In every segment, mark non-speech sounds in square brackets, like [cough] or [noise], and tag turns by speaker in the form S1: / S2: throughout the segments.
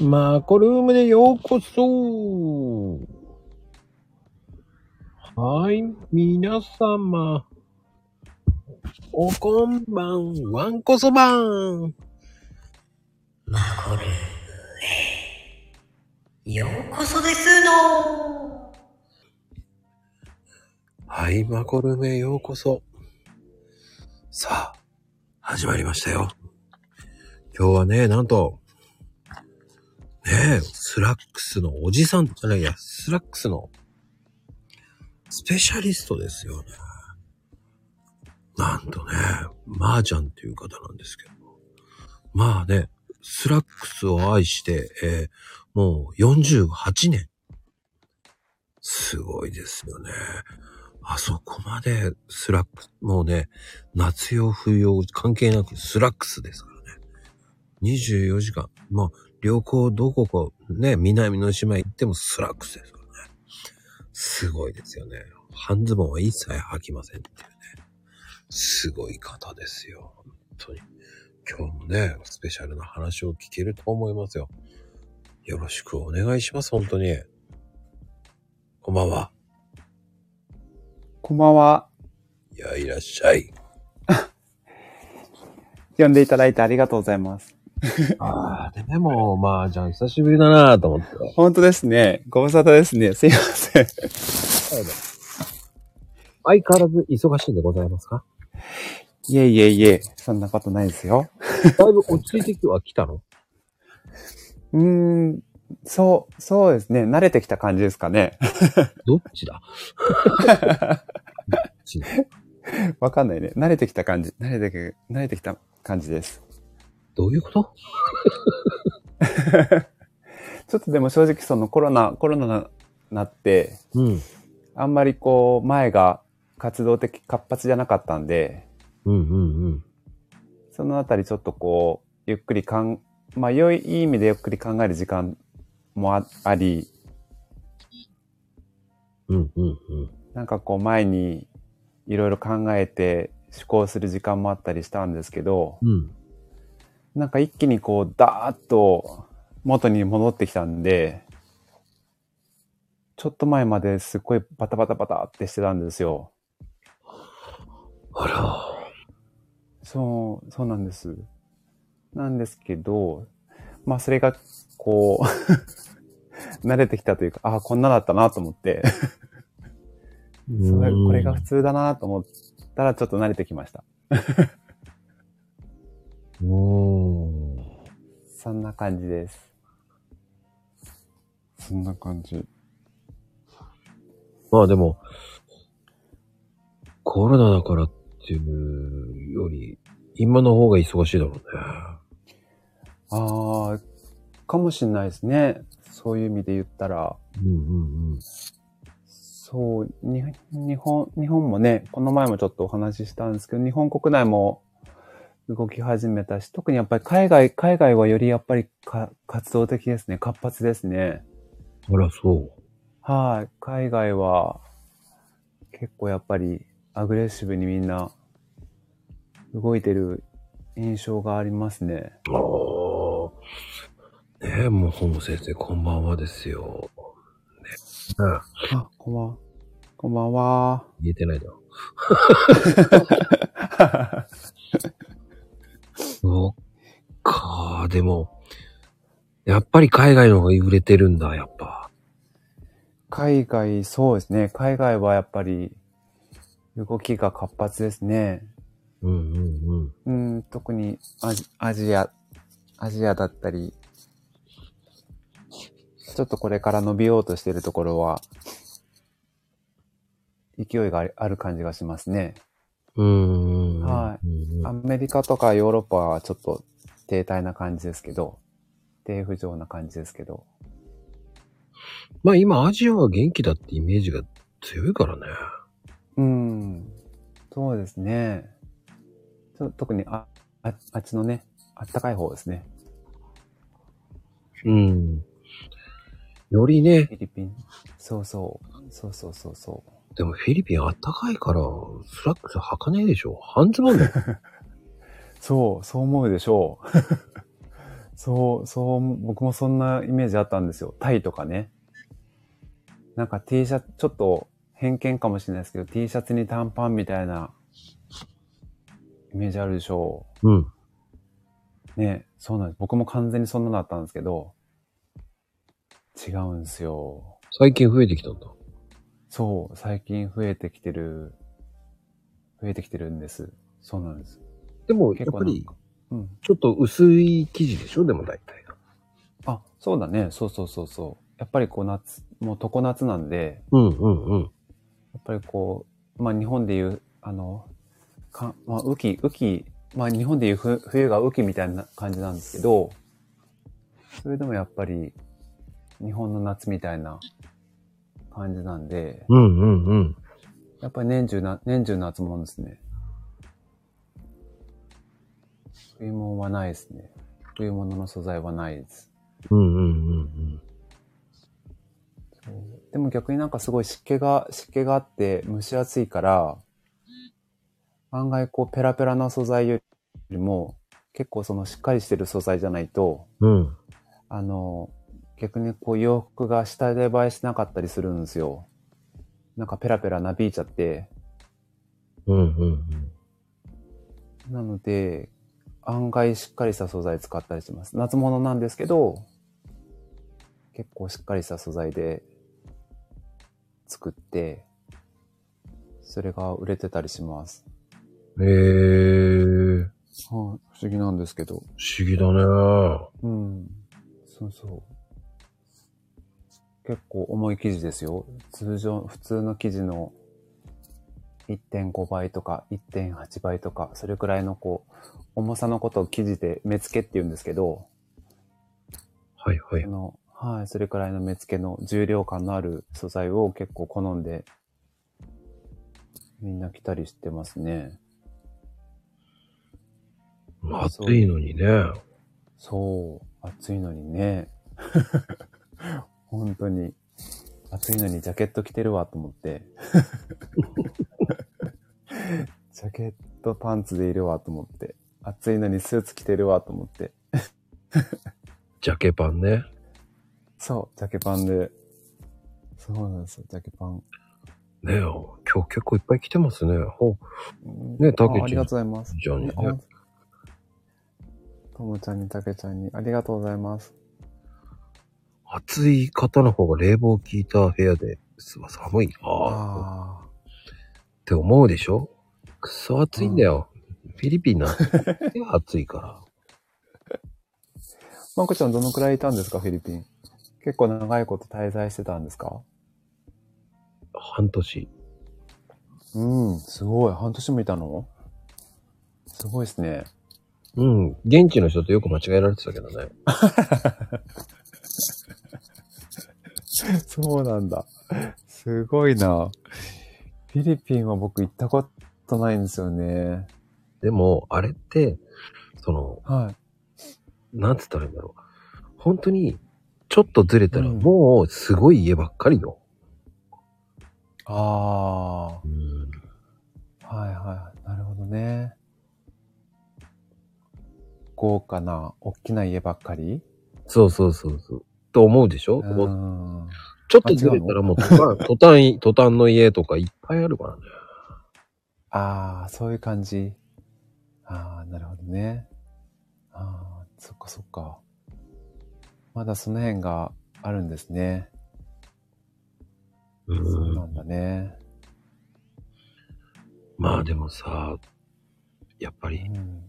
S1: マコルームでようこそはい、皆様、おこんばん、わんこそばん
S2: マコルームへようこそですの
S1: はい、マコルームへようこそ。さあ、始まりましたよ。今日はね、なんと、ねえ、スラックスのおじさん、あいや、スラックスのスペシャリストですよね。なんとね、マージャンっていう方なんですけど。まあね、スラックスを愛して、えーもう48年。すごいですよね。あそこまでスラック、もうね、夏用冬用関係なくスラックスですからね。24時間、まあ、旅行どこかね、南の島行ってもスラックスですからね。すごいですよね。半ズボンは一切履きませんっていうね。すごい方ですよ。本当に。今日もね、スペシャルな話を聞けると思いますよ。よろしくお願いします、本当に。こんばんは。
S3: こんばんは。
S1: いや、いらっしゃい。
S3: 呼んでいただいてありがとうございます。
S1: [laughs] ああ、でも、まあ、じゃあ久しぶりだなと思って。
S3: 本当ですね。ご無沙汰ですね。すいません。
S1: 相変わらず忙しいんでございますか
S3: いえいえいえ、そんなことないですよ。
S1: だいぶ落ち着いては来たの
S3: うーん、そう、そうですね。慣れてきた感じですかね。 [laughs]
S1: どっちだどっちだ
S3: わかんないね。慣れてきた感じ。慣れてき、慣れてきた感じです。
S1: どういうこと
S3: ちょっとでも正直そのコロナ、コロナななって、
S1: うん。
S3: あんまりこう、前が活動的活発じゃなかったんで、
S1: うんうんうん。
S3: そのあたりちょっとこう、ゆっくりかん、まあ、良い、いい意味でゆっくり考える時間もああり、
S1: うんうんうん。
S3: なんかこう前にいろいろ考えて思考する時間もあったりしたんですけど、
S1: うん。
S3: なんか一気にこうダーッと元に戻ってきたんで、ちょっと前まですっごいバタバタバタってしてたんですよ。
S1: あら。
S3: そう、そうなんです。なんですけど、まあそれがこう、 [laughs] 慣れてきたというか、ああ、こんなだったなと思って、それこれが普通だなと思ったらちょっと慣れてきました。
S1: うん。おー
S3: そんな感じです。そんな感じ。
S1: まあでも、コロナだからっていうより、今の方が忙しいだろうね。
S3: ああ、かもしんないですね。そういう意味で言ったら。
S1: うんうんうん。
S3: そう、に日本、日本もね、この前もちょっとお話ししたんですけど、日本国内も動き始めたし、特にやっぱり海外、海外はよりやっぱりか活動的ですね。活発ですね。
S1: あら、そう。
S3: はい。海外は結構やっぱりアグレッシブにみんな動いてる印象がありますね。
S1: ああ。ねえ、もう本先生、こんばんはですよ。ね。あ
S3: あ、こんばんは。こんばん [laughs] は。
S1: 言えてないだろ。そっか、でも、やっぱり海外の方が売れてるんだ、やっぱ。
S3: 海外、そうですね。海外はやっぱり動きが活発ですね。
S1: うんうんうん。
S3: うん、特にアジアジア、アジアだったり、ちょっとこれから伸びようとしているところは、勢いがありある感じがしますね。
S1: うんうんうん。。
S3: はいアメリカとかヨーロッパはちょっと停滞な感じですけど、低浮上な感じですけど。
S1: まあ今、アジアは元気だってイメージが強いからね。
S3: うん。そうですね。ちょ特にあ、あ、あっちのね、あったかい方ですね。
S1: うん。よりね、
S3: フィリピン。そうそう。そうそうそうそ
S1: でもフィリピンあったかいから、スラックス履か
S3: [laughs]
S1: ないでしょ。半ズボンだよ。
S3: う。そう、そう思うでしょう。 [laughs] そう、そう、僕もそんなイメージあったんですよ。タイとかね。なんか T シャツ、ちょっと偏見かもしれないですけど、T シャツに短パンみたいなイメージあるでしょ
S1: うん。
S3: う。ね、そうなんです。僕も完全にそんなのあったんですけど、違うんですよ。
S1: 最近増えてきたんだ。
S3: そう、最近増えてきてる、増えてきてるんです。そうなんです。
S1: でも、や
S3: 結
S1: っぱ
S3: 構なん
S1: り
S3: か、。うん。
S1: ちょっと薄い生地でしょでも大体が。
S3: あ、そうだね。そうそうそうそう。やっぱりこう夏、もう常夏なんで、
S1: うんうんうん。
S3: やっぱりこう、まあ日本でいう、あの、かまあ雨季、雨季、まあ日本でいうふ冬が雨季みたいな感じなんですけど、それでもやっぱり日本の夏みたいな感じなんで、
S1: うんうんうん。
S3: やっぱり年中な、年中夏物ですね。冬物はないですね。冬物の素材はないです。
S1: うんうんうんうん。
S3: でも逆になんかすごい湿気が、湿気があって蒸し暑いから、案外こうペラペラな素材よりも、結構そのしっかりしてる素材じゃないと、
S1: うん。
S3: あの、逆にこう洋服が下で映えしなかったりするんですよ。なんかペラペラなびいちゃって。
S1: うんうん
S3: なので、案外しっかりした素材使ったりします。夏物なんですけど、結構しっかりした素材で作って、それが売れてたりします。
S1: うん。へえー。
S3: はい、不思議なんですけど。
S1: 不思議だね。
S3: うん。そうそう。結構重い生地ですよ。通常、普通の生地の1.5倍とか1.8倍とか、それくらいのこう、重さのことを生地で目付けって言うんですけど、
S1: はいは
S3: あ
S1: い。
S3: の、はい、それくらいの目付けの重量感のある素材を結構好んで、みんな着たりしてますね。
S1: 暑いのにね。
S3: そう、暑いのにね。 [laughs] 本当に。暑いのにジャケット着てるわと思って。 [laughs] ジャケットパンツでいるわと思って。暑いのにスーツ着てるわと思って。
S1: ジャケパンね。
S3: そう、ジャケパンで。そうなんですよ、ジャケパン。
S1: ねえ、今日結構いっぱい来てますね。ほね
S3: あ
S1: たけちゃん
S3: ありがとうございます。
S1: じゃあね
S3: あともちゃんにたけちゃんに、ありがとうございます。
S1: 暑い方の方が冷房効いた部屋ですわ寒いなぁっ
S3: ああ。
S1: て思うでしょくそ暑いんだよ。フィリピンなんて暑いから。
S3: まこちゃんどのくらいいたんですか、フィリピン。結構長いこと滞在してたんですか
S1: 半年。
S3: うん、すごい。半年もいたのすごいですね。 [laughs]
S1: うん。現地の人とよく間違えられてたけどね。
S3: そうなんだ。すごいな。フィリピンは僕行ったことないんですよね。
S1: でも、あれって、その、
S3: はい。
S1: なんつったらいいんだろう。本当に、ちょっとずれたら、
S3: うん
S1: もう、すごい家ばっかりよ。
S3: あ
S1: うん。
S3: あ、はいはい。なるほどね。豪華な、大きな家ばっかり
S1: そうそうそうそう。と思うでしょ、
S3: うん。
S1: ちょっとずれたらもう、トタン、トタ [laughs] ン、トタンの家とかいっぱいあるからね。
S3: ああ、そういう感じ。ああ、なるほどね。ああ、そっかそっか。まだその辺があるんですね。
S1: う。
S3: そうなんんだね。
S1: まあでもさ、やっぱり、
S3: うん、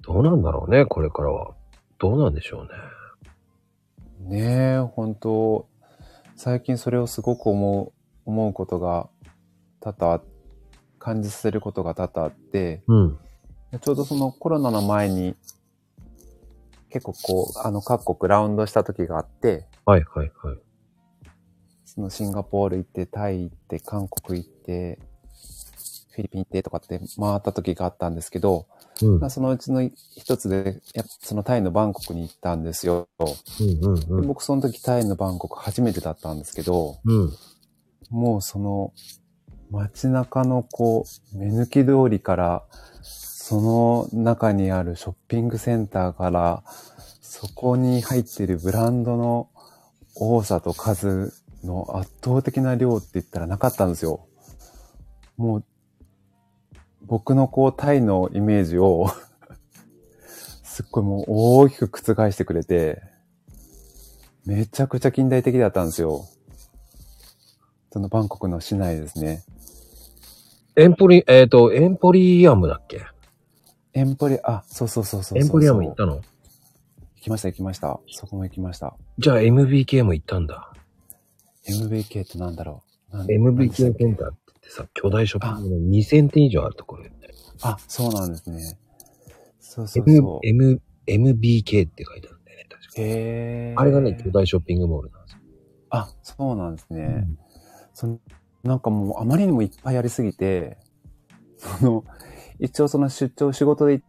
S1: どうなんだろうね、これからは。どうなんでしょうね。
S3: ねえ、本当最近それをすごく思う、思うことが多々、感じさせることが多々あって、
S1: うん。
S3: ちょうどそのコロナの前に、結構こう、あの各国ラウンドした時があって、
S1: はいはいはい。
S3: そのシンガポール行って、タイ行って、韓国行って、フィリピン行ってとかって回った時があったんですけど、
S1: うん。
S3: まあそのうちの一つで、やっぱそのタイのバンコクに行ったんですよ。
S1: うんうんう
S3: で
S1: ん。
S3: 僕その時タイのバンコク初めてだったんですけど、
S1: うん。
S3: もうその街中のこう、目抜き通りから、その中にあるショッピングセンターから、そこに入っているブランドの多さと数の圧倒的な量って言ったらなかったんですよ。もう、僕のこう、タイのイメージを、 [laughs] すっごいもう大きく覆してくれて、めちゃくちゃ近代的だったんですよ。そのバンコクの市内ですね。
S1: エンポリ、えっ、と、エンポリアムだっけ
S3: エンポリ、あ、そうそうそうそうそ
S1: エ
S3: うそう。
S1: ンポリアム行ったの
S3: 行きました、行きました。そこも行きました。
S1: じゃあ MBK も行ったんだ。
S3: MVK ってなんだろうなんなんで
S1: MBK
S3: し
S1: セン
S3: たっけ
S1: ターって言ってさ、巨大ショッピングの2000店以上あるところよね。
S3: あ、そうなんですね。そうそう
S1: M
S3: そ、う。
S1: M、MBK って書いてあるんだよね、確か。
S3: へー
S1: あれがね、巨大ショッピングモールなんですよ。
S3: あ、そうなんですね。
S1: うん
S3: そのなんかもうあまりにもいっぱいありすぎて、その、一応その出張仕事で行っ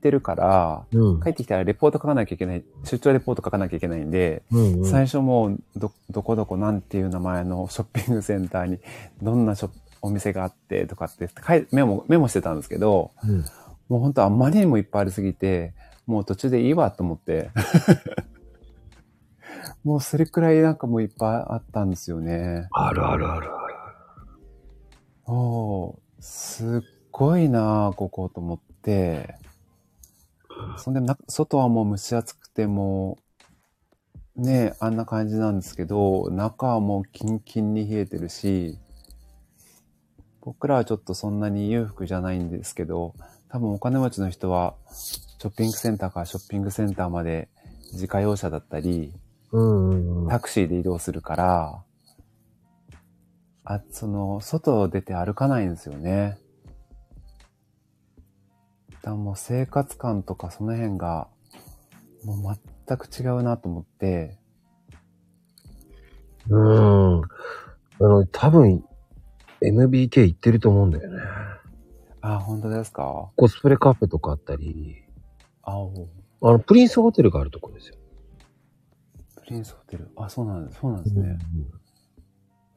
S3: てるから、
S1: うん
S3: 帰ってきたらレポート書かなきゃいけない、出張レポート書かなきゃいけないんで、
S1: うんうん。
S3: 最初もうど、どこどこなんていう名前のショッピングセンターに、 [laughs] どんなショッお店があってとかって書いメモ、メモしてたんですけど、
S1: うん
S3: もう本当あまりにもいっぱいありすぎて、もう途中でいいわと
S1: [laughs]
S3: 思って。もうそれくらいなんかもういっぱいあったんですよね。
S1: あるあるあるある。
S3: おーすっごいなあここと思って。そんでな、外はもう蒸し暑くてもう、ねえ、あんな感じなんですけど、中はもうキンキンに冷えてるし、僕らはちょっとそんなに裕福じゃないんですけど、多分お金持ちの人は、ショッピングセンターからショッピングセンターまで自家用車だったり、
S1: うんうんうん。
S3: タクシーで移動するから、あ、その、外を出て歩かないんですよね。だからもう生活感とかその辺が、もう全く違うなと思って、
S1: うん。あの、多分、MBK 行ってると思うんだよね。
S3: あ、本当ですか
S1: コスプレカフェとかあったり、
S3: あお
S1: あの、プリンスホテルがあるとこですよ。
S3: プリンスホテル。あ、そうなんです、そうなんです
S1: う
S3: ね。
S1: ん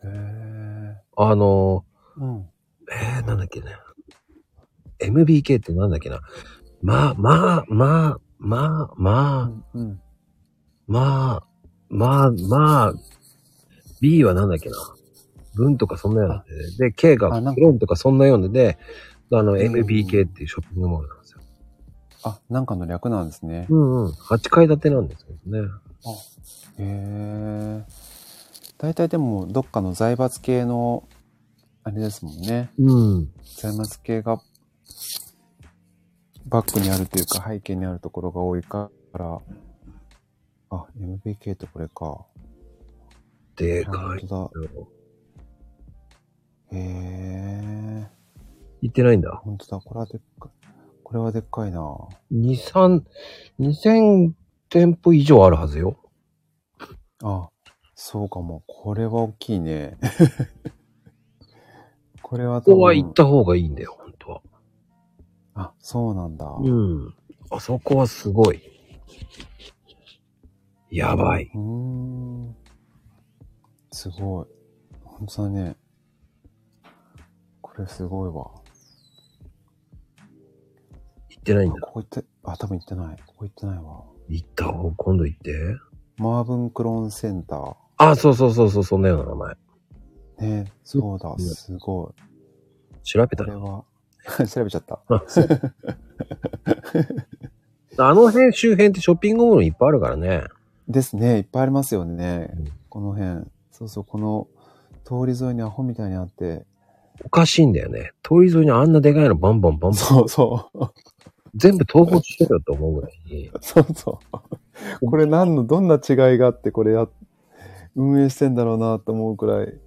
S3: へえ。
S1: あの、
S3: うん。
S1: えー、なんだっけね。MBK ってなんだっけな。まあ、まあ、まあ、まあ、
S3: う
S1: まあ、
S3: ん。うん。
S1: まあ、まあ、まあ、B はなんだっけな。文とかそんなようなで、で、K が
S3: あなんか
S1: クローンとかそんなようなで、あの、
S3: ん
S1: MBK っていうショッピングモールなんですよ。
S3: あ、なんかの略なんですね。
S1: うんうん。8階建てなんですけどね。
S3: へえ。大体でも、どっかの財閥系の、あれですもんね。
S1: うん。
S3: 財閥系がバックにあるというか背景にあるところが多いから、あ、MBK とこれか。
S1: でかい。
S3: 本当だ。へえ。
S1: 行ってないんだ。
S3: 本当だ。これはでっかい。これはでっかいな。
S1: 2、3、2000店舗以上あるはずよ。
S3: あ、そうかも。これは大きいね。 [laughs] これは
S1: こ
S3: 多
S1: こは行っ
S3: 分。
S1: た方がいいんだよ、本当は。
S3: あ、そうなんだ。
S1: うん。あそこはすごい。やばい。
S3: うーん。すごい。本当だね。これすごいわ。
S1: 行ってないん
S3: あ
S1: だ。
S3: ここ行って、あ、多分行ってない。ここ行ってないわ。
S1: 行った方、今度行って。
S3: マーブンクローンセンター。
S1: あ、そうそうそうそう、そんなような名前。
S3: ねそうだ、すごい。
S1: 調べた
S3: これ
S1: ら。
S3: は、 [laughs] 調べちゃった。
S1: あの辺周辺ってショッピングモールいっぱいあるからね。
S3: ですね、いっぱいありますよね
S1: うん。
S3: この辺。そうそう、この通り沿いにアホみたいにあって。
S1: おかしいんだよね。通り沿いにあんなでかいのバンバンバンバン。
S3: そうそう。
S1: 全部統合してるよと思うぐらいに。
S3: そう [laughs] そう。これ何の、どんな違いがあって、これや、運営してんだろうなと思うくらい。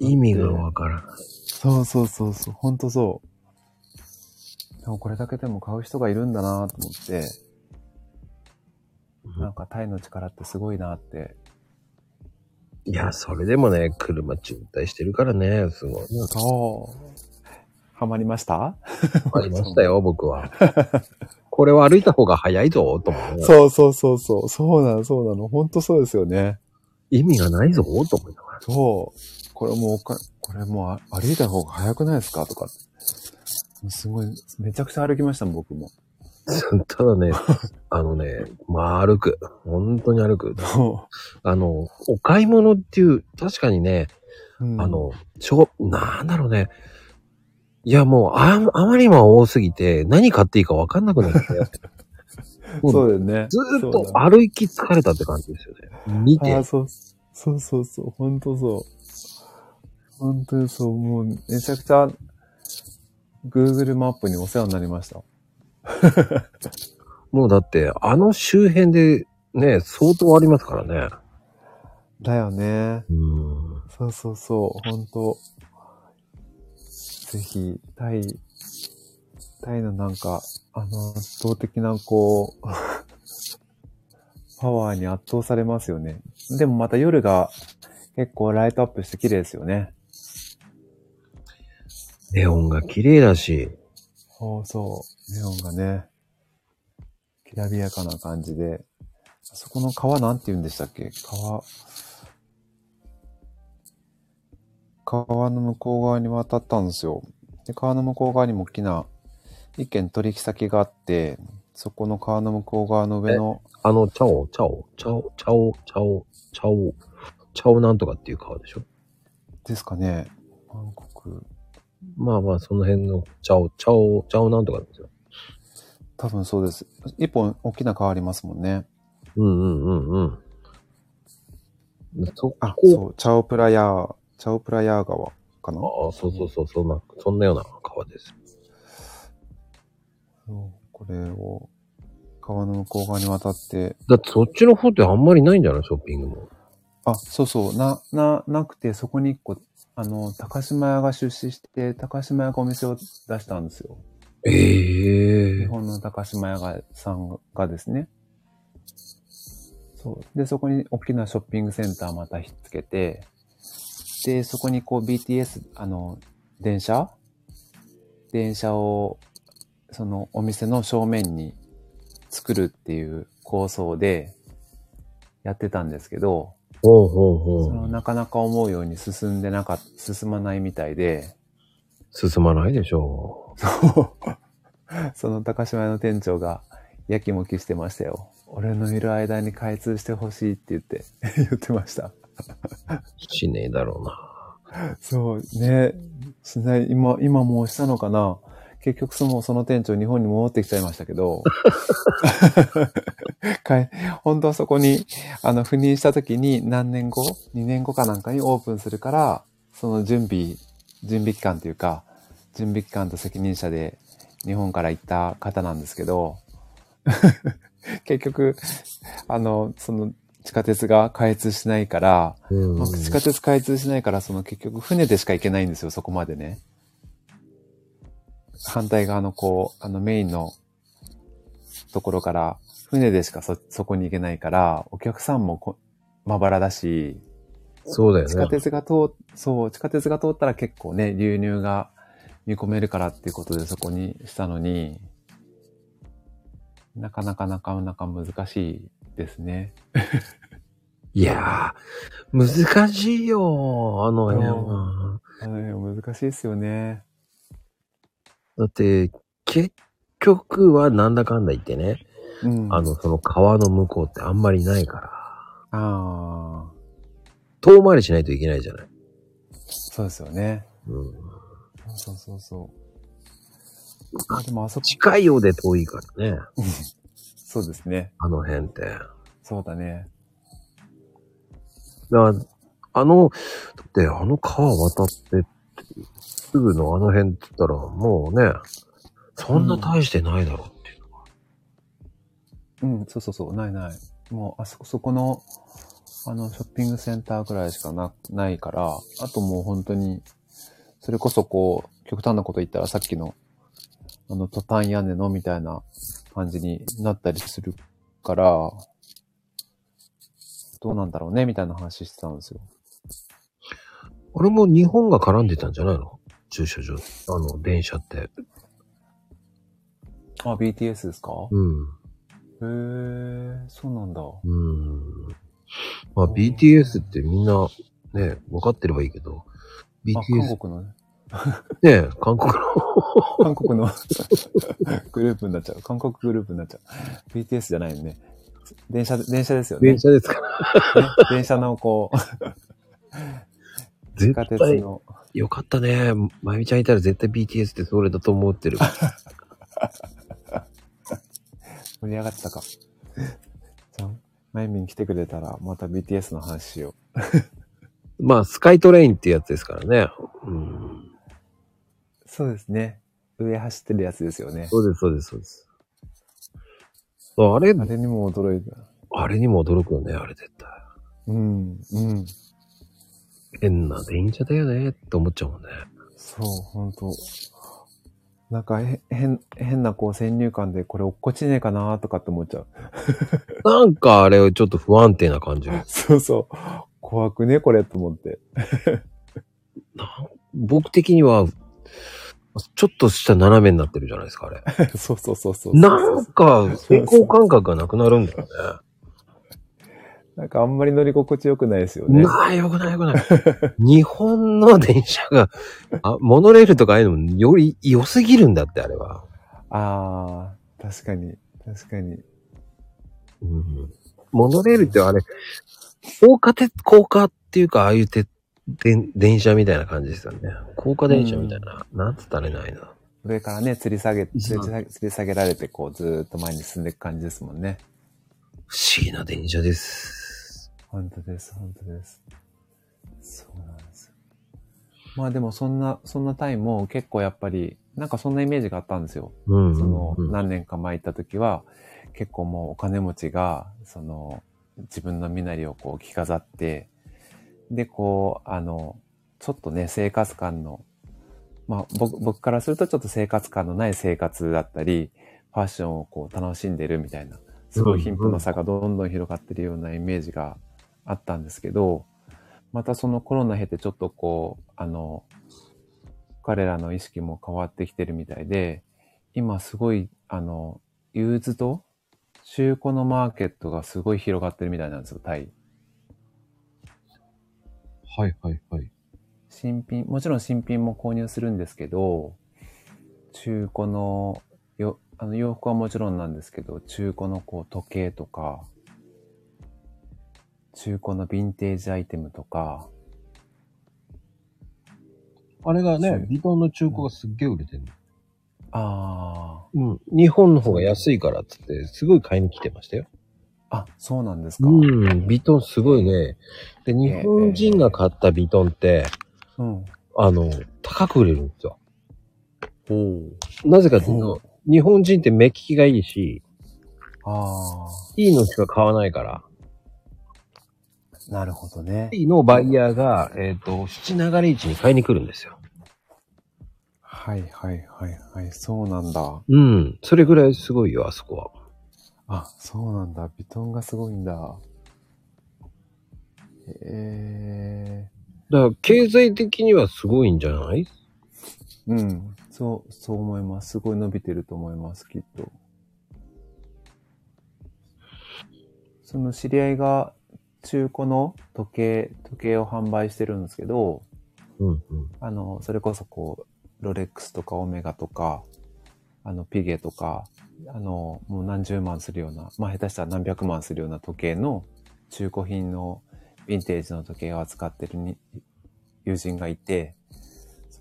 S1: 意味がわからない。
S3: そうそうそうそう、ほんとそう。でもこれだけでも買う人がいるんだなと思って、
S1: うん
S3: なんかタイの力ってすごいなって。
S1: いや、それでもね、車渋滞してるからね、すごい。
S3: そう。ハマりました
S1: ありましたよ、僕は。これは歩いた方が早いぞ、と思う。
S3: そうそうそうそう。そうなの、そうなの。ほんとそうですよね。
S1: 意味がないぞ、と思いながら。
S3: そう。これもうおか、これもうあ歩いた方が早くないですかとか。すごい、めちゃくちゃ歩きましたもん、僕も。
S1: [laughs] ただね、あのね、まあ歩く。本当に歩く。あの、お買い物っていう、確かにね、
S3: うん
S1: あ、の、しょ、なんだろうね。いや、もう、あ、あまりにも多すぎて、何買っていいか分かんなくな
S3: [laughs]
S1: って。もう
S3: そうだよね。
S1: ずーっ
S3: そ
S1: と
S3: うだ
S1: 歩き疲れたって感じですよね。見
S3: あ
S1: て
S3: ー、そう、そうそうそう、本当そう。本当にそう、もうめちゃくちゃ Google マップにお世話になりました。
S1: もうだって、あの周辺でね、相当ありますからね。
S3: だよね。
S1: うん。
S3: そうそうそう、本当ぜひ、タイ、タイのなんか、あの、圧倒的な、こう、 [laughs] パワーに圧倒されますよね。でもまた夜が結構ライトアップして綺麗ですよね。
S1: ネオンが綺麗だし、
S3: そうそう。ネオンがね、きらびやかな感じで。あそこの川なんて言うんでしたっけ川。川の向こう側に渡ったんですよ。で、川の向こう側にも大きな一軒取引先があって、そこの川の向こう側の上の、
S1: あの、チャオ、チャオ、チャオ、チャオ、チャオ、チャオ、チャオなんとかっていう川でしょ
S3: ですかね、バンコク。
S1: まあまあ、その辺の、チャオ、チャオ、チャオなんとかですよ。
S3: 多分そうです。一本大きな川ありますもんね。
S1: うんうんうんうん。そこ、
S3: あ、そう、チャオプラヤー、チャオプラヤー川かな
S1: ああ、そうそうそう、そんな、そんなような川です。
S3: そうこれを川の向こう側に渡って、
S1: だってそっちの方ってあんまりないんじゃないショッピングも。
S3: あ、そうそう、な、な、なくて、そこに一個、あの、高島屋が出資して、高島屋がお店を出したんですよ。
S1: え
S3: 日
S1: え
S3: 本の高島屋がさんがですね。そう。で、そこに大きなショッピングセンターまたひっつけて、で、そこにこう BTS、あの、電車電車を、そのお店の正面に作るっていう構想でやってたんですけど、
S1: ほうほうほ
S3: その
S1: う。
S3: なかなか思うように進んでなかっ進まないみたいで、
S1: 進まないでしょ
S3: [laughs] その高島屋の店長が、やきもきしてましたよ。俺のいる間に開通してほしいって言って、 [laughs] 言ってました。
S1: う。しねえだろうな。
S3: そう、ね。しない、今、今もうしたのかな結局その、その店長日本に戻ってきちゃいましたけど、 [laughs] かい本当はそこに、あの、赴任した時に何年後 ?2 年後かなんかにオープンするから、その準備、準備期間というか、準備期間と責任者で日本から行った方なんですけど、 [laughs] 結局、あの、その、地下鉄が開通しないから、
S1: うん
S3: まあ地下鉄開通しないから、その結局船でしか行けないんですよ、そこまでね。反対側のこう、あのメインのところから、船でしかそ、そこに行けないから、お客さんもこまばらだし、
S1: そうだよね。
S3: 地下鉄が通、そう、地下鉄が通ったら結構ね、流入が見込めるからっていうことでそこにしたのに、なかなかなかなか難しいですね。
S1: いやー、難しいよ、あの辺は。
S3: あの難しいですよね。
S1: だって、結局はなんだかんだ言ってね、
S3: うん。
S1: あの、その川の向こうってあんまりないから、
S3: ああ、
S1: 遠回りしないといけないじゃない。
S3: そうですよね。
S1: うん、
S3: そうそうそう。あでもあそこ、
S1: 近いようで遠いからね、
S3: そうですね。
S1: あの辺って。だか
S3: そうだね。
S1: ら、あの、だってあの川渡ってっていうすぐのあの辺って言ったらもうね、そんな大してないだろうっていう。
S3: うん、そうそうそう、ないない。もう、あそこ、そこの、あの、ショッピングセンターぐらいしかな、ないから、あともう本当に、それこそこう、極端なこと言ったらさっきの、あの、トタン屋根のみたいな感じになったりするから、どうなんだろうね、みたいな話してたんですよ。
S1: あれも日本が絡んでたんじゃないの駐車場、あの、電車って。
S3: あ、BTS ですか
S1: うん。
S3: へえ、そうなんだ。
S1: うーん。まあ、BTS ってみんなね、分かってればいいけど、
S3: あ、韓
S1: BTS
S3: 国のね。
S1: ねえ、韓国の。
S3: 韓国の [laughs] グループになっちゃう。韓国グループになっちゃう。BTS じゃないよね。電車、電車ですよ
S1: 電
S3: ね。ね
S1: 車です
S3: [laughs]
S1: から。
S3: 電車のこう、地
S1: 絶
S3: 下鉄
S1: 対。
S3: の。
S1: よかったね。まゆみちゃんいたら絶対 BTS ってそれだと思ってる。 [laughs]
S3: 盛り上がってたか。じゃあ、まゆみん来てくれたら、また BTS の話を。
S1: まあ、スカイトレインってやつですからね。うん。
S3: そうですね。上走ってるやつですよね。
S1: そうです、そうです、そうです。そうあれ、
S3: あれにも驚いた。
S1: あれにも驚くよね、あれ絶対。
S3: うん、うん。
S1: 変な電車だよねって思っちゃうもんね。
S3: そう、ほんと。なんかへ、変、変なこう先入観で、これ落っこちねえかなとかって思っちゃう。
S1: なんかあれちょっと不安定な感じが。
S3: そうそう。怖くね、これと思
S1: [laughs]
S3: って。
S1: なん僕的には、ちょっとした斜めになってるじゃないですか、あれ。
S3: そうそうそうそう。
S1: なんか、平行感覚がなくなるんだよ
S3: なんかあんまり乗り心地良くないですよ
S1: ね。
S3: ね。
S1: なあ、よくないよくない。日本の電車が、あ、モノレールとかああいうのもより良すぎるんだって、あれは。
S3: ああ、確かに、確かに。
S1: うん、モノレールってあれ、高架鉄、高架っていうか、ああいう鉄、電電車みたいな感じですよね。高架電車みたいな。なんつったらいいないな。
S3: 上からね、吊り下げ、吊り
S1: そう
S3: 下げ吊り下げられて、こう、ずーっと前に進んでいく感じですもんね。
S1: 不思議な電車です。
S3: 本当です、本当です。そうなんですよ。まあでも、そんな、そんなタイも結構やっぱり、なんかそんなイメージがあったんですよ。
S1: うん
S3: その、
S1: うんうん
S3: 何年か前行った時は、結構もうお金持ちが、その、自分の身なりをこう着飾って、で、こう、あの、ちょっとね、生活感の、まあ僕、僕からするとちょっと生活感のない生活だったり、ファッションをこう楽しんでるみたいな、すごい貧富の差がどんどん広がってるようなイメージがあったんですけど、またそのコロナ経てちょっとこう、あの、彼らの意識も変わってきてるみたいで、今すごい、あの、ユーズと中古のマーケットがすごい広がってるみたいなんですよ、タイ。
S1: はいはいはい。
S3: 新品、もちろん新品も購入するんですけど、中古の、よ、あの洋服はもちろんなんですけど、中古のこう時計とか、中古のヴィンテージアイテムとか、
S1: あれが
S3: そう
S1: ね、ビトンの中古がすっげえ売れてる
S3: あ
S1: うん。日本の方が安いからってって、すごい買いに来てましたよ。
S3: あ、あ、そうなんですか。
S1: うん。ビトンすごいね。で、日本人が買ったビトンって、
S3: うん。
S1: あの、高く売れるんですよ。
S3: おお。
S1: なぜかという
S3: う
S1: と、日本人って目利きがいいし、
S3: あ
S1: いいのしか買わないから、
S3: あ、なるほどね。
S1: いいのをバイヤーが、えっ、と、七流れ市に買いに来るんですよ。
S3: はいはいはいはい、そうなんだ。
S1: うん。それぐらいすごいよ、あそこは。
S3: あ、そうなんだ。ビトンがすごいんだ。え
S1: だから、経済的にはすごいんじゃない
S3: ー、うん。そう、そう思います。すごい伸びてると思います、きっと。その知り合いが中古の時計、時計を販売してるんですけど、
S1: うんうん。
S3: あの、それこそこう、ロレックスとかオメガとか、あの、ピゲとか、あの、もう何十万するような、まあ下手したら何百万するような時計の中古品のヴィンテージの時計を扱ってるに友人がいて、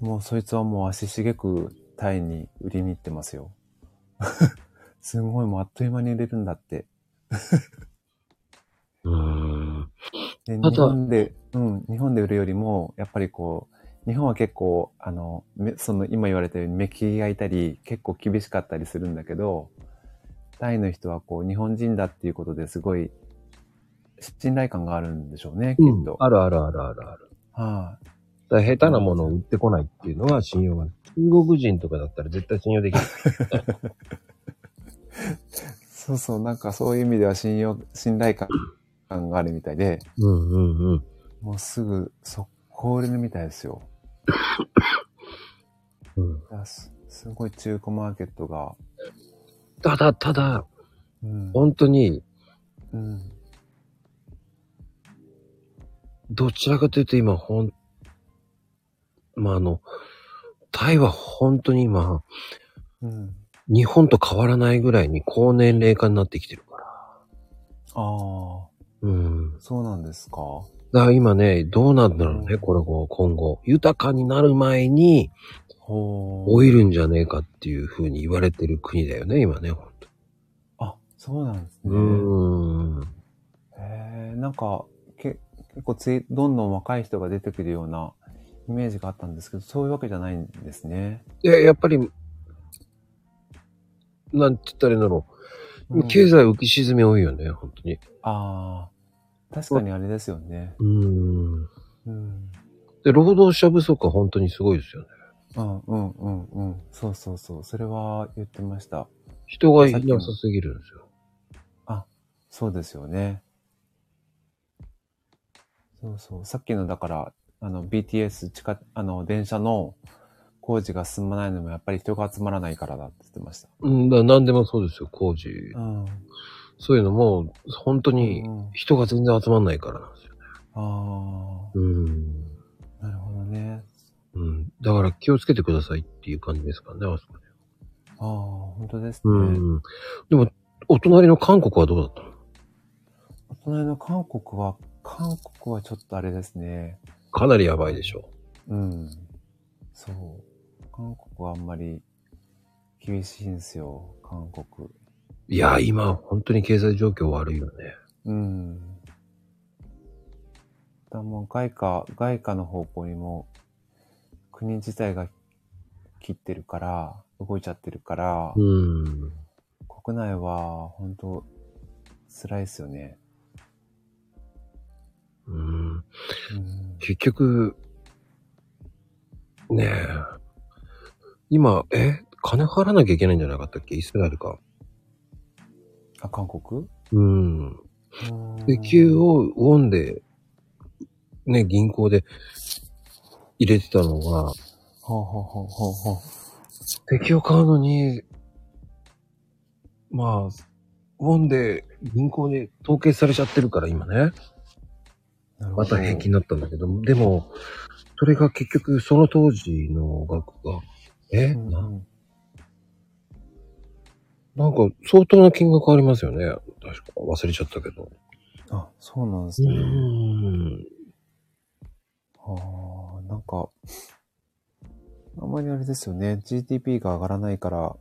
S3: もうそいつはもう足しげくタイに売りに行ってますよ。 [laughs] すごいもうあっという間に売れるんだって。
S1: うーん。
S3: で
S1: あ
S3: 日
S1: とは
S3: 本で、うん、日本で売るよりも、やっぱりこう、日本は結構、あの、めその、今言われたように目利きがいたり、結構厳しかったりするんだけど、タイの人はこう、日本人だっていうことですごい、信頼感があるんでしょうね、きっ
S1: うん
S3: と。
S1: あるあるあるあるある。
S3: は
S1: だから下手なものを売ってこないっていうのは信用がない。中国人とかだったら絶対信用できない。
S3: いそうそう、なんかそういう意味では信用、信頼感があるみたいで、
S1: うんうんうん。
S3: もうすぐ、速攻売れるみたいですよ。
S1: うん、
S3: だからすすごい中古マーケットが、
S1: ただただ、
S3: うん。
S1: 本当に、
S3: うん
S1: どちらかというと今、ほん、まあ、あの、タイは本当に今、
S3: うん。
S1: 日本と変わらないぐらいに高年齢化になってきてるから。
S3: ああ、
S1: うん。
S3: そうなんですか。
S1: だから今ね、どうなんだろうね、これを今後。豊かになる前に
S3: ほ
S1: 老
S3: い。
S1: いるんじゃねえかっていうふうに言われてる国だよね、今ね、本当
S3: あ、そうなんです
S1: う
S3: ね。
S1: ん。
S3: へえ、なんか、け結構つい、どんどん若い人が出てくるようなイメージがあったんですけど、そういうわけじゃないんですね。
S1: で、やっぱり、なんて言ったらいいんだろ
S3: う
S1: う。
S3: ん
S1: 経済浮き沈み多いよね、本当に。
S3: ああ、確かにあれですよね。
S1: うん。
S3: うん。
S1: で、労働者不足は本当にすごいですよね。
S3: うんうんうんうん。そうそうそう。それは言ってました。
S1: 人がいなさすぎるんですよ。
S3: そうですよね。そうそう。さっきのだから、あの、BTS 地下、あの、電車の工事が進まないのもやっぱり人が集まらないからだって言ってました。
S1: うん、だから何でもそうですよ、工事。
S3: ん。
S1: そういうのも、本当に
S3: うん
S1: 人が全然集まんないからなんですよ。
S3: あ
S1: うん。
S3: あ、なるほどね。
S1: うん。だから気をつけてくださいっていう感じですかね、あそこね。
S3: ああ、本当ですね。
S1: うん。でも、お隣の韓国はどうだったの
S3: お隣の韓国は、韓国はちょっとあれですね。
S1: かなりやばいでしょ
S3: うん。そう。韓国はあんまり厳しいんですよ、韓国。
S1: う。いや、今、本当に経済状況悪いよね。
S3: うん。だもう外貨、外貨の方向にも、国自体が切ってるから、動いちゃってるから、
S1: うん。
S3: 国内は本当辛いですよね。
S1: うん。
S3: うん。
S1: 結局、ねえ。今、え金払わなきゃいけないんじゃなかったっけイスラエルか。
S3: あ、韓国
S1: うん。石油をウォンで、ね、銀行で入れてたのが、
S3: ほうほうほうほうほう。
S1: 石油を買うのに、まあ、ウォンで銀行で統計されちゃってるから今ね、
S3: なるほ
S1: ま
S3: ど
S1: た平均になったんだけど、でも、それが結局その当時の額が、え、
S3: うん
S1: な
S3: うん
S1: なんか相当な金額ありますよね。確か忘れちゃったけど。
S3: あ、そうなんです
S1: う
S3: ね。
S1: ん。
S3: ああ、なんか、あんまりあれですよね。GDP が上がらないから、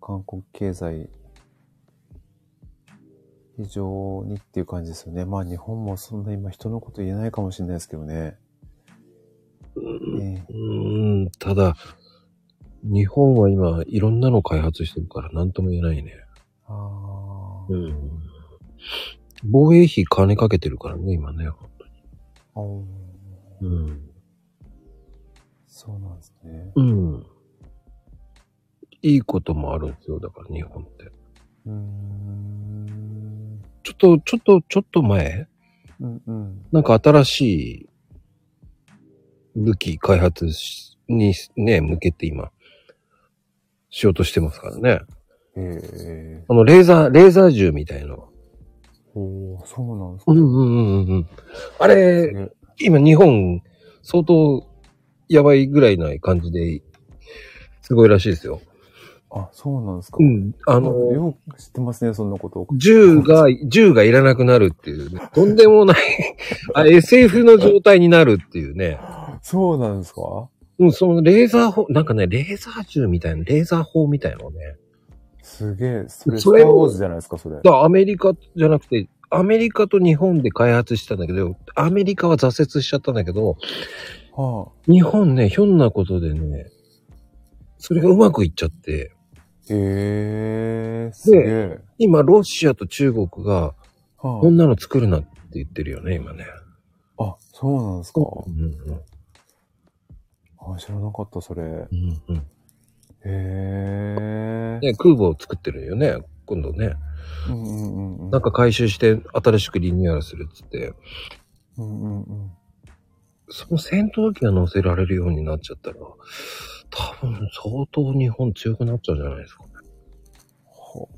S3: 韓国経済、非常にっていう感じですよね。まあ日本もそんな今人のこと言えないかもしれないですけどね。ええ
S1: うん、ただ、日本は今いろんなの開発してるから何とも言えないね。
S3: あー
S1: ん。防衛費金かけてるからね、今ね。
S3: あー、
S1: うん。
S3: そうなんですね。
S1: うん。いいこともあるんですよ、だから日本って。
S3: うーん。
S1: ちょっと、ちょっと、ちょっと前
S3: うんうん。
S1: なんか新しい武器開発しにね、向けて今、しようとしてますからね。
S3: ええ
S1: あの、レーザー、レーザー銃みたいな。
S3: おおそうなんです
S1: う
S3: か
S1: んうんうんうん。あれ、
S3: ね。
S1: 今日本、相当、やばいぐらいな感じで、すごいらしいですよ。
S3: あ、そうなんですか。
S1: うん。あの、
S3: よく知ってますね、そんなこと。
S1: 銃が、銃がいらなくなるっていう、ね、とんでもないあ、SF の状態になるっていうね。
S3: そうなんですか
S1: うん、そのレーザー砲、なんかね、レーザー銃みたいな、レーザー砲みたいのをね。
S3: すげえ。それ、ス
S1: そ
S3: タ
S1: れ
S3: ー・ウォーズじゃないですか、それ。
S1: だからアメリカじゃなくて、アメリカと日本で開発したんだけど、アメリカは挫折しちゃったんだけど、
S3: はあ。
S1: 日本ね、ひょんなことでね、それがうまくいっちゃって、
S3: へえ、すげえ。
S1: 今、ロシアと中国が、こん
S3: は
S1: なの作るなって言ってるよね、今ね。
S3: あ。あ、そうなんですか。
S1: うんうん
S3: あ、知らなかった、それ。へ
S1: うんうん
S3: え。
S1: ね、空母を作ってるよね、今度ね。
S3: うんうんうんうん。
S1: なんか回収して新しくリニューアルするっつって、
S3: うんうんうん。
S1: その戦闘機が乗せられるようになっちゃったら、多分相当日本強くなっちゃうんじゃないですかね。
S3: ほ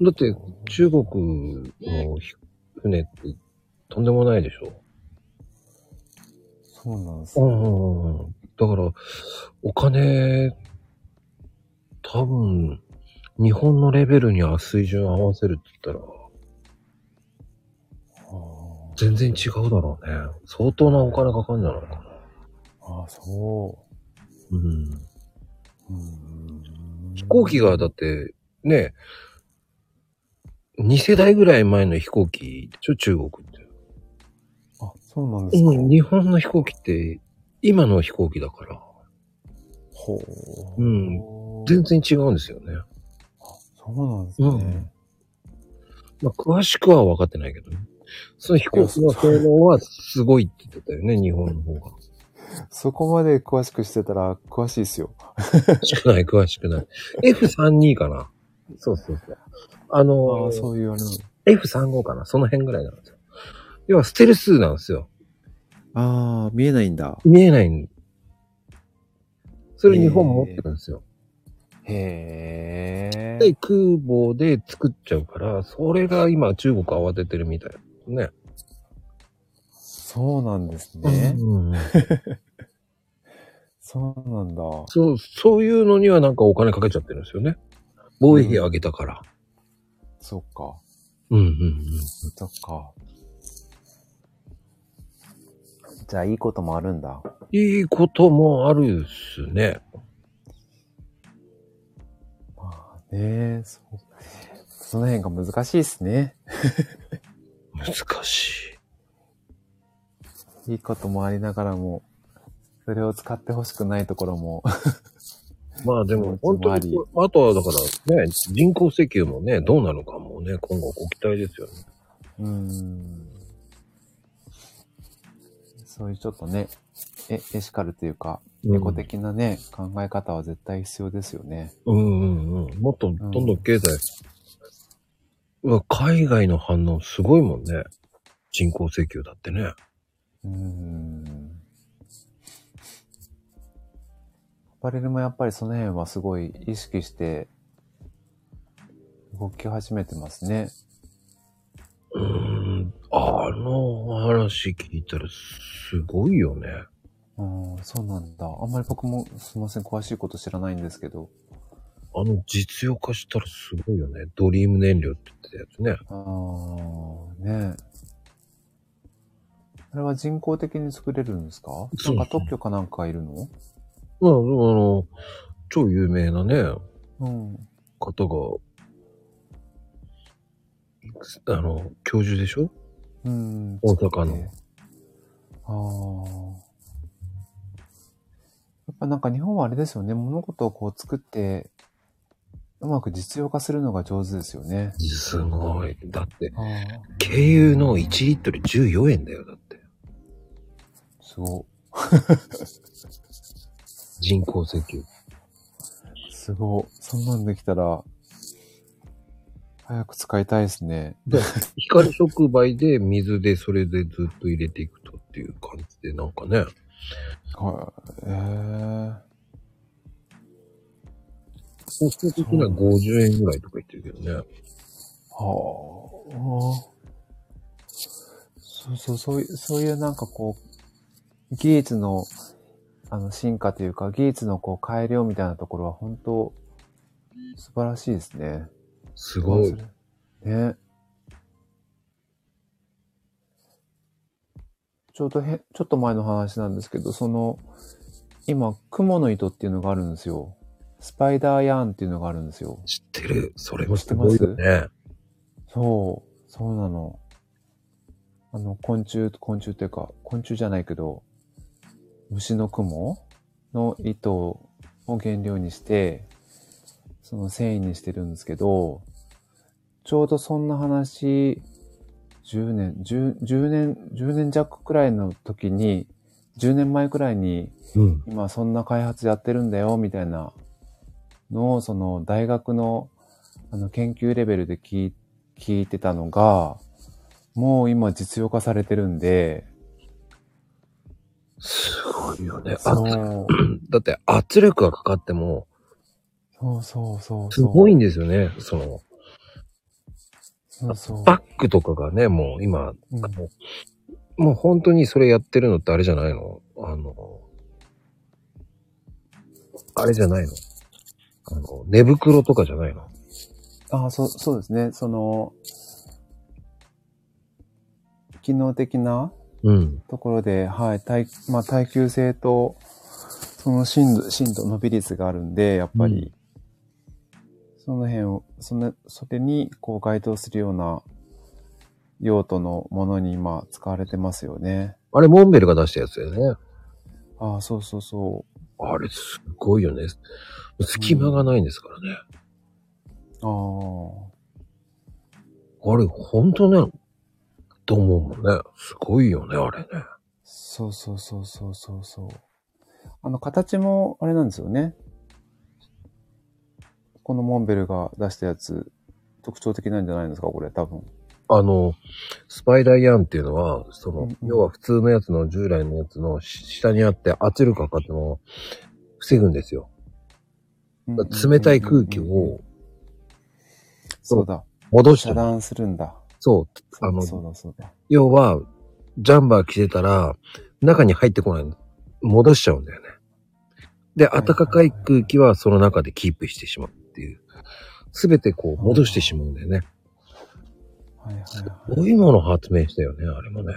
S1: だって中国のひ船ってとんでもないでしょ。
S3: そうなんです
S1: う
S3: ね。
S1: んうんうん。だから、お金、多分、日本のレベルには水準合わせるって言ったら、
S3: あ
S1: 全然違うだろうね。相当なお金かかるんじゃないかな。
S3: あ、そ
S1: うん。
S3: う。うん
S1: 飛行機がだって、ね、2世代ぐらい前の飛行機でしょ、中国って。
S3: あ、そうなんですか。
S1: うん日本の飛行機って、今の飛行機だから、
S3: ほう。
S1: うん全。然違うんですよね。
S3: あそうなんですね。
S1: うんまあ、詳しくは分かってないけどね。その飛行機の性能はすごいって言ってたよね、日本の方が。
S3: そこまで詳しくしてたら詳しいですよ。
S1: 詳しくない、詳しくない。F32 かな。そうそうそう。あ
S3: あ
S1: の
S3: あ、そういうあれな
S1: F35 かな。その辺ぐらいなんですよ。要はステル数なんですよ。
S3: の。ああ、見えないんだ。
S1: 見えないんそれ日本持ってるんですよ。
S3: へえ。
S1: で、空母で作っちゃうから、それが今中国慌ててるみたいね。
S3: そうなんですね。
S1: うん、
S3: そうなんだ。
S1: そう、そういうのにはなんかお金かけちゃってるんですよね。防衛費上げたから。
S3: そっか。
S1: うんうんうん。
S3: そっか。じゃあ、いいこともあるんだ。
S1: いいこともあるっすね。
S3: まあね、そう。その辺が難しいですね。
S1: 難し
S3: いいこともありながらも、それを使ってほしくないところも。 [laughs]
S1: い。まあでも
S3: そう
S1: 本当
S3: つまり
S1: に、あとはだからね、人工石油もね、どうなのかもね、今後ご期待ですよね。
S3: うーん。そういうちょっとね、えエシカルというか、エコ的なね、考え方は絶対必要ですよね。
S1: うんうんうん。もっとどんどん経済。うわ、海外の反応すごいもんね。人工請求だってね。
S3: うーん。アパレルもやっぱりその辺はすごい意識して動き始めてますね。
S1: うーん。あの話聞いたらすごいよね。
S3: うん、そうなんだ。あんまり僕もすいません、詳しいこと知らないんですけど。
S1: あの実用化したらすごいよね。ドリーム燃料って言ってたやつね。
S3: ああ、ねえ。あれは人工的に作れるんですか
S1: そ
S3: な
S1: うん
S3: か特許かなんかいるの
S1: まあ、あの、超有名なね、
S3: うん。
S1: 方が、あの、教授でしょ
S3: うん。
S1: 大阪の
S3: 作って。ああ。やっぱなんか日本はあれですよね。物事をこう作って、うまく実用化するのが上手ですよね。
S1: すごい。だって、
S3: ああ。
S1: 軽油の1リットル14円だよ、だって。
S3: すご。
S1: 人工石油。
S3: すご。そんなんできたら、早く使いたいですね。
S1: で、光触媒で水でそれでずっと入れていくとっていう感じで、なんかね。
S3: はい。ええ
S1: コスト的には50円ぐらいとか言ってるけどね。
S3: はあ。そうそう、そういう、そういうなんかこう、技術の、あの、進化というか、技術のこう、改良みたいなところは本当、素晴らしいですね。
S1: すごい
S3: そ。れね。ちょうどへ、ちょっと前の話なんですけど、その、今、雲の糸っていうのがあるんですよ。スパイダーヤーンっていうのがあるんですよ。
S1: 知ってる。それもすごいよね。
S3: そう、そうなの。あの、昆虫、昆虫っていうか、昆虫じゃないけど、虫の雲の糸を原料にして、その繊維にしてるんですけど、ちょうどそんな話、10年、10, 10年、10年弱くらいの時に、10年前くらいに、
S1: うん。
S3: 今そんな開発やってるんだよみたいなのをその大学のあの研究レベルで聞い聞いてたのがもう今実用化されてるんです
S1: ごいよね。あ
S3: そう
S1: だって圧力がかかっても、
S3: そうそうそうそう
S1: すごいんですよね。その、
S3: そうそう
S1: バッグとかがね、もう今、
S3: うん
S1: もう本当にそれやってるのってあれじゃないのあの、あれじゃないのあの、寝袋とかじゃないの
S3: ああ、そう、そうですね。その、機能的な
S1: うん。
S3: ところで、はい、耐、まあ、耐久性と、その深度、深度、伸び率があるんで、やっぱり、その辺を、その、それに、こう、該当するような用途のものに今、使われてますよね。
S1: あれ、モンベルが出したやつだよね。
S3: ああ、そうそうそう。
S1: あれ、すごいよね。隙間がないんですからね。
S3: ああ。
S1: あれ、本当ね、と思うもんね。すごいよね、あれね。
S3: そうそうそうそうそうそう。あの、形もあれなんですよね。このモンベルが出したやつ、特徴的なんじゃないですか、これ、多分。
S1: あの、スパイダーヤンっていうのは、その、
S3: うんうん
S1: 要は普通のやつの従来のやつのし下にあって圧力がかかってるのを防ぐんですよ。だから冷たい空気
S3: うんうんうんうん。
S1: を
S3: そうだ。
S1: 戻し
S3: 遮
S1: て、
S3: 断するんだ。
S1: そう、あの、
S3: そうだ、そうだ。
S1: 要は、ジャンバー着てたら、中に入ってこないの。戻しちゃうんだよね。で、
S3: はい
S1: 暖かい空気はその中でキープしてしまうっていう。すべてこう、戻してしまうんだよね。
S3: はいはい
S1: こう
S3: はい。
S1: いうものを発明したよね、あれもね。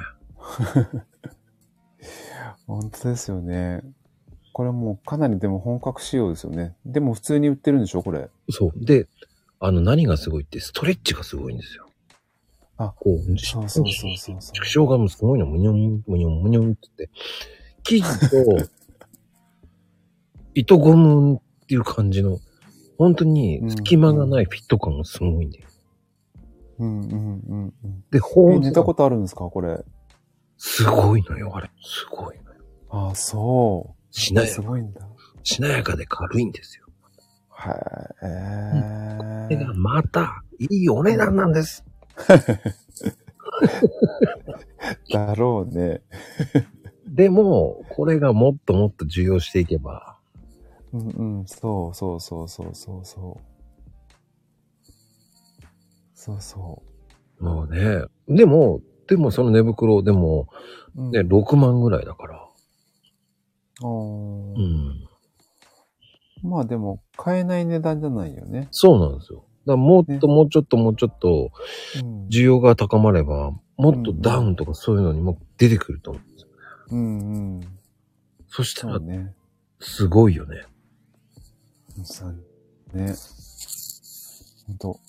S3: 本当ですよね。これもうかなりでも本格仕様ですよね。でも普通に売ってるんでしょ、これ。
S1: そう。で、あの、何がすごいって、ストレッチがすごいんですよ。
S3: あ
S1: こう、
S3: そうそうそうそうそう。
S1: 縮小がもうすごいの、むにょん、むにょん、むにょんってって、生地と、糸ゴムっていう感じの、本当に隙間がないフィット感がすごいんだよ。
S3: うんうんうんうん。
S1: で、保
S3: え、
S1: 温
S3: 寝たことあるんですか、これ。
S1: すごいのよ、あれ。すごいのよ。
S3: ああ、そう。
S1: しなや
S3: すごいんだ。
S1: しなやかで軽いんですよ。
S3: はい。
S1: こ
S3: え
S1: れがまた、いいお値段なんです。
S3: ー、だろうね。
S1: でも、これがもっともっと重要していけば、
S3: うんうん、そうそうそうそうそうそう。そうそ
S1: もうね、でも、でもその寝袋、でも、
S3: う。うん
S1: ね、6万ぐらいだから。
S3: おー
S1: うん。
S3: まあでも、買えない値段じゃないよね。
S1: そうなんですよ。だからもっ
S3: ね
S1: ともうちょっともうちょっと
S3: うん。
S1: 需要が高まれば、もっとダウンとかそういうのにも出てくると思うんですよ。
S3: うんうん。
S1: そした
S3: そう
S1: ら
S3: ね。
S1: すごいよね。
S3: そうね。ほんと。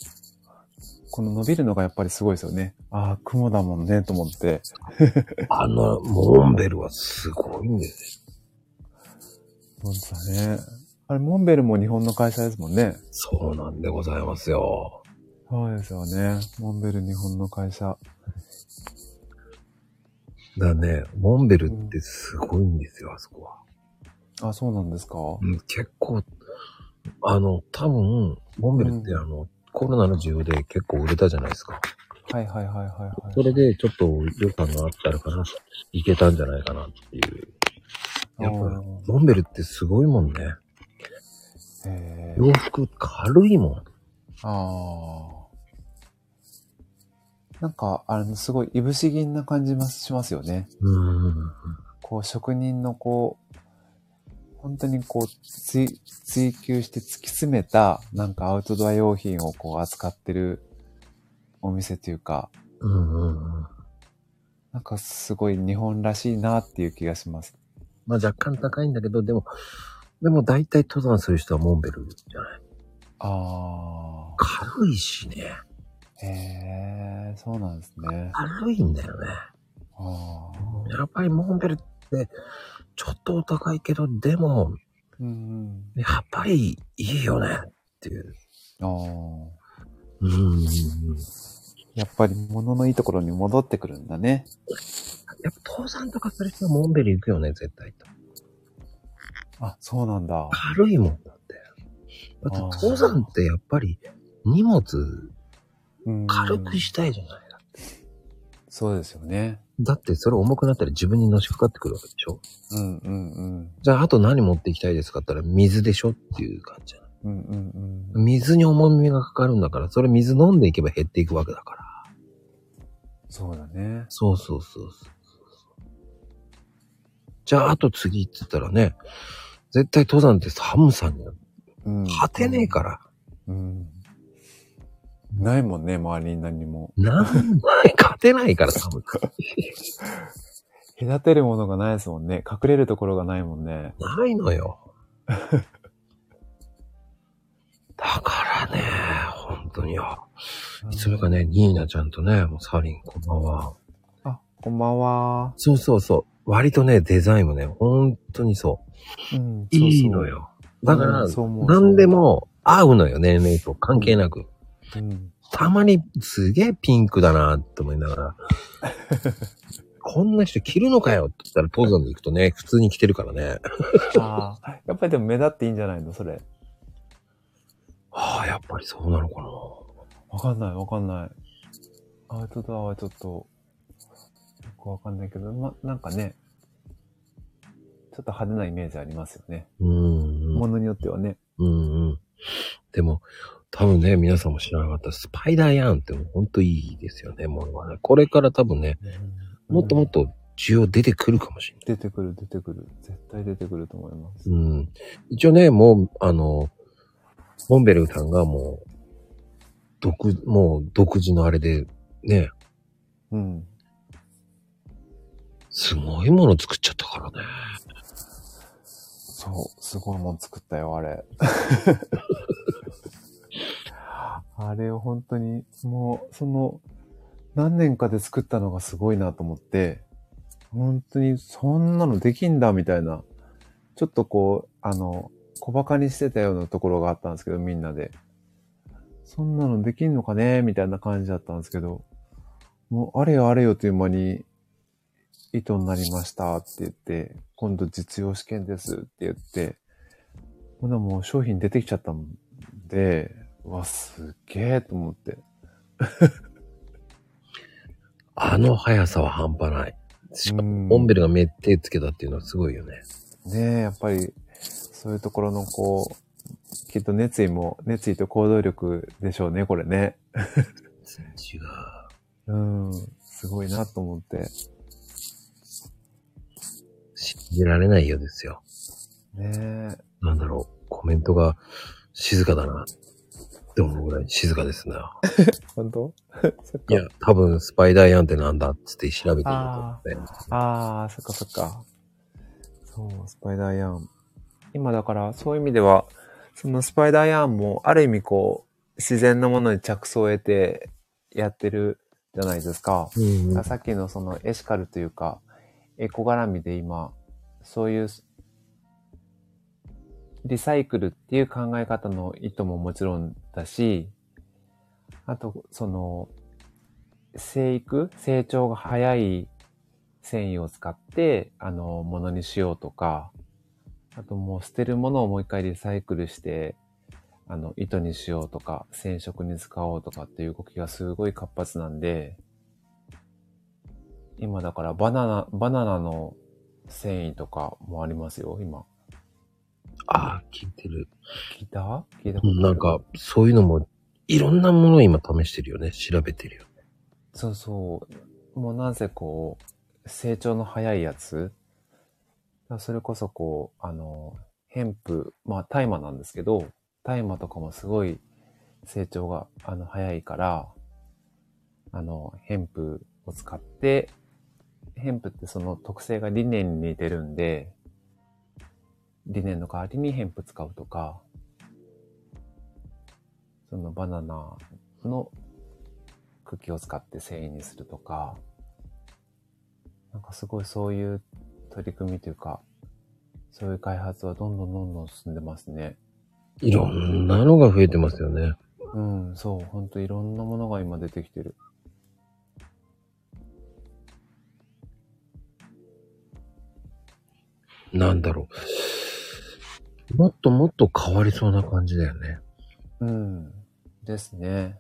S3: この伸びるのがやっぱりすごいですよね。ああ、雲だもんね、と思って。
S1: あの、モンベルはすごいんです
S3: 本当だね。あれ、モンベルも日本の会社ですもんね。
S1: よ。そうなんでございますよ。
S3: そうですよね。モンベル日本の会社。
S1: だからね、モンベルってすごいんですよ、あそこは。
S3: あ、そうなんですか。
S1: うん、結構、あの、多分、モンベルって
S3: うん
S1: あの、コロナの需要で結構売れたじゃないですか。
S3: はいはいはいはい、はい。
S1: それでちょっと予算があったらから、いけたんじゃないかなっていう。やっぱ
S3: おー
S1: モンベルってすごいもんね。
S3: えー
S1: 洋服軽いもん。
S3: あーなんか、あの、すごい、いぶし銀な感じますしますよね。
S1: うん。
S3: こう、職人のこう、本当にこう、つい追求して突き詰めた、なんかアウトドア用品をこう扱ってるお店というか、
S1: うんうんうん。
S3: なんかすごい日本らしいなっていう気がします。
S1: まあ若干高いんだけど、でも、でも大体登山する人はモンベルじゃない。
S3: ああ。
S1: 軽いしね。
S3: へえ、そうなんですね。
S1: 軽いんだよね。
S3: ああ。
S1: やっぱりモンベルって、ちょっとお高いけど、でも、
S3: うん
S1: やっぱりいいよねっていう。
S3: うん。ああ。
S1: うんうんうん。
S3: やっぱり物のいいところに戻ってくるんだね。
S1: やっぱ登山とかする人はモンベル行くよね、絶対と。
S3: あ、そうなんだ。
S1: 軽いもんだって。だって
S3: あー
S1: 登山ってやっぱり荷物
S3: うん
S1: 軽くしたいじゃない。
S3: そうですよね。
S1: だってそれ重くなったら自分にのしかかってくるわけでしょ
S3: うんうんうん。
S1: じゃああと何持っていきたいですかって言ったら水でしょっていう感じ。
S3: うんうんうん。
S1: 水に重みがかかるんだから、それ水飲んでいけば減っていくわけだから。
S3: そうだね。
S1: そうそうそうそう。じゃああと次って言ったらね、絶対登山って寒さに
S3: うん
S1: 果てねえ
S3: [laughs]
S1: から。
S3: うん。ないもんね、周りに何も。
S1: なんない、勝てないから寒く。
S3: 隔てるものがないですもんね。隠れるところがないもんね。
S1: ないのよ。だからね、本当によ。いつもかね、ニーナちゃんとね、もうサリンこんばんは。
S3: あ、こんばんは。
S1: そうそうそう。割とね、デザインもね、本当にそう。
S3: うん、そうそう
S1: いいの。よ。だから、
S3: うんそう思う
S1: 何でも合うのよ、年齢と関係なく。
S3: うん。
S1: たまにすげえピンクだなって思いなが [laughs] ら。こんな人着るのかよって言ったら、登山に行くとね、普通に着てるからね。
S3: ああ、やっぱりでも目立っていいんじゃないのそれ。
S1: ああ、やっぱりそうなのかな。
S3: わかんない、わかんない。アウトドアはちょっと、よくわかんないけど、ま、なんかね、ちょっと派手なイメージありますよね。
S1: うん
S3: も、のによってはね。
S1: うん、うん。でも、多分ね、皆さんも知らなかったスパイダーヤーンってもうほんといいですよね、ものはね。これから多分ね、もっともっ
S3: と。
S1: と需要出てくるかもしれない。
S3: 出てくる、出てくる。絶対出てくると思います。
S1: うん。一応ね、もう、あの、モンベルさんがもう、独、もう独自のあれで、ね、
S3: うん。
S1: すごいもの作っちゃったからね。
S3: そう、すごいもん作ったよ、あれ。 [laughs] あれを本当に、もう、その、何年かで作ったのがすごいなと思って、本当にそんなのできんだ、みたいな。ちょっとこう、あの、小馬鹿にしてたようなところがあったんですけど、みんなで。そんなのできんのかねみたいな感じだったんですけど、もう、あれよあれよという間に、糸になりましたって言って、今度実用試験ですって言って、ほなもう商品出てきちゃったんで、うわ、すげえと思って。
S1: あの速さは半端ない。しか
S3: うん
S1: も、モンベルがめってつけたっていうのはすごいよね。
S3: ねえ、やっぱり、そういうところのこう、きっと熱意も、熱意と行動力でしょうね、これね。
S1: 違う。
S3: うん、すごいなと思って。
S1: 信じられないようですよ。
S3: ねえ、
S1: なんだろう、コメントが静かだなって思うぐらい静かですな。[laughs]
S3: 本当そっ
S1: い
S3: か
S1: や。、多分スパイダーヤンってなんだっつって調べてみる
S3: あ
S1: とね。
S3: ああ、そっかそっか。そう、スパイダーヤーン。今だから、そういう意味では、そのスパイダーヤーンも、ある意味こう、自然なものに着想を得てやってるじゃないですか。
S1: うんうん
S3: さっきのそのエシカルというか、エコ絡みで今、そういう、リサイクルっていう考え方の意図ももちろんだし、あと、その、生育、成長が早い繊維を使って、あの、ものにしようとか、あともう捨てるものをもう一回リサイクルして、あの、糸にしようとか、染色に使おうとかっていう動きがすごい活発なんで、今だからバナナ、バナナの繊維とかもありますよ、今。
S1: ああ、聞いてる。
S3: 聞いた聞いたことある
S1: なんか、そういうのも、いろんなものを今試してるよね。調べてるよ。
S3: そうそう。もうなぜこう、成長の早いやつだからそれこそこう、あの、ヘンプ、まあ大麻なんですけど、大麻とかもすごい成長が、あの、早いから、あの、ヘンプを使って、ヘンプってその特性がリネンに似てるんで、リネンの代わりにヘンプ使うとか、そのバナナの茎を使って繊維にするとか、なんかすごいそういう取り組みというか、そういう開発はどんどんどんどん進んでますね。
S1: いろんなのが増えてますよね。
S3: うん、そう、ほんといろんなものが今出てきてる。
S1: なんだろう。もっともっと変わりそうな感じだよね。
S3: うん、ですね。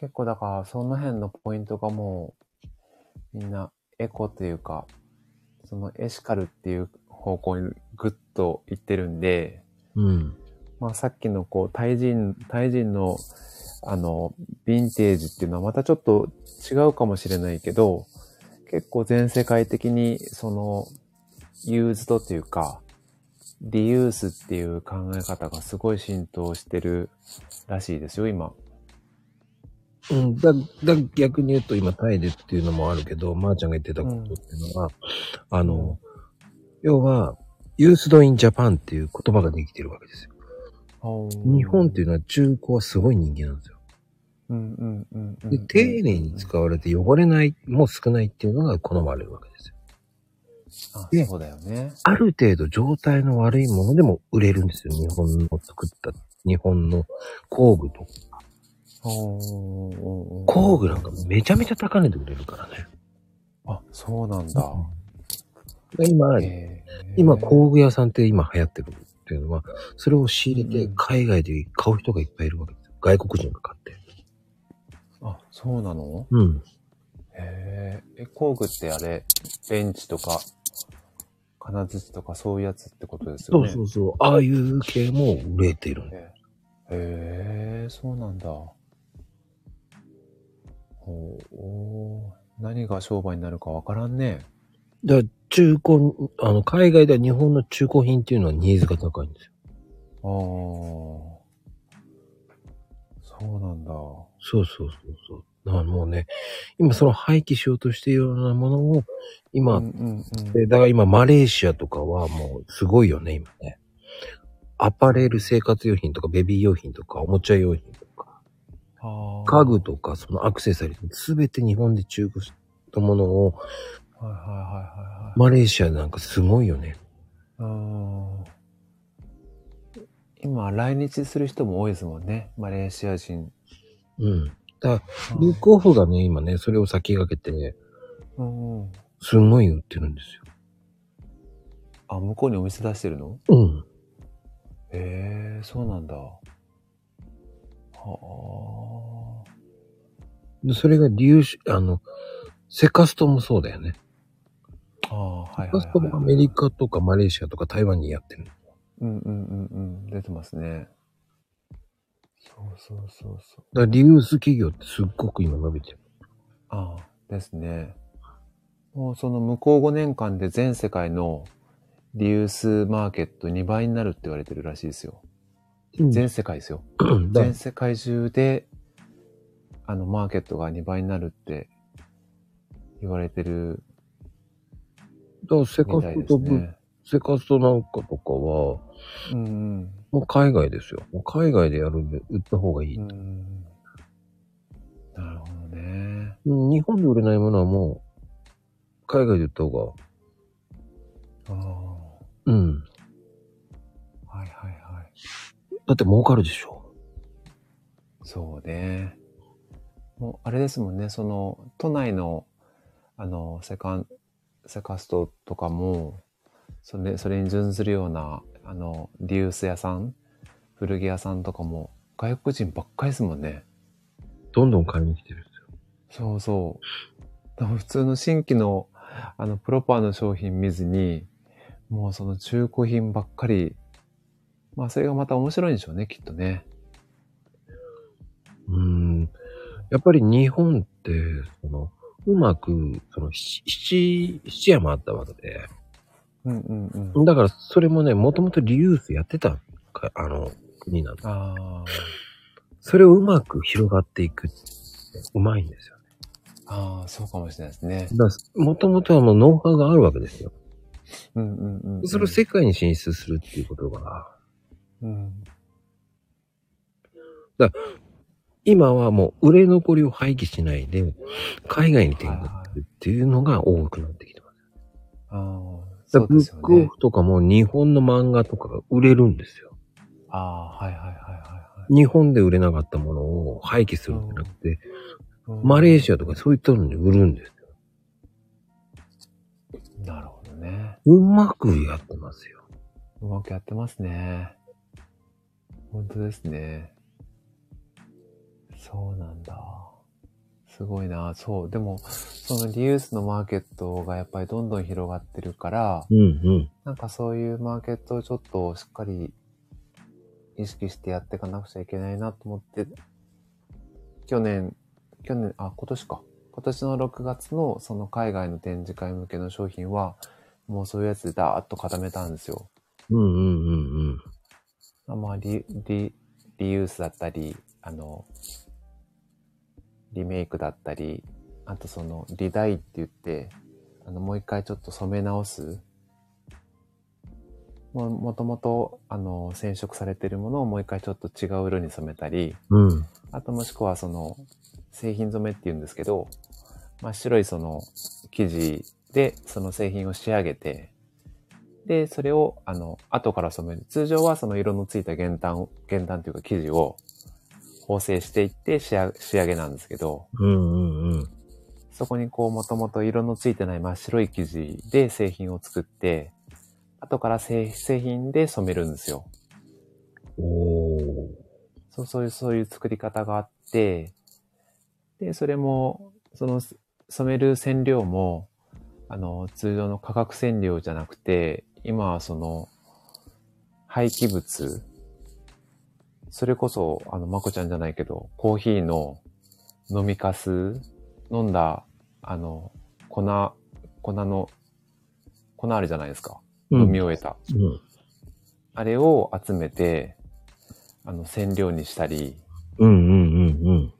S3: 結構だから、その辺のポイントがもう、みんなエコというか、そのエシカルっていう方向にグッといってるんで、
S1: うん。
S3: まあ、さっきのこう、タイ人、タイ人の、あの、ヴィンテージっていうのはまたちょっと違うかもしれないけど、結構全世界的に、その、ユーズドというか、リユースっていう考え方がすごい浸透してるらしいですよ、今。
S1: うん、だ、だ、逆に言うと今タイでっていうのもあるけど、まー、ちゃんが言ってたことっていうのは、あの、要は、ユースドインジャパンっていう言葉ができてるわけですよ。日
S3: 日
S1: 本っていうのは中古はすごい人気なんですよ。
S3: うんうんうんうん、
S1: で、丁寧に使われて汚れない、もう少ないっていうのが好まれるわけですよ。
S3: あ
S1: で
S3: そうだよね。
S1: ある程度状態の悪いものでも売れるんですよ。日本の作った、日本の工具と。工具なんかめちゃめちゃ高値で売れるからね。
S3: あ、そうなんだ。
S1: 今、
S3: へー
S1: 今工具屋さんって今流行ってるっていうのは、それを仕入れて海外で買う人がいっぱいいるわけですよ。外国人が買って。
S3: あ、そうなの
S1: うん。
S3: へえ。え、工具ってあれ、ベンチとか、金槌とかそういうやつってことです
S1: そ
S3: よ
S1: う
S3: ね。
S1: そううそう。ああいう系も売れているんだよ
S3: へえ、へーそうなんだ。おーおー何が商売になるかわからんね。
S1: だから中古、あの、海外では日本の中古品っていうのはニーズが高いんですよ。
S3: ああ。そうなんだ。
S1: そうそうそうそう。だからもうね、今その廃棄しようとしているようなものを、今、
S3: うんうんうん
S1: でだから今マレーシアとかはもうすごいよね、今ね。アパレル生活用品とかベビー用品とかおもちゃ用品とか。
S3: あー
S1: 家具とかそのアクセサリーすべて日本で中古したものを
S3: はいはいはいはいはい。
S1: マレーシアなんかすごいよね。
S3: うーん今、来日する人も多いですもんね。マレーシア人。
S1: うん。だから、ブックオフがね、今ね、それを先駆けて、
S3: うんうん
S1: すごい売ってるんです
S3: あ、向こうにお店出してるの
S1: よ。うん。
S3: へえ、そうなんだ。は
S1: でそれが理由し、あの、セカストもそうだよね。
S3: あ。ああ、はい
S1: セカ
S3: はい
S1: スト
S3: はい、
S1: もア
S3: はい。
S1: メリカとかマレーシアとか台湾にやってる。
S3: うんうんうんうん。出てますね。そうそうそうそう。
S1: だからリユース企業ってすっごく今伸びてる。
S3: ああ、ですね。もうその向こう5年間で全世界のリユースマーケット2倍になるって言われてるらしいですよ。全世界ですよ。
S1: うんだ
S3: 全世界中で、あの、マーケットが2倍になるって言われてる
S1: だからセカ
S3: みたい
S1: ス
S3: で
S1: ト
S3: す
S1: と、
S3: ね。
S1: セカストなんかとかは、
S3: うんうん
S1: もう海外ですよ。もう海外でやるんで、売った方がいい。
S3: うんうん。なるほどね。
S1: うん日本で売れないものはもう、海外で売った方が、
S3: ああ。
S1: うん。
S3: はいはいはい。
S1: だって儲かるでしょ。
S3: そうね。もう、あれですもんね、その、都内の、あの、セカン、セカストとかも、それ、それに準ずるような、あの、リユース屋さん、古着屋さんとかも、外国人ばっかりですもんね。
S1: どんどん買いに来てるんですよ。
S3: そうそう。でも普通の新規の、あの、プロパーの商品見ずに、もうその中古品ばっかり、まあ、それがまた面白いんでしょうね、きっとね。
S1: うん。やっぱり日本って、その、うまく、その、七、七七山あったわけで。
S3: うんうんうん。
S1: だから、それもね、もともとリユースやってたか、あの、国なんだ。
S3: ああ。
S1: それをうまく広がっていくって、うまいんですよ。
S3: ああ、そうかもしれないですね。
S1: だから、もともとはもうノウハウがあるわけですよ。
S3: うんうんうん、うん。
S1: それを世界に進出するっていうことが、
S3: うん。
S1: 今はもう売れ残りを廃棄しないで、海外に展開するっていうのが多くなってきてます。
S3: あ
S1: だか
S3: あ、そう
S1: らブ
S3: です
S1: ッ
S3: よ
S1: クオ
S3: ね。
S1: フとかも日本の漫画とかが売れるんですよ。
S3: ああ、はいはいはいはいはい。
S1: 日本で売れなかったものを廃棄するんじゃなくて、
S3: うん
S1: マレーシアとかそういったのに売るんですよ。
S3: なるほどね。
S1: うまくやってますよ。
S3: うまくやってますね。本当ですね。そうなんだ。すごいな。そう。でも、そのリユースのマーケットがやっぱりどんどん広がってるから、
S1: うんうん。
S3: なんかそういうマーケットをちょっとしっかり意識してやっていかなくちゃいけないなと思って、去年、去年、あ、今年か。今年の6月のその海外の展示会向けの商品は、もうそういうやつでダーッと固めたんですよ。
S1: うんうんうんうん。
S3: あまあ、リ、リ、リユースだったり、あの、リメイクだったり、あとその、リダイって言って、あの、もう一回ちょっと染め直す。も、もともと、あの、染色されてるものをもう一回ちょっと違う色に染めたり、
S1: うん。
S3: あともしくはその、製品染めって言うんですけど、真っ白いその生地でその製品を仕上げて、で、それを、あの、後から染める。通常はその色のついた原炭を、原炭というか生地を縫製していって仕上仕上げなんですけど、
S1: うんうんうん。
S3: そこにこう、もともと色のついてない真っ白い生地で製品を作って、後から製製品で染めるんですよ。
S1: おー。
S3: そう、そういう、そういう作り方があって、で、それも、その、す染める染料も、あの、通常の化学染料じゃなくて、今はその、廃棄物、それこそ、あの、まこちゃんじゃないけど、コーヒーの飲みかす、飲んだ、あの、粉、粉の、粉あるじゃないですか。
S1: う
S3: 飲み
S1: ん。
S3: 終えた。
S1: うん。
S3: あれを集めて、あの、染料にしたり、
S1: うんうんうんうん。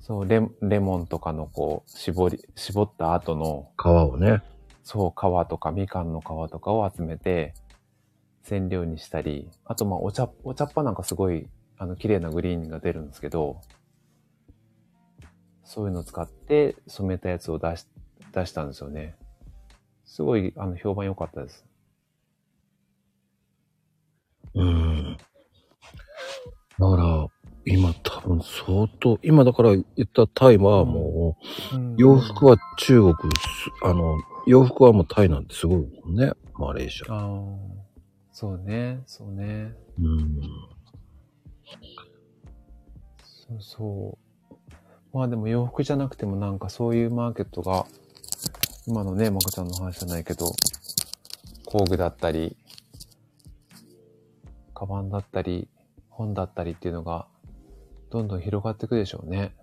S3: そう、レレモンとかのこう、絞り、絞った後の、
S1: 皮をね。
S3: そう、皮とかみかんの皮とかを集めて、染料にしたり、あとまあお茶、お茶っ葉なんかすごい、あの、綺麗なグリーンが出るんですけど、そういうのを使って染めたやつを出し、出したんですよね。すごい、あの、評判良かったです。
S1: うん。だから、今多分相当、今だから言ったタイはもう、洋服
S3: は
S1: は中国す、あの、洋服はもうタイなんてすごいもんね。マレーシア。
S3: ああ、そうね、そうね。
S1: うん。
S3: そうそう。まあでも洋服じゃなくてもなんかそういうマーケットが、今のね、まこちゃんの話じゃないけど、工具だったり、カバンだったり、本だったりっていうのが、どんどん広がっていくでしょうね。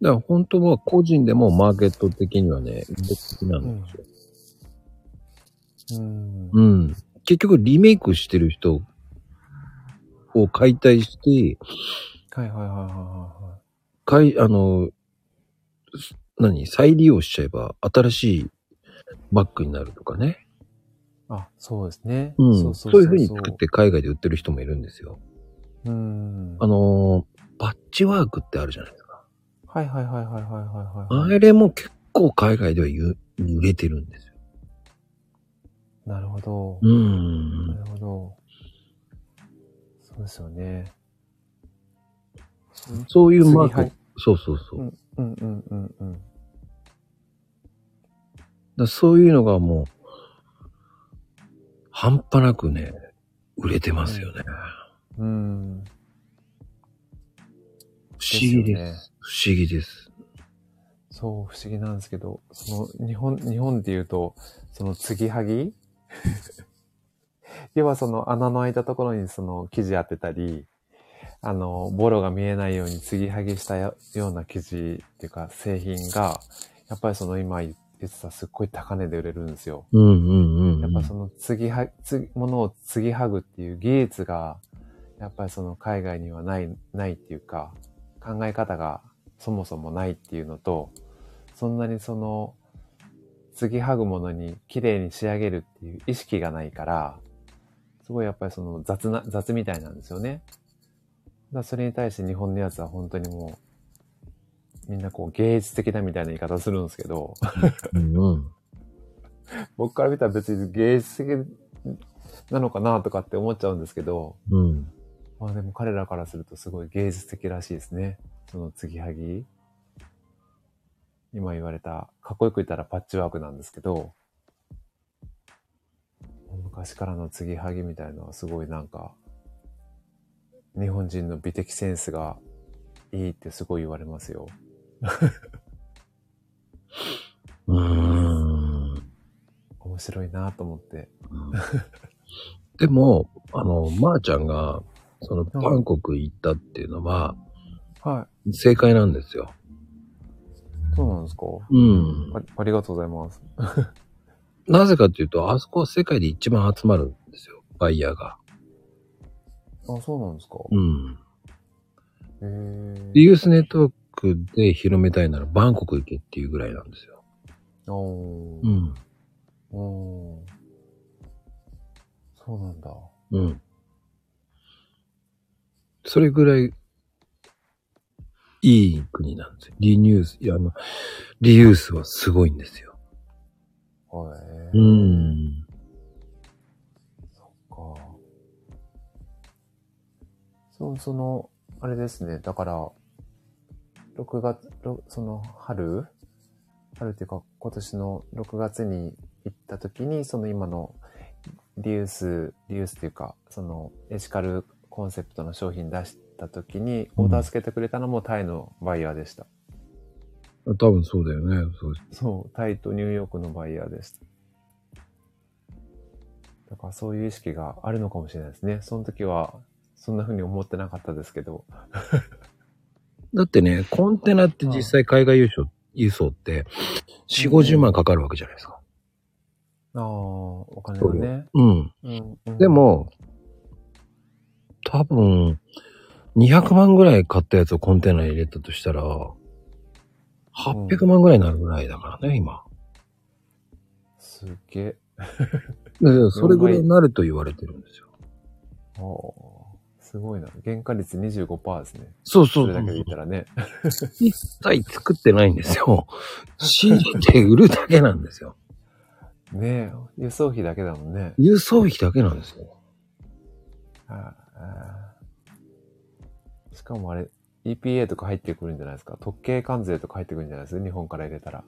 S1: だから本当は個人でもマーケット的にはね、別になんですよ。
S3: うん。
S1: うん。結局リメイクしてる人を解体して、
S3: はいはいはいはいは
S1: かい、あの、す何再利用しちゃえば新しいバッグになるとかね。
S3: いはい。あ、そうですね。
S1: うん。
S3: そ
S1: そうう
S3: そうそう。
S1: いうふうに作っ。て海外で売ってる人もいるんですよ。
S3: うん。
S1: あのー、パッチワークってあるじゃないですか。
S3: はいはいはいはいはいはいはい。
S1: あれも結構海外ではゆ売れてるんですよ。
S3: なるほど。
S1: うん
S3: なるほど。そうですよね。
S1: そういうマーク、
S3: 次はい
S1: そうそうそう。
S3: う
S1: だか
S3: んうんうんうんうん。
S1: らそういうのがもう、半端なくね、売れてますよね。
S3: うん。
S1: 不思議です。
S3: よね
S1: 不思議です。
S3: そう、不思議なんですけど、その、日本、日本で言うと、その、継ぎはぎ [laughs] 要はその、穴の開いたところにその、生地当てたり、あの、ボロが見えないように継ぎはぎしたよような生地っていうか、製品が、やっぱりその、今言ってたすっごい高値で売れるんですよ。
S1: うんうんうん。
S3: やっぱその継ぎは、つものを継ぎはぐっていう技術が、やっぱりその海外にはない、ないっていうか、考え方がそもそもないっていうのと、そんなにその、継ぎはぐものに綺麗に仕上げるっていう意識がないから、すごいやっぱりその雑な、雑みたいなんですよね。だからそれに対して日本のやつは本当にもう、みんなこう芸術的だみたいな言い方するんですけど、
S1: うんうん。
S3: 僕から見たら別に芸術的なのかなとかって思っちゃうんですけど、
S1: うん。
S3: まあでも彼らからするとすごい芸術的らしいですね。その継ぎはぎ。今言われた、かっこよく言ったらパッチワークなんですけど、昔からの継ぎはぎみたいのはすごいなんか、日本人の美的センスがいいってすごい言われますよ。
S1: うーん
S3: 面白いなと思って。
S1: でも、あの、まー、ちゃんが、その、バンコク行ったっていうのは、
S3: は
S1: 正解なんですよ。
S3: い。そうなんですか
S1: うん。
S3: あありがとうございます。
S1: なぜかっていうと、あそこは世界で一番集まるんですよ。バイヤーが。
S3: あ、そうなんですか。
S1: うん。
S3: へー
S1: リユースネットワークで広めたいならバンコク行けっていうぐらいなんですよ。
S3: あー
S1: ん。
S3: うん。そうなんだ。
S1: うん。それぐらい、いい国なんですよ。リニュース、いや、あの、リユースはすごいんですよ。
S3: はい。
S1: うん。
S3: か。そう、その、あれですね。だから、6月、ろその春春っていうか、今年の6月に行った時に、その今のリユース、リユースっていうか、そのエシカルコンセプトの商品出した時に、
S1: うん
S3: オーダーつけてくれたのもタイのバイヤーでした。
S1: 多分そうだよね。そう
S3: そう、タイとニューヨークのバイヤーでした。だからそういう意識があるのかもしれないですね。その時は、そんな風に思ってなかったですけど。
S1: だってね、コンテナって実際海外輸送輸送って、4、50万かかるわけじゃないですか。
S3: ああ、お金がね。
S1: うん。
S3: うんうん
S1: で、も、多分、200万ぐらい買ったやつをコンテナに入れたとしたら、800万ぐらいになるぐらいだからね、今。
S3: すっげえ。
S1: でそれぐらいになると言われてるんですよ。
S3: あーすごいな。原価率25%ですね。
S1: そうそ
S3: そうれ
S1: そ
S3: だけで
S1: う
S3: 言っ。たらね。
S1: 一切作ってないんですよ。仕入れて売るだけなんですよ。
S3: ねえ、輸送費だけだもんね。
S1: 輸送費だけなんですよ。
S3: あーしかもあれ、EPA とか入ってくるんじゃないですか。特計関税とか入ってくるんじゃないですか。日本から入れたら。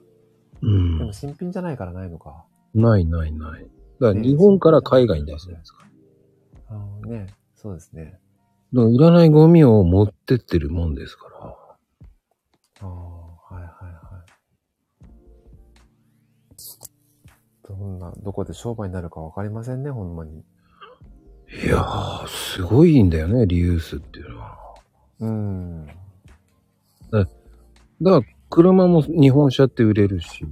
S1: う
S3: で
S1: ん
S3: も。新品じゃないからないのか。
S1: ないないない。だから日本から海外に出すじゃないですか。
S3: あのね、そうですね。
S1: だからいらないゴミを持ってってるもんですから。
S3: ああ、はいはいはい。どんな、どこで商売になるかわかりませんね、ほんまに。
S1: いやー、すごいんだよね、リユースっていうのは。
S3: うん。
S1: だから、車も日本車って売れるし、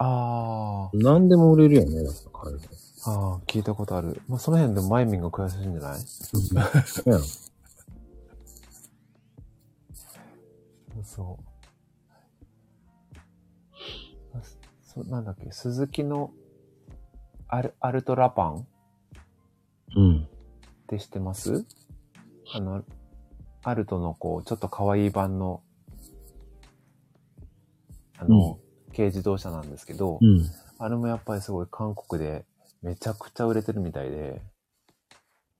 S3: あ
S1: 何でも売れるよね、だから海外。
S3: あ、ああ、聞いたことある。まあ、その辺でもマイミンが詳しいんじゃない
S1: ね
S3: そう。あそなんだっけ、鈴木のアルアルトラパン
S1: うん。
S3: って知ってますあの、アルトのこう、ちょっと可愛い版の、あの、軽自動車なんですけど、
S1: うん。
S3: あれもやっぱりすごい韓国でめちゃくちゃ売れてるみたいで、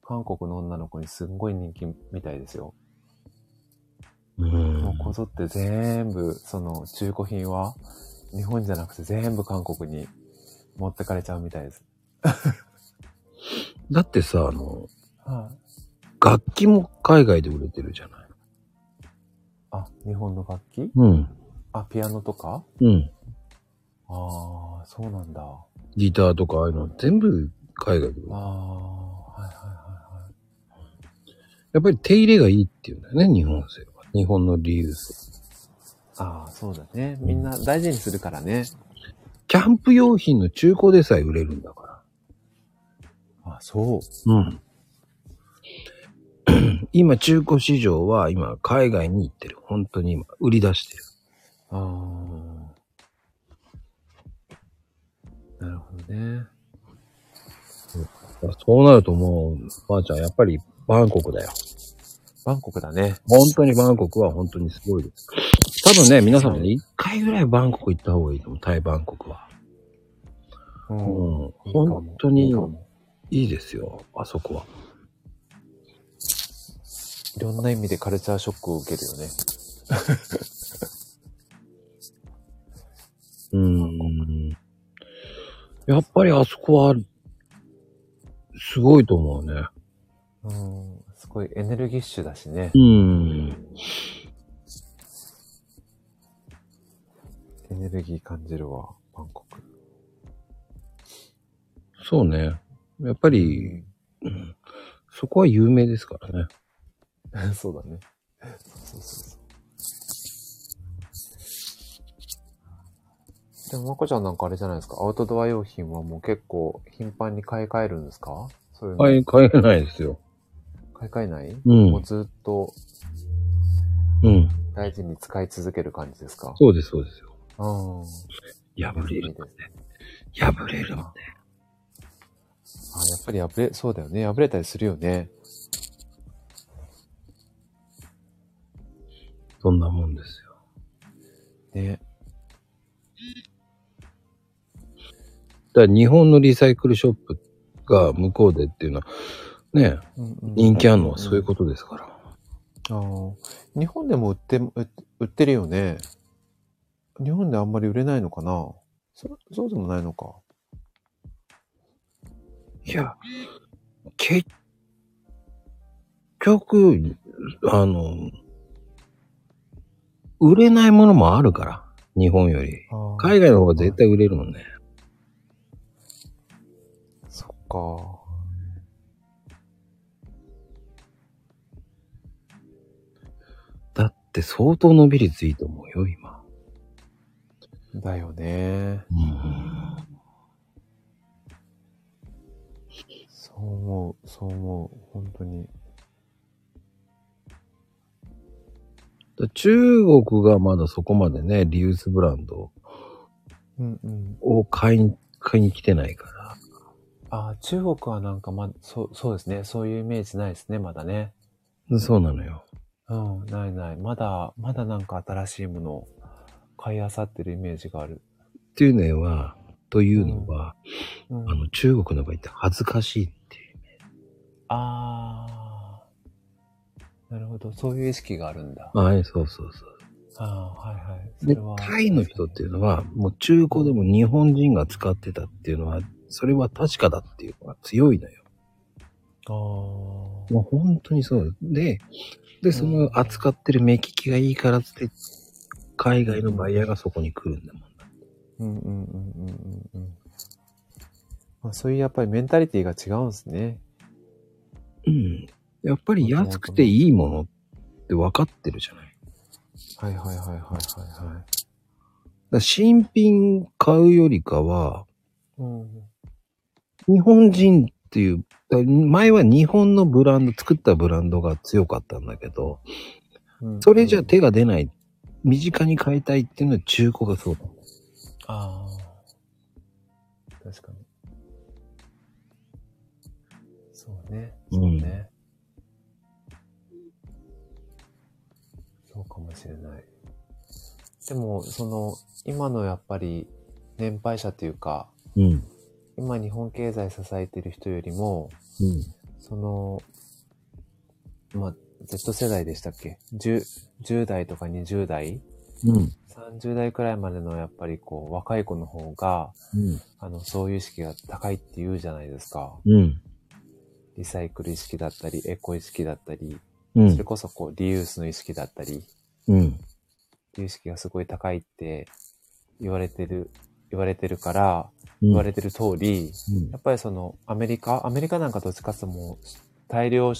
S3: 韓国の女の子にすんごい人気みたいですよ。
S1: うん
S3: もうこぞって全部、その中古品は日本じゃなくて全部韓国に持ってかれちゃうみたいです。
S1: だってさ、あの、
S3: はい、
S1: 楽器も海外で売れてるじゃない。
S3: あ、日本の楽器
S1: うん。
S3: あ、ピアノとか
S1: うん。
S3: ああ、そうなんだ。
S1: ギターとかああいうの全部海外で売れてる
S3: ああ、はいはいはいはい。
S1: やっぱり手入れがいいっていうんだよね、日本製は。日本のリユース。
S3: ああ、そうだね。みんな大事にするからね。
S1: キャンプ用品の中古でさえ売れるんだか
S3: あそう。
S1: ら。うん。今、中古市場は今、海外に行ってる。本当に今、売り出してる。
S3: ああ。なるほどね。
S1: そうなるともう、ばあちゃん、やっぱりバンコクだよ。
S3: バンコクだね。
S1: 本当にバンコクは本当にすごいです。多分ね、皆さんもね、一回ぐらいバンコク行った方がいいと思う。タイバンコクは。
S3: う。
S1: うんん。本当に
S3: いいかも
S1: いいですよ、あそこは。
S3: いろんな意味でカルチャーショックを受けるよね。
S1: うん。やっぱりあそこは、すごいと思うね。
S3: うん。すごいエネルギッシュだしね
S1: う。ん。
S3: エネルギー感じるわ、バンコク。
S1: そうね。やっぱり、うんそこは有名ですからね。
S3: [laughs] そうだね。そうそうそうそう。でも、まこちゃんなんかあれじゃないですか。アウトドア用品はもう結構頻繁に買い替えるんですかそういうの。
S1: 買い、買えないですよ。
S3: 買い替えない、
S1: うん
S3: もうずっと
S1: うん。
S3: 大事に使い続ける感じですか
S1: そうです、そうですよ。
S3: うん。
S1: 破れるもんね。破れるもんね。
S3: あ、やっぱり破れ、そうだよね。破れたりするよね。
S1: そんなもんですよ。
S3: ね。
S1: だから日本のリサイクルショップが向こうでっていうのは、ね、
S3: うんうん
S1: 人気あるのはそういうことですから。
S3: ああ。日本でも売っても、売って売ってるよね。日本であんまり売れないのかなそそうでもないのか。
S1: いや、結局、あの、売れないものもあるから、日本より。
S3: ああ
S1: 海外の方が絶対売れるもんね。
S3: そっか。
S1: だって相当伸び率いいと思うよ、今。
S3: だよね。
S1: うん。
S3: そう思う、そう思う。本当に。
S1: だ中国がまだそこまでね、リユースブランド
S3: うんうん。
S1: を買いに、買いに来てないから。
S3: ああ、中国はなんかま、そう、そうですね。そういうイメージないですね、まだね。
S1: そうなのよ。
S3: うん、ないない。まだ、まだなんか新しいものを買い漁ってるイメージがある。
S1: っていうのは、というのは、
S3: うん
S1: あ、の、中国の場合って恥ずかしいっていう。
S3: あー。なるほど。そういう意識があるんだ。あ
S1: はい、そうそうそう。
S3: あー、はいはい。そ
S1: で
S3: れは、。
S1: タイの人っていうのは、もう中古でも日本人が使ってたっていうのは、それは確かだっていうのが強いのよ。
S3: あー。
S1: もう本当にそうで。で、その扱ってる目利きがいいからっつって、海外のバイヤーがそこに来るんだもんな。
S3: うんうんうんうんうんうん。まあ、そういうやっぱりメンタリティが違うんですね。
S1: うん。やっぱり安くていいものって分かってるじゃない。だか
S3: はいはいはいはいはいはい。
S1: ら新品買うよりかは、
S3: うん。
S1: 日本人っていう、だ前は日本のブランド、作ったブランドが強かったんだけど、
S3: うん
S1: それじゃ手が出ない、身近に買いたいっていうのは中古がそうだ。
S3: ああ。確かに。そうね。
S1: うん
S3: そうね。そうかもしれない。でも、その、今のやっぱり、年配者というか、
S1: うん。
S3: 今日本経済支えてる人よりも、
S1: うん。
S3: その、まあ、Z 世代でしたっけ 10, ?10 代とか20代
S1: うん。
S3: ?30 代くらいまでのやっぱりこう、若い子の方が、
S1: うん。
S3: あの、そういう意識が高いって言うじゃないですか。
S1: うん。
S3: リサイクル意識だったり、エコ意識だったり、
S1: う
S3: それ
S1: ん。
S3: こそこう、リユースの意識だったり、
S1: うん。
S3: っていう意識がすごい高いって言われてる、言われてるから、
S1: 言
S3: 言われてる通り、
S1: うん
S3: や。っぱりその、アメリカ、アメリカなんかどっちかっていうともう、大量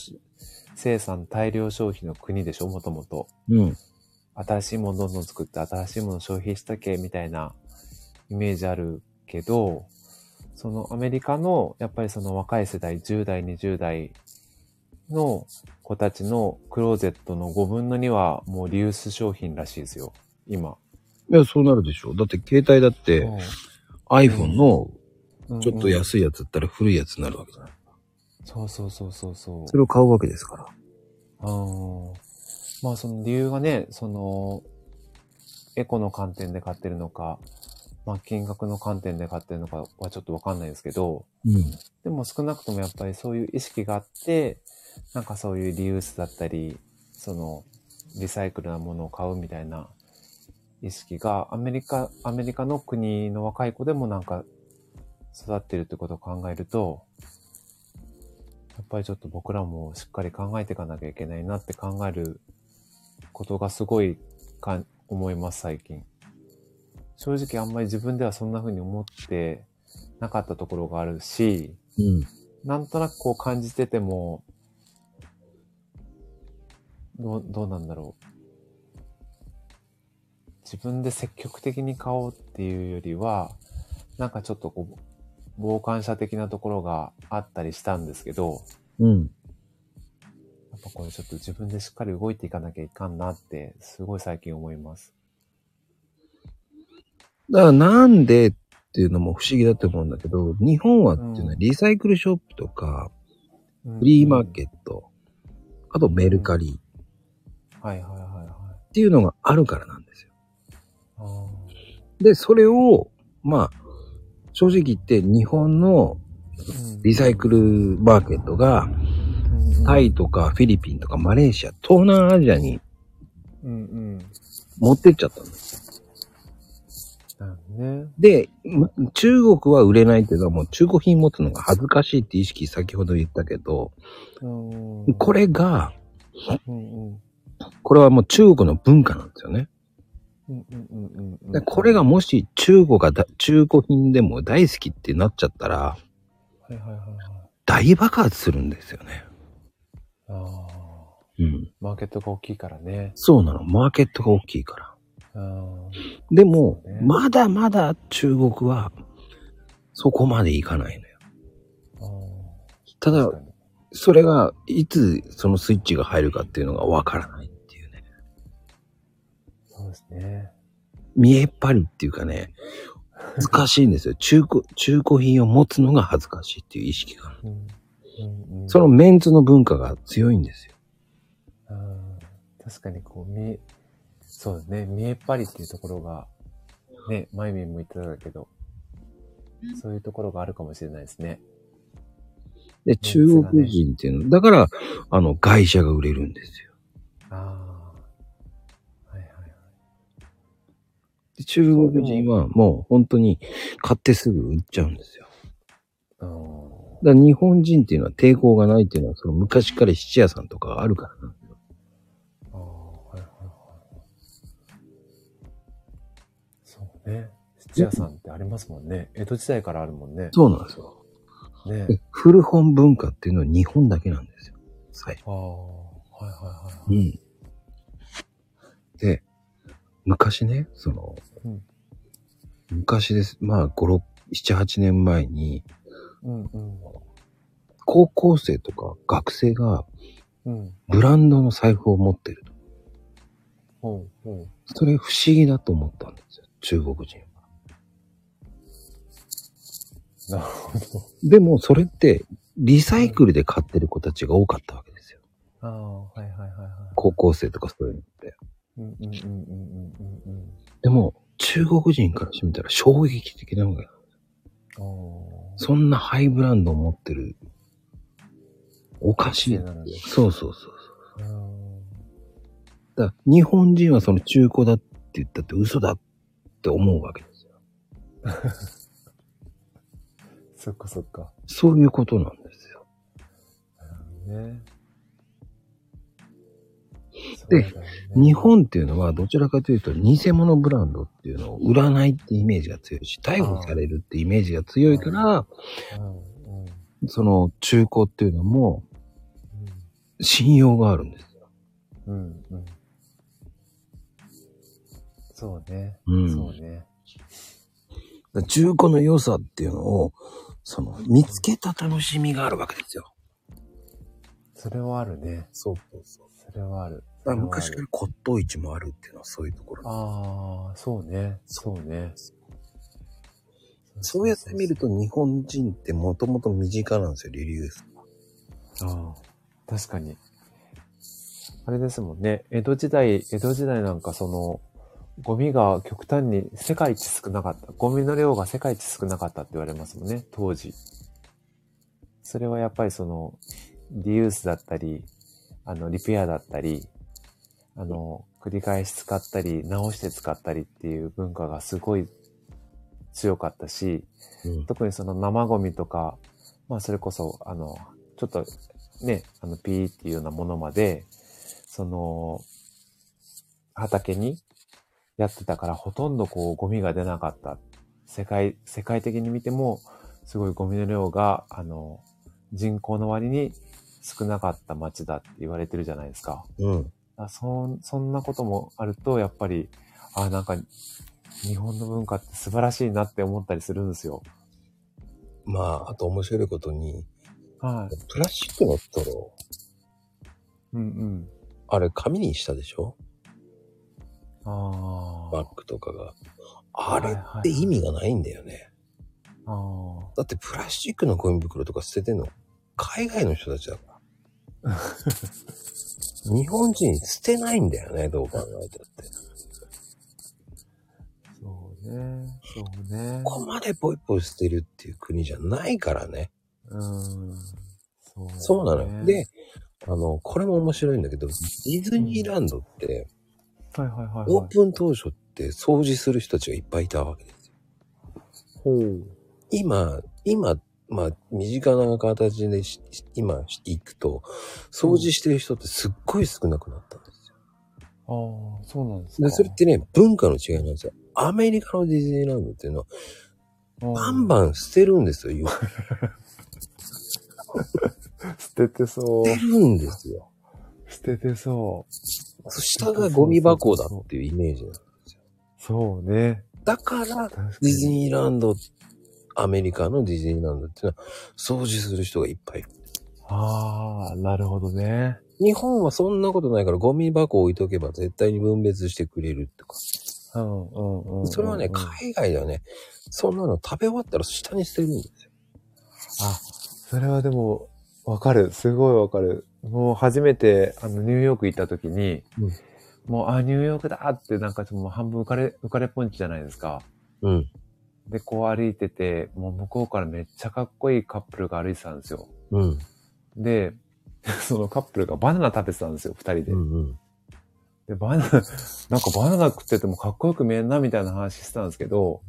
S3: 生産、大量消費の国でしょ、もともと。
S1: うん。
S3: 新しいものどんどん作って新しいもの消費したけみたいなイメージあるけど、そのアメリカのやっぱりその若い世代、10代、20代の子たちのクローゼットの5分の2はもうリユース商品らしいですよ、今。
S1: いや、そうなるでしょ。だって携帯だって
S3: ち
S1: iPhone のちょっと
S3: や
S1: 安いやつだったら古いやつになるわけじゃない。
S3: そうそうそうそうそう。
S1: それを買うわけですから。
S3: うん。まあその理由がね、その、エコの観点で買ってるのか、まあ金額の観点で買ってるのかはちょっとわかんないですけど、
S1: うん。
S3: でも少なくともやっぱりそういう意識があって、なんかそういうリユースだったり、その、リサイクルなものを買うみたいな意識がアメリカ、アメリカの国の若い子でもなんか育ってるってことを考えると、やっぱりちょっと僕らもしっかり考えていかなきゃいけないなって考えることがすごいか思います、最近。正直あんまり自分ではそんな風に思ってなかったところがあるし、
S1: うん。
S3: なんとなくこう感じてても、どう、どうなんだろう。自分で積極的に買おうっていうよりは、なんかちょっとこう、傍観者的なところがあったりしたんですけど、
S1: うん。
S3: やっぱこれちょっと自分でしっかり動いていかなきゃいかんなって、すごい最近思います。
S1: だからなんでっていうのも不思議だと思うんだけど、日本はっていうのはリサイクルショップとか、
S3: フ
S1: フリーマーケット、あとメルカリ
S3: ト。はいはいはいはい
S1: っていうのがあるからなんですよ。
S3: あー。
S1: で、それを、まあ、正直言って日本のリサイクルマーケットが、
S3: うん
S1: タイとかフィリピンとかマレーシア、東南アジアに
S3: うんうん。
S1: 持ってっちゃったんです。
S3: だよね。
S1: で、ま中国は売れないっていうのはもう中古品持つのが恥ずかしいって意識先ほど言ったけど、
S3: うん
S1: これが、
S3: うんうん
S1: これはもう中国の文化なんですよね。
S3: うんうんうんうん
S1: でこれがもし中国がだ中古品でも大好きってなっちゃったら、
S3: はいはいはいはい。
S1: 大爆発するんですよね。
S3: ああ。
S1: うん。
S3: マーケットが大きいからね。
S1: そうなの。マーケットが大きいから。
S3: うん。
S1: でも、
S3: そうね
S1: まだまだ中国はそこまでいかないのよ。ただ
S3: 確、かに
S1: それがいつそのスイッチが入るかっていうのがわからないっていうね。
S3: そうですね。
S1: 見えっ張りっていうかね、難しいんです
S3: [laughs]
S1: よ。中古、中古品を持つのが恥ずかしいっていう意識が。
S3: うん。うんうん、
S1: そのメンツの文化が強いんですよ。
S3: うん確かにこう、見え、そうだね、見えっ張りっていうところが、ね、前面も言ってたけど、そういうところがあるかもしれないですね。
S1: で、中国人っていうの、だから、あの、外車が売れるんですよ。
S3: ああ。はいはい
S1: で中国人はもう本当に買ってすぐ売っちゃうんですよ。
S3: はい。
S1: だから日本人っていうのは抵抗がないっていうのは、その昔から質屋さんとかがあるからなんですよ。
S3: ああ、はいはいはい。そうね。質屋さんってありますもんね。江戸時代からあるもんね。
S1: そうなんですよ。
S3: ね。
S1: で古本文化っていうのは日本だけなんですよ。最
S3: ああ、はいはいはい。
S1: うん。で、昔ね、その、
S3: うん
S1: 昔です。まあ、5、6、7、8年前に、
S3: うんうん。
S1: 高校生とか学生が
S3: うん。
S1: ブランドの財布を持ってると。
S3: ほうほう。
S1: それ不思議だと思ったんですよ。中国人は。
S3: なるほど。
S1: でも、それって、リサイクルで買ってる子たちが多かったわけですよ。
S3: ああ、はいはいはいはい。
S1: 高校生とかそういうのって。
S3: うんうんうんうんうんうん
S1: でも、中国人からしてみたら衝撃的なのが、
S3: うん。おー。
S1: そんなハイブランドを持ってる、おかしい
S3: なので。
S1: そうそうそう。
S3: うん。
S1: だから日本人はその中古だって言ったって嘘だって思うわけですよ。
S3: そっかそっか。
S1: そういうことなんですよ。
S3: ね。
S1: で
S3: そうだよね
S1: 日本っていうのはどちらかというと偽物ブランドっていうのを売らないってイメージが強いし、逮捕されるってイメージが強いから、
S3: うんうんうん
S1: その中古っていうのも信用があるんですよ。
S3: うんうん。そうね。
S1: うん
S3: そうね。
S1: だから中古の良さっていうのを、その見つけた楽しみがあるわけですよ。
S3: それはあるね。
S1: そうそうそう。
S3: それはある。
S1: だから昔
S3: そ
S1: か
S3: れ
S1: ら
S3: は
S1: 骨董市もあるっていうのはそういうところ。
S3: あるあー、そうね。そうね。
S1: そうやって見ると日本人ってもともと身近なんですよ、リリース。
S3: ああ、確かに。あれですもんね。江戸時代、江戸時代なんかその、ゴミが極端に世界一少なかった。ゴミの量が世界一少なかったって言われますもんね、当時。それはやっぱりその、リユースだったり、あの、リペアだったり、あの、繰り返し使ったり、直して使ったりっていう文化がすごい強かったし、
S1: うん
S3: 特にその生ゴミとか、まあそれこそ、あの、ちょっとね、あの、ピーっていうようなものまで、その、畑にやってたから、ほとんどこう、ゴミが出なかった。世界、世界的に見ても、すごいゴミの量が、あの、人口の割に少なかった町だって言われてるじゃないですか。
S1: うん。
S3: あそんそんなこともあると、やっぱり、ああ、なんか、日本の文化って素晴らしいなって思ったりするんですよ。
S1: まあ、あと面白いことに、
S3: はい。
S1: プラスチックのストロ
S3: うん
S1: ー、あれ紙にしたでしょ
S3: うん。あ
S1: バッグとかが。あれ
S3: はい
S1: っ
S3: は
S1: て
S3: い
S1: 意味がないんだよね。
S3: あ。ああ。
S1: だってプラスチックのゴミ袋とか捨ててんの、海外の人たちだから。 [laughs] 日本人捨てないんだよね、どう考えたって。
S3: そうね。そうね。
S1: ここまでポイポイ捨てるっていう国じゃないからね。
S3: うん。そう、ね。
S1: そうなのよ。で、、あの、これも面白いんだけど、ディズニーランドって、
S3: はいはいはい、
S1: オ
S3: は
S1: ー
S3: い。
S1: プン当初って掃除する人たちがいっぱいいたわけですよ。
S3: ほう。
S1: 今、今、まあ、身近な形でし今行くと、掃除してる人ってすっごい少なくなったんですよ。
S3: ああ、そうなんですか。
S1: で、それってね、文化の違いなんですよ。アメリカのディズニーランドっていうのは、バン
S3: ン。
S1: バン捨てるんですよ。言わ
S3: 捨ててそう
S1: れ。るんですよ。
S3: 捨ててそう。
S1: 下がゴミ箱だっていうイメージなの。
S3: そうね。
S1: だから、
S3: 確かに。
S1: ディズニーランド、アメリカのディズニーランドっていうのは、掃除する人がいっぱいいる。
S3: ああ、なるほどね。
S1: 日本はそんなことないから、ゴミ箱置いとけば絶対に分別してくれるとか。
S3: うんうんうんうん、
S1: それはね、
S3: あ、
S1: 海外ではね、そんなの食べ終わったら下に捨てるんですよ。
S3: それはでも、わかる。すごいわかる。もう初めて、あの、ニューヨーク行った時に、
S1: うん
S3: もう、あ、ニューヨークだって、なんかちょっともう半分浮かれ、浮かれポンチじゃないですか。
S1: うん。
S3: で、こう歩いてて、もう向こうからめっちゃかっこいいカップルが歩いてたんですよ。
S1: うん。
S3: で、 [laughs] そのカップルがバナナ食べてたんですよ、二人で。
S1: うんうん。
S3: で、バナナ、なんかバナナ食っててもかっこよく見えんなみたいな話してたんですけど、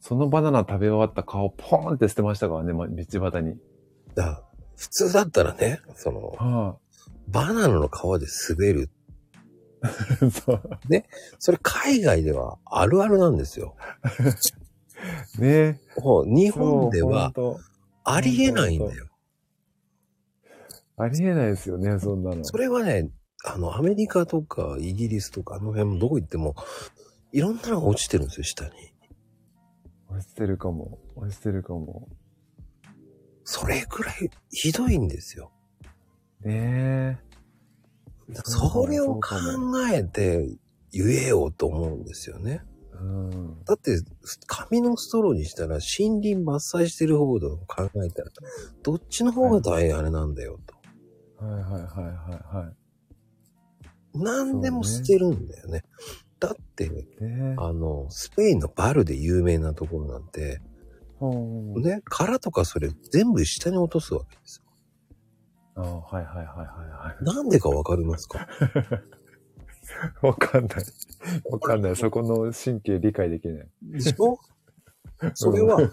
S3: そのバナナ食べ終わった顔ポーンって捨てましたからね、ま道端に。
S1: だから普通だったらね、その、
S3: は
S1: バナナの皮で滑る。
S3: い、 [laughs] そう。
S1: それ海外ではあるあるなんですよ。
S3: ね
S1: もう日
S3: 日
S1: 本では、ありえないんだよ。
S3: ありえないですよね、そんなの。
S1: それはね、あの、アメリカとかイギリスとか、あの辺もどこ行っても、いろんなのが落ちてるんですよ、下に。
S3: 押してるかも。押してるかも。
S1: それくらいひどいんですよ。
S3: ね
S1: それを
S3: そう
S1: 考
S3: かも
S1: えて言えようと思うんですよね。
S3: え。うん。
S1: だって、紙のストローにしたら森林伐採してる方を考えたら、どっちの方が大変あれなんだよと。
S3: はいはいはいはいは
S1: 何でも捨てるんだよね。だって、
S3: い。ね
S1: あの、スペインのバルで有名なところなんて、
S3: ほう。
S1: ね、殻とかそれ全部下に落とすわけですよ。
S3: あはいはいはいはいはい。
S1: なんでかわかりますか
S3: わかんない。 [laughs] わかんない。そこの神経理解できない。
S1: でしょそれは、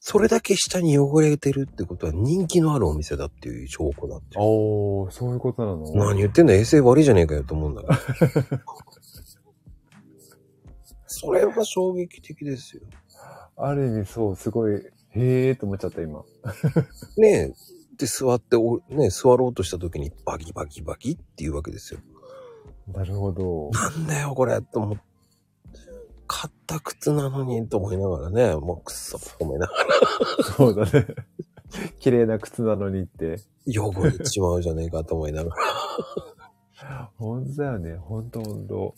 S1: それだけ下に汚れてるってことは人気のあるお店だっていう証拠だって。
S3: おー、そういうことなの
S1: 何言ってんだ衛生悪いじゃねえかよと思うんだから。それは衝撃的ですよ。
S3: ある意味そう、すごい、へえーって思っちゃった今。
S1: ねえ。で、座ってお、ねえ、座ろうとした時にバキバキバキっていうわけですよ。
S3: なるほど。
S1: なんだよ、これ、と思って。買った靴なのに、と思いながらね、もうくっそ、ごめんながら
S3: そうだね。綺麗な靴なのにって。
S1: 汚れてしまうじゃねえかと思いながら。
S3: ほんとだよね。ほんとほんと。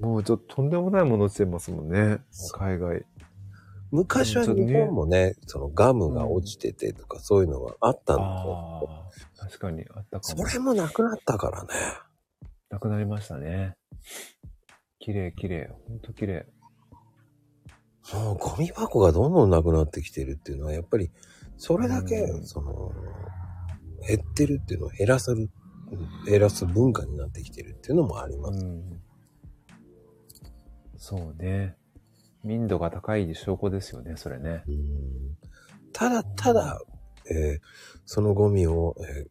S3: もうちょっととんでもないもの落ちてますもんね。海外。
S1: 昔は日本もね、そのガムが落ちててとかそういうのがあったんだけ
S3: あ
S1: ど、
S3: あ。確かにあったか
S1: そ
S3: も。
S1: れもなくなったからね。
S3: なくなりましたね。綺麗綺麗。ほんと綺麗。
S1: もうゴミ箱がどんどんなくなってきてるっていうのは、やっぱり、それだけ
S3: う、ん
S1: その、減ってるっていうのを減らさる、減らす文化になってきてるっていうのもあります。
S3: うん。そうね。民度が高い証拠ですよね、それね。
S1: うんただただ、えーそのゴミを、えー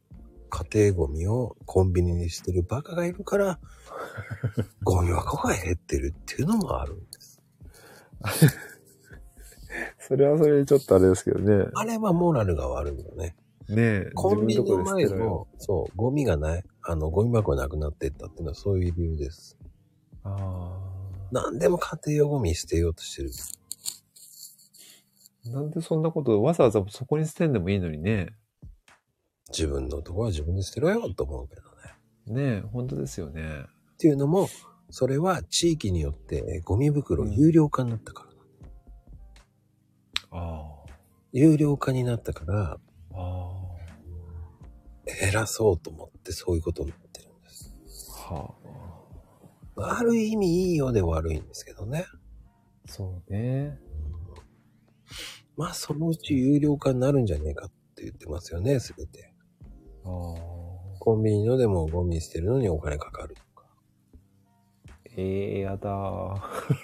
S1: 家庭ゴミをコンビニにしてるバカがいるから、ゴミ箱が減ってるっていうのもあるんです。
S3: それはそれでちょっとあれですけどね。
S1: あれはモラルが悪いよね。
S3: ねえ、
S1: コンビニの前
S3: 自分のとこ
S1: の、そう、ゴミがない、あの、ゴミ箱がなくなってったっていうのはそういう理由です。
S3: で捨てろよ。あ
S1: 何でも家庭用ゴミ捨てようとしてる。
S3: なんでそんなことわざわざそこに捨てんでもいいのにね。
S1: 自分のとこは自分で捨てろよと思うけどね。
S3: ねえ、本当ですよね。
S1: っていうのも、それは地域によってえーゴミ袋
S3: うん
S1: 有料化になったから。
S3: あ
S1: 有料化になったから、
S3: あ。あ
S1: 減らそうと思ってそういうことになってるんです。
S3: あ。は
S1: ある意味いいようで悪いんですけどね。
S3: あ。そうね。
S1: まあそのうち有料化になるんじゃねえかって言ってますよね、すべて。
S3: ああ。
S1: コンビニのでもゴミ捨てるのにお金かかるとか。
S3: ええやだー。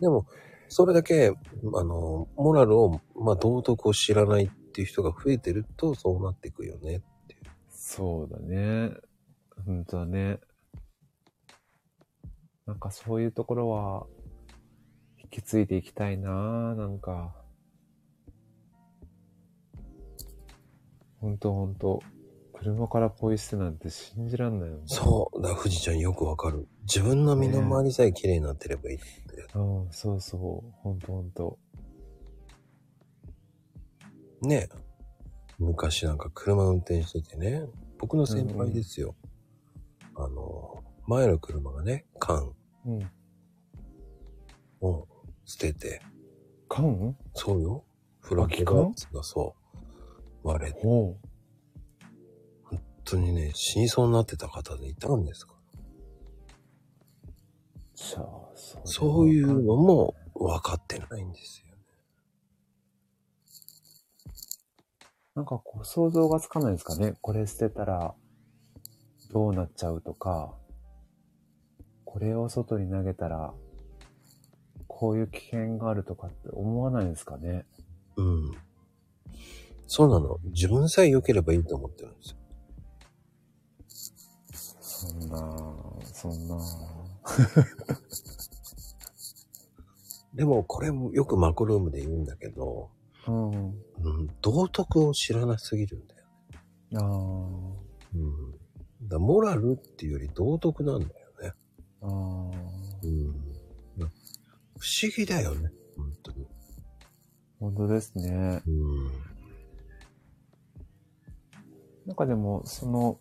S1: でも、それだけ、あの、モラルを、まあ道徳を知らないっていう人が増えてるとそうなっていくよね。
S3: そうだね。本当だね。なんかそういうところは、引き継いでいきたいなーなんか。本当本当車からポイ捨てなんて信じらんないもん。
S1: そう。だ、富士ちゃんよくわかる。自分の身の回りさえ綺麗になってればいい。
S3: うん、そうそう。ほんとほんと。
S1: ねえ昔なんか車運転しててね、僕の先輩ですよ。あの、前の車がね、缶
S3: うん。
S1: を捨てて、
S3: 缶
S1: そうよ。フラキ
S3: 空き
S1: ガ
S3: 缶
S1: ーツがそう、割れて、
S3: おう。
S1: 本当にね、死にそうになってた方でいたんですから
S3: じゃあ、それは
S1: そういうのも分かってないんですよ。
S3: なんかこう、想像がつかないですかね。これ捨てたら、どうなっちゃうとか、これを外に投げたら、こういう危険があるとかって思わないですかね。
S1: うん。そうなの。自分さえ良ければいいと思ってるんですよ。
S3: そんな、そんな。
S1: でも、これもよくマコルームで言うんだけど、
S3: うん。
S1: うん、道徳を知らなすぎるんだよ。
S3: ああ、
S1: うん。だからモラルっていうより道徳なんだよね。
S3: ああ、
S1: うん。だ不思議だよね。本当に。
S3: 本当ですね。
S1: うん。
S3: なんかでも、その、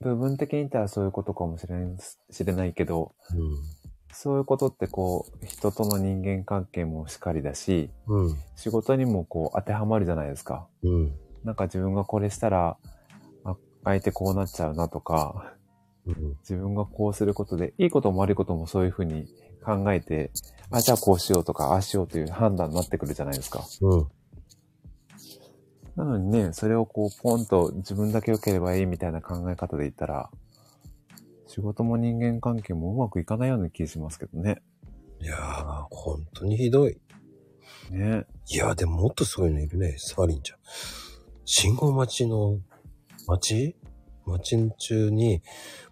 S3: 部分的に言ったらそういうことかもしれないです、知れないけど、そういうことってこう、人との人間関係もしかりだし、
S1: うん。うん。
S3: 仕事にもこう当てはまるじゃないですか。
S1: うん。
S3: なんか自分がこれしたら、あ、相手こうなっちゃうなとか、
S1: うん。
S3: 自分がこうすることで、いいことも悪いこともそういうふうに考えて、あ、じゃあこうしようとか、ああしようという判断になってくるじゃないですか。
S1: うん。
S3: なのにね、それをこう、ポンと自分だけ良ければいいみたいな考え方で言ったら、仕事も人間関係もうまくいかないような気しますけどね。
S1: いやー、本当にひどい。
S3: ね。
S1: いや、でももっとすごいのいるね、サーリンちゃん。信号待ちの、待ち待ち中に、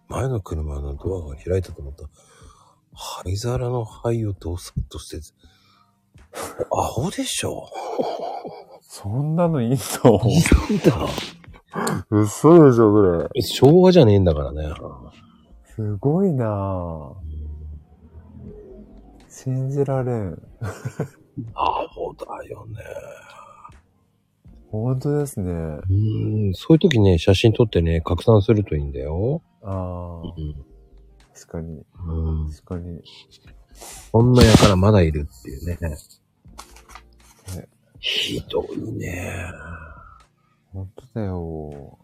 S1: 前の車のドアが開いたと思ったら。灰皿の灰をどさっと捨てず。アホでしょ
S3: そんなのいいの
S1: るんだ。
S3: 嘘でしょ、それ。
S1: 昭和じゃねえんだからね。
S3: すごいなぁ。信じられん。
S1: アホだよね。
S3: 本当ですね。
S1: うーん、そういう時ね、写真撮ってね、拡散するといいんだよ。
S3: ああ、
S1: う
S3: 確かに、
S1: ん。うん。
S3: 確かに。
S1: こんなやからまだいるっていうね。ひどいね。
S3: 本当だよ。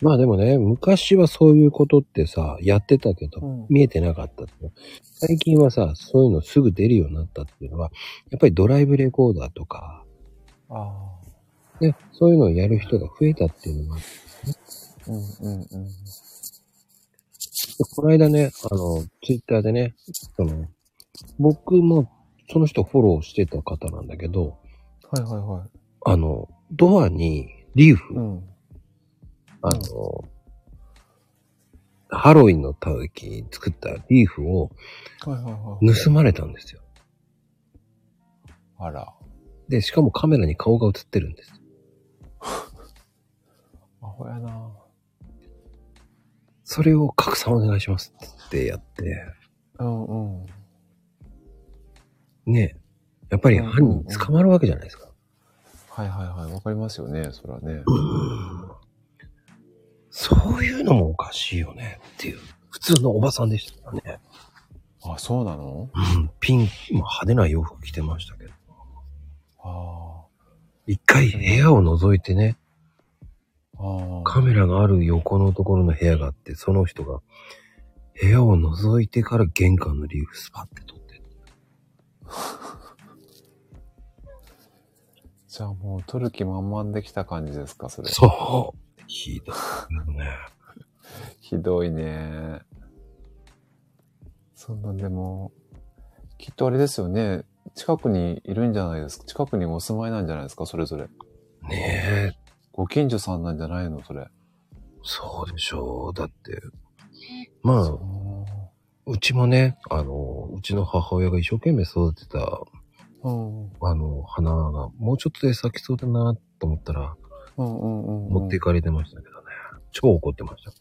S1: まあでもね、昔はそういうことってさ、やってたけど、
S3: うん
S1: 見えてなかったっていう。最近はさ、そういうのすぐ出るようになったっていうのは、やっぱりドライブレコーダーとか、
S3: ああ、
S1: ね、そういうのをやる人が増えたっていうのがあって、
S3: うんうんうん。
S1: この間ね、あの、ツイッターでね、その、僕もその人フォローしてた方なんだけど、
S3: はいはいはい。
S1: あの、ドアにリーフ、
S3: うん。
S1: あの、ハロウィンの時に作ったリーフを
S3: はいはいはい。
S1: 盗まれたんですよ。
S3: あら。あ、
S1: で、しかもカメラに顔が映ってるんです。
S3: ほやなぁ。
S1: それを拡散お願いしますってやって、
S3: うんうん。
S1: ねえ、やっぱり犯人捕まるわけじゃないですか。
S3: はいはいはい。わかりますよね。それはね。
S1: そういうのもおかしいよねっていう。普通のおばさんでしたからね。
S3: あ、そうなの
S1: うん、ピン、まあ派手な洋服着てましたけど。
S3: あ
S1: 一回部屋を覗いてね、
S3: あ。ああ。
S1: カメラがある横のところの部屋があって、その人が部屋を覗いてから玄関のリーフスパって撮って。
S3: じゃあもう取る気満々できた感じですか、それ。
S1: そうひどいね。
S3: ひどいね。そんなんでも、きっとあれですよね。近くにいるんじゃないですか。近くにお住まいなんじゃないですか、それぞれ。
S1: ねえ、
S3: ご近所さんなんじゃないの、それ。
S1: そうでしょう。だって、まあ、
S3: そう
S1: ちもね、あの、うちの母親が一生懸命育てた、
S3: う。うん。うん
S1: あの、花が、もうちょっとで咲きそうだなと思ったら、
S3: うんうん、うん。
S1: 持っていかれてましたけどね。超怒ってました。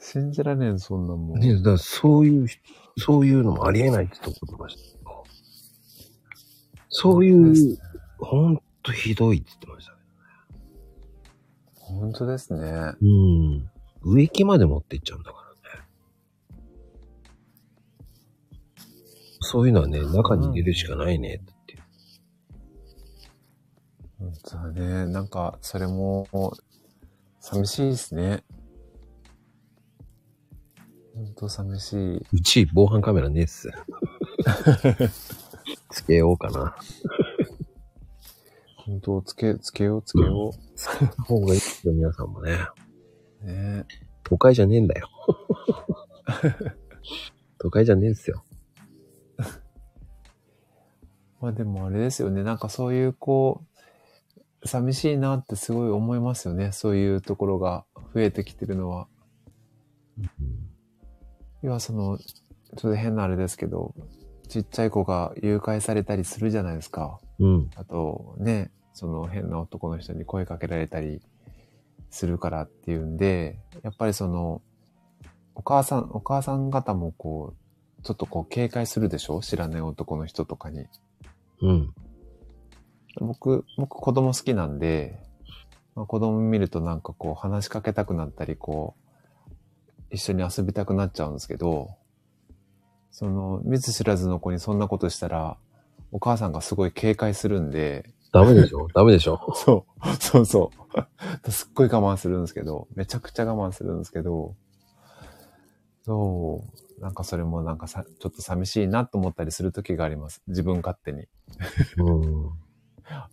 S3: 信じられん、そんなもん。
S1: ね、だからそういう人、そういうのもありえないってとこ言ってましたけど。そういう、ほんとひどいって言ってましたね。
S3: 本当ですね。
S1: うん。植木まで持っていっちゃうんだからね。そういうのはね、中に入れるしかないねって言って。
S3: 本当だね。なんか、それも、寂しいですね。本当寂しい。
S1: うち防犯カメラねえっ [laughs] す。つけようかな。
S3: 本当つけ、つけよう、つけよ
S1: 方がいいですよ、皆さんもね。
S3: う。ね
S1: 都会じゃねえん [laughs] だよ。都会じゃねえっすよ。
S3: まあでもあれですよね。なんかそういう、こう、寂しいなってすごい思いますよね。そういうところが増えてきてるのは。要はその、ちょっと変なあれですけど、ちっちゃい子が誘拐されたりするじゃないですか。
S1: うん。
S3: あとね、その変な男の人に声かけられたりするからっていうんで、やっぱりその、お母さん、お母さん方もこう、ちょっとこう警戒するでしょ知らない男の人とかに。
S1: うん。
S3: 僕、僕子供好きなんで、まあ、子供見るとなんかこう話しかけたくなったり、こう、一緒に遊びたくなっちゃうんですけど、その、見ず知らずの子にそんなことしたら、お母さんがすごい警戒するんで、
S1: ダメでしょ [laughs] ダメでしょ
S3: そう、そうそう。 [laughs] すっごい我慢するんですけど、めちゃくちゃ我慢するんですけど、そう、なんかそれもなんかさ、ちょっと寂しいなと思ったりする時があります。自分勝手に。
S1: うん。う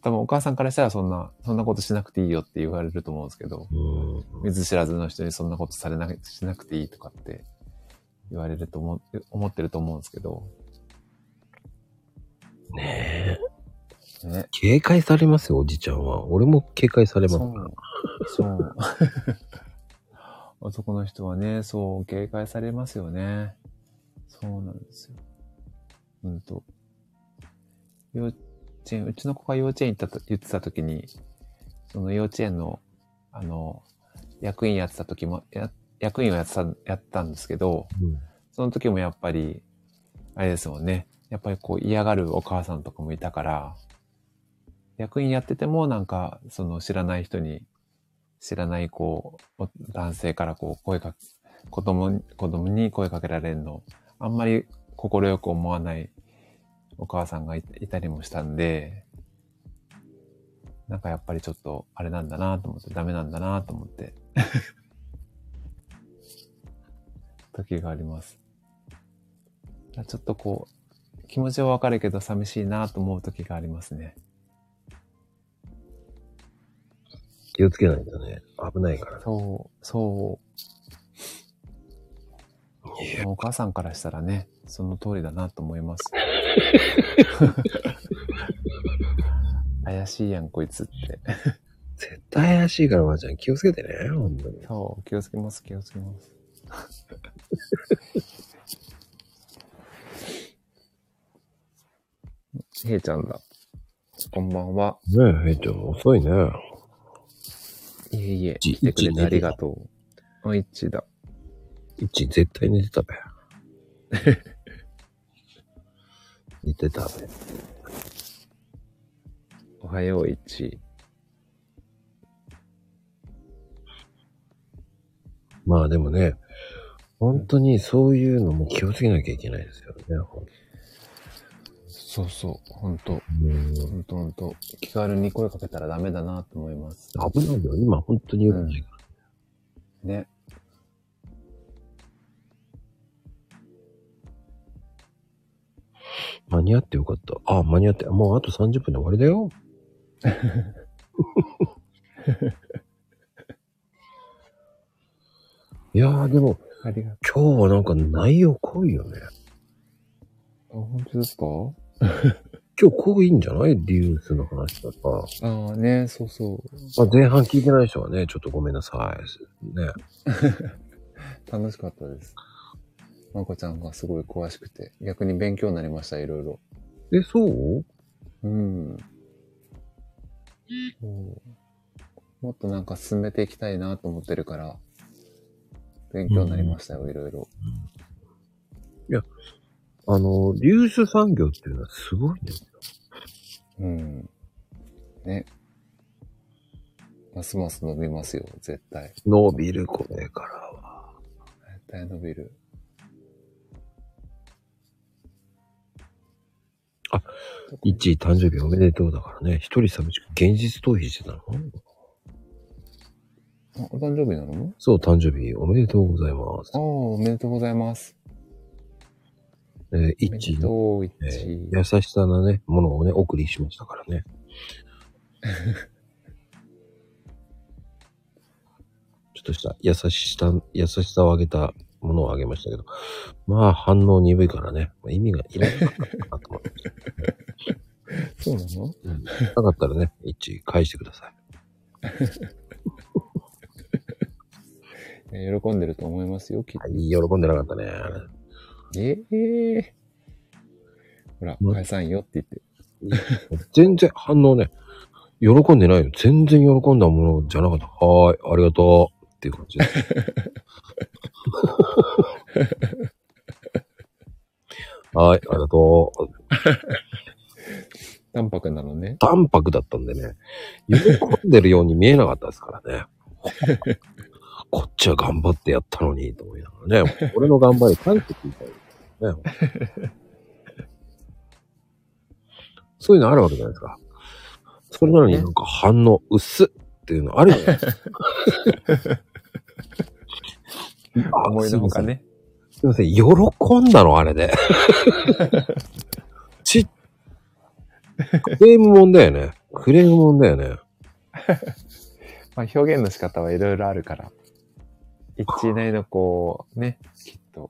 S3: 多分お母さんからしたらそんな、そんなことしなくていいよって言われると思うんですけど、
S1: ん。
S3: 見ず知らずの人にそんなことされな、しなくていいとかって言われると思う、思ってると思うんですけど、
S1: ねえ。
S3: ね。
S1: 警戒されますよ、おじちゃんは。俺も警戒されます。
S3: そう。そう。男の人はね、そう、警戒されますよね。そうなんですよ。うんと。幼稚園、うちの子が幼稚園行ったと、言ってた時に、その幼稚園の、あの、役員やってた時も、や役員をやってた、やったんですけど、
S1: うん
S3: その時もやっぱり、あれですもんね。やっぱりこう嫌がるお母さんとかもいたから、役員やっててもなんか、その知らない人に、知らないこう、お男性からこう声か、子供に、子供に声かけられるの、あんまり心よく思わないお母さんがいいたりもしたんで、なんかやっぱりちょっとあれなんだなと思って、ダメなんだなと思って、時があります。だからちょっとこう、気持ちはわかるけど寂しいなと思う時がありますね。
S1: 気をつけないとね、危ないからね。
S3: そう、そ。
S1: いうや、
S3: お母さんからしたらね、その通りだなと思い [laughs] ます。怪しいやん、こいつって。
S1: 絶対怪しいから、まー、ちゃん。気をつけてね、ほんとに。
S3: そう、気をつけます、気をつけ [laughs] ます。ひえちゃんだ。こんばんは。
S1: ねえ、へいちゃん、遅いね。
S3: いいえいえ、
S1: 一
S3: 来てく
S1: 一
S3: れて
S1: 寝て
S3: ありがとう。あ、一致だ。
S1: 一絶対寝て [laughs] たべ。寝てたべ。
S3: おはよう、一致。
S1: まあでもね、本当にそういうのも気をつけなきゃいけないですよね。
S3: そうそう、ほんと、
S1: うん
S3: ほんとほんと。気軽に声かけたらダメだなと思います。
S1: 危ないよ。今本当に良くないから。
S3: ね。
S1: 間に合ってよかった。あ、間に合って。もうあと30分で終わりだよ。いやーでも
S3: ありがと
S1: 今日はなんか内容濃いよね。
S3: う。あ、本当ですか
S1: 今日濃いんじゃないリユースの話とか。
S3: ああ、ね、そうそう。
S1: まあ、前半聞いてない人はね、ちょっとごめんなさい。ね。
S3: 楽しかったです。まこちゃんがすごい詳しくて、逆に勉強になりました、いろいろ。
S1: え、そう
S3: うん。そうもっとなんか進めていきたいなと思ってるから、勉強になりましたよ、いろいろ。
S1: あの、流出産業っていうのはすごいね。
S3: うん。ね。ますます伸びますよ、絶対。
S1: 伸びる、これからは。
S3: 絶対伸びる。
S1: あ、1位誕生日おめでとうだからね。一人寂しく現実逃避してたの
S3: あお誕生日なの
S1: そう、誕生日おめでとうございます
S3: ああ、。おめでとうございます。
S1: えー、
S3: おめで
S1: 1位
S3: と
S1: の、
S3: う、一
S1: え
S3: 致
S1: ー優しさなね、ものをね、お送りしましたからね。 [laughs] ちょっとした優しさ、優しさをあげたものをあげましたけど、まあ反応鈍いからね、まあ意味がいらなかったなと思って。
S3: そうなの
S1: なかったらね、一致返してください。
S3: いや喜んでると思いますよ、きっと
S1: はい、喜んでなかったね。
S3: ええほら、
S1: うん
S3: 解散よって言って。
S1: 全然反応ね、喜んでないよ。全然喜んだものじゃなかった。はーい、ありがとう。っていう感じです。はーい、ありがとう。
S3: 淡白なのね。
S1: 淡白だったんでね、喜んでるように見えなかったですから
S3: [laughs]
S1: ね。こっちは頑張ってやったのに、と思いながらね、俺の頑張り返って聞いたい、ね。そういうのあるわけじゃないですか。それなのになんか反応薄っっていうのあるよね。
S3: [laughs]
S1: あ
S3: 思いのほかね。
S1: すいません、喜んだの、あれで。 [laughs] ちっ、クレームもんだよね。クレームもんだよね。
S3: まあ、表現の仕方はいろいろあるから。一致ないのこう、ね、きっと。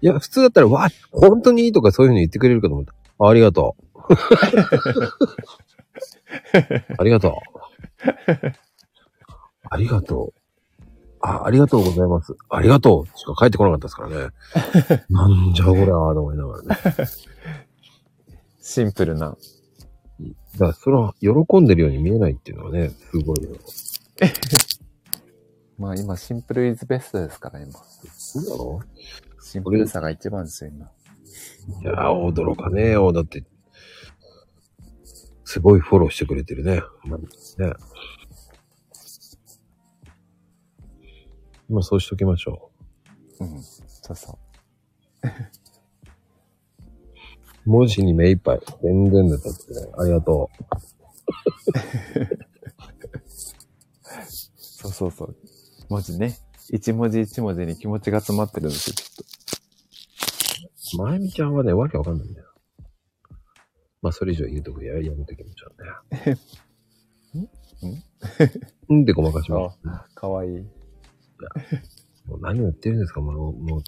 S1: いや、普通だったら、わあ、本当にいいとかそういうふうに言ってくれるかと思った。あありがとう。 [laughs] ありがとう。ありがとう。あ、ありがとうございます。ありがとうしか返ってこなかったですからね。 [laughs] なんじゃこりゃーと思いながらね。
S3: シンプルな。
S1: だから、それは喜んでるように見えないっていうのはね、すごいよ。
S3: まあ今、シンプルイズベストですから、今。
S1: そうだろ
S3: シンプルさが一番ですよ、今。
S1: いやー、驚かねえよ。だって、すごいフォローしてくれてるね。まあ、ねまあ、そうしときましょ。
S3: うん。そうそう
S1: 文字に目いっぱい。全然出たってね。ありがとう。
S3: う。そうそうそう。文字ね。一文字一文字に気持ちが詰まってるんですよ、きっと。
S1: まゆみちゃんはね、わけわかんないんだよ。まあ、それ以上言うとこややめときましょうね。んんでごまかします。
S3: あ、かわいい。
S1: もう何を言ってるんですかもう、もう、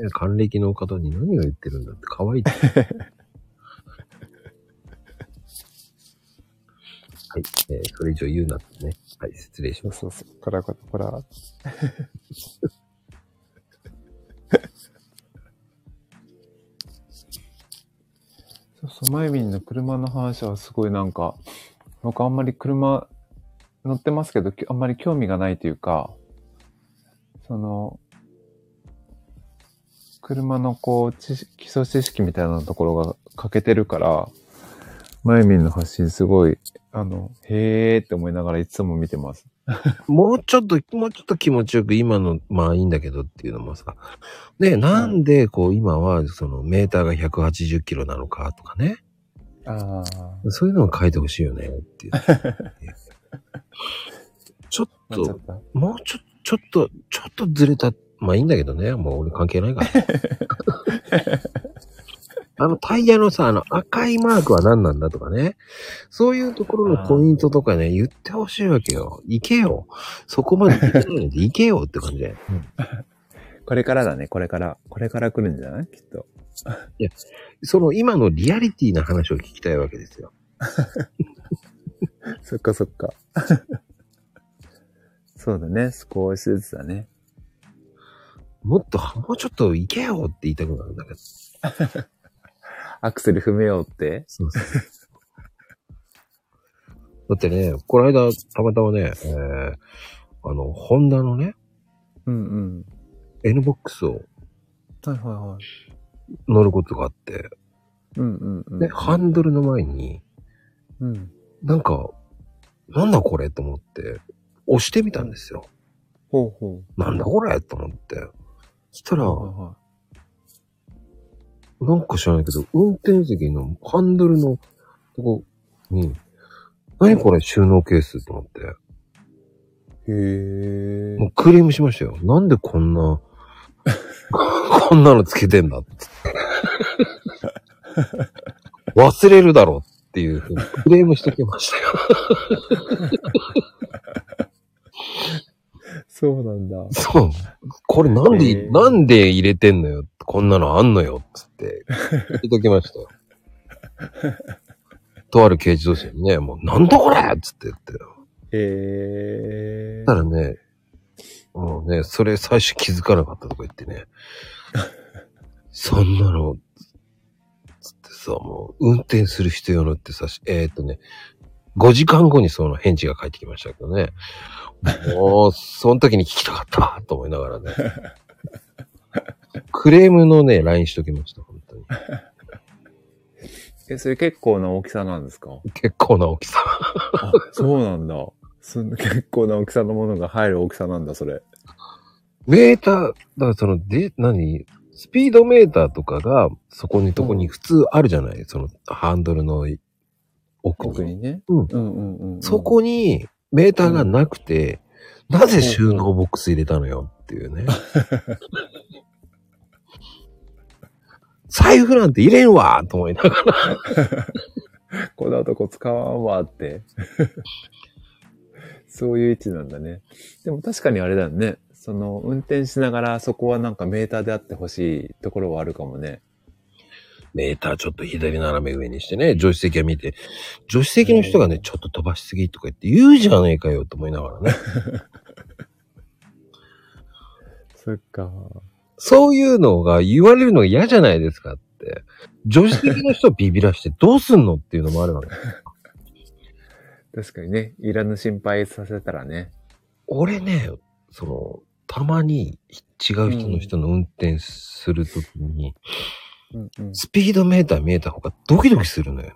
S1: ね、還暦の方に何を言ってるんだって、可 [laughs] 愛いって。はい、えーそれ以上言うなってね。はい、失礼し
S3: そう
S1: ます。
S3: そうそう。こらこらこら。 [laughs] そうそう、まゆみんの車の話はすごいなんか、僕あんまり車載ってますけど、きあんまり興味がないというか、その、車のこう、知識基礎知識みたいなところが欠けてるから、まゆみんの発信すごい、あの、へーって思いながらいつも見てます。
S1: もうちょっと、もうちょっと気持ちよく今の、まあいいんだけどっていうのもさ。で、なんでこう今はそのメーターが180キロなのかとかね。
S3: あ
S1: そういうのを書いてほしいよね [laughs] っていう。ちょっ
S3: あ、
S1: と、
S3: なっちゃった。
S1: もうちょ、ちょっと、ちょっとずれた。まあいいんだけどね。もう俺関係ないから。あのタイヤのさ、あの赤いマークは何なんだとかね。そういうところのポイントとかね、言ってほしいわけよ。行けよ。そこまで行けないので行けよって感じで。
S3: これからだね、これから。これから来るんじゃないきっと。
S1: その今のリアリティな話を聞きたいわけですよ。
S3: そっかそっか。 [laughs] そうだね、少しずつだね。
S1: もっと、もうちょっと行けよって言いたくなるんだけど。
S3: アクセル踏めようって。
S1: そうそうそう。だってね、この間、たまたまね、えー、あの、ホンダのね、
S3: うんうん。
S1: NBOX を
S3: はいはいはい。
S1: 乗ることがあって、
S3: うんうんうん。
S1: ね、ハンドルの前に、
S3: うん。
S1: なんか、なんだこれと思って、押してみたんですよ。
S3: ほうほ
S1: なんだこれと思って。そしたら、
S3: う。はいは
S1: なんか知らないけど、運転席のハンドルのとこに、何これ収納ケースと思って。
S3: い。へ
S1: もうクレームしましたよ。なんでこんな、 [laughs] こんなのつけてんだ
S3: [laughs]
S1: って。忘れるだろっていうふうにクレームしてきましたよ。
S3: え。そうなんだ。
S1: そう。これなんで、
S3: へー
S1: なんで入れてんのよ。こんなのあんのよ。つって、言っときましたよ。とある軽自動車にね、もうなんだこれっつって言って。
S3: へえ
S1: た。らね、もうね、それ最初気づかなかったとか言ってね、そんなの、つってさ、もう運転する人用のってさ、えー、っとね、5時間後にその返事が返ってきましたけどね、もう、その時に聞きたかったと思いながらね、クレームのね、LINE しときました、本当に。
S3: え、それ結構な大きさなんですか
S1: 結構な大きさ。
S3: あ、そうなんだ。すん結構な大きさのものが入る大きさなんだ、それ。
S1: メーター、だからその、で、何スピードメーターとかが、そこに、とこに普通あるじゃない、その、ハンドルの奥に。
S3: 奥にね。
S1: うん
S3: うんうんうんうん。
S1: そこに、メーターがなくて、なぜ収納ボックス入れたのよっていうね。 [laughs] 財布なんて入れんわと思いながら。
S3: こんなとこ使わんわって。 [laughs] そういう位置なんだね。でも確かにあれだよね。その、運転しながらそこはなんかメーターであってほしいところはあるかもね。
S1: メーターちょっと左斜め上にしてね、助手席は見て、助手席の人がね、ちょっと飛ばしすぎとか言って言うじゃねえかよと思いながらね。
S3: そっか。
S1: そういうのが言われるのが嫌じゃないですかって。女子的な人をビビらしてどうすんのっていうのもあるわ
S3: [laughs]
S1: け。
S3: 確かにね。いらぬ心配させたらね。
S1: 俺ね、その、たまに違う人の人の運転するときに、
S3: うんうん。
S1: スピードメーター見えた方がドキドキするのよね。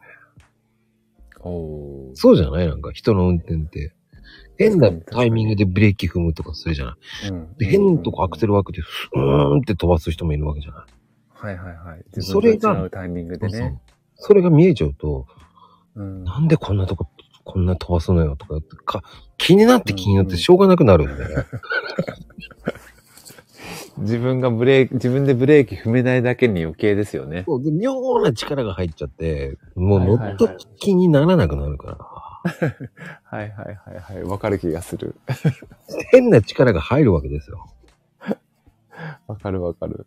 S3: おー。
S1: そうじゃないなんか人の運転って。変なタイミングでブレーキ踏むとかするじゃない
S3: うん
S1: で変なとこアクセルワークで、うーんって飛ばす人もいるわけじゃない
S3: はいはいはい。
S1: それが
S3: 自分と違うタイミングでね。
S1: それが見えちゃうと、
S3: うん。
S1: なんでこんなとこ、こんな飛ばすのよとか、か気になって気になってしょうがなくなるんだよね。
S3: 自分がブレーキ、自分でブレーキ踏めないだけに余計ですよね。
S1: [laughs] そうで妙な力が入っちゃって、もう
S3: はいはいは
S1: 乗
S3: い
S1: っとき気にならなくなるから、
S3: はいはいはいはい。わかる気がする。
S1: [laughs] 変な力が入るわけですよ。
S3: わかるわかる。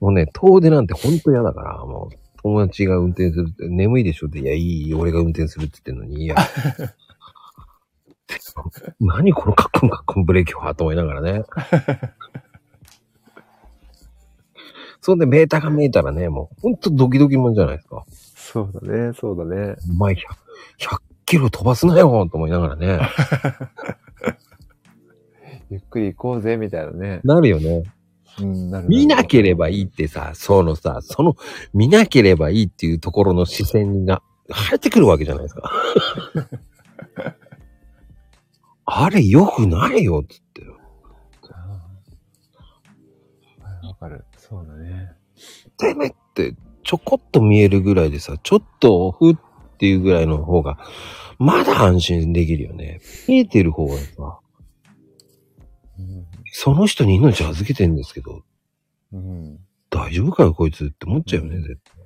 S1: もうね、遠出なんてほんと嫌だから、もう友達が運転するって、眠いでしょって、いや、いいよ、俺が運転するって言ってんのに、いや。で何このカッコンカッコンブレーキはと思いながらね。そんでメーターが見えたらね、もうほんとドキドキもんじゃないですか。
S3: そうだね、そうだね。
S1: お前 100, 100キロ飛ばすなよと思いながらね。
S3: ゆっくり行こうぜ、みたいなね。
S1: なるよね。
S3: うん、なる
S1: 見なければ
S3: い。
S1: いいってさ、そのさ、その、見なければいいっていうところの視線が入ってくるわけじゃないです
S3: [laughs]
S1: か。あれ、良くないよ、つって。
S3: うんはいわかる。そうだね。
S1: てめえって、ちょこっと見えるぐらいでさ、ちょっとオフっていうぐらいの方が、まだ安心できるよね。見えてる方がさ、
S3: うん
S1: その人に命預けてんですけど、
S3: うん。
S1: 大丈夫かよ、こいつって思っちゃうよね、絶対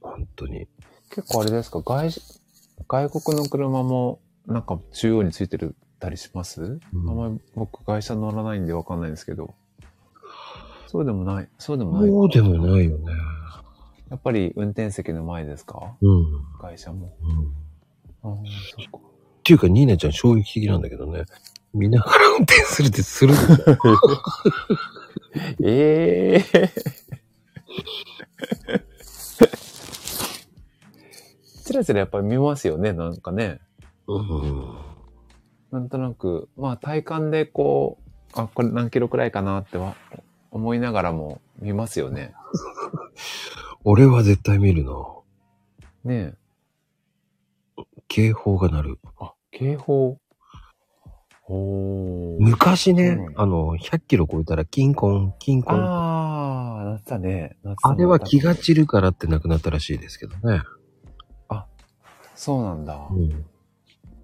S1: 本当に。
S3: 結構あれですか、外し、外国の車も、なんか中央についてるたりします、あんまり僕、会社乗らないんでわかんないんですけど。そうでもない。そうでもない。
S1: そうでもないよね。
S3: やっぱり運転席の前ですか
S1: うん。
S3: 会社も。
S1: うん
S3: ああ、そっ
S1: っ
S3: か。
S1: ていうか、ニーナちゃん衝撃的なんだけどね。見ながら運転するってするんだよ
S3: ええちらちらやっぱり見ますよね、なんかね。
S1: うん。
S3: なんとなく、まあ体感でこう、あ、これ何キロくらいかなっては思いながらも見ますよね。
S1: 俺は絶対見るな。
S3: ね
S1: 警報が鳴る。
S3: え。あ、警報。おー。
S1: 昔ね、
S3: うん
S1: あの、100キロ超えたらキンコン、キンコン。あ
S3: ああ、なってたね。なってた
S1: れは気
S3: な
S1: が
S3: って
S1: 散るからってなくなったらしいですけどね。
S3: たそうなんだ。
S1: うん。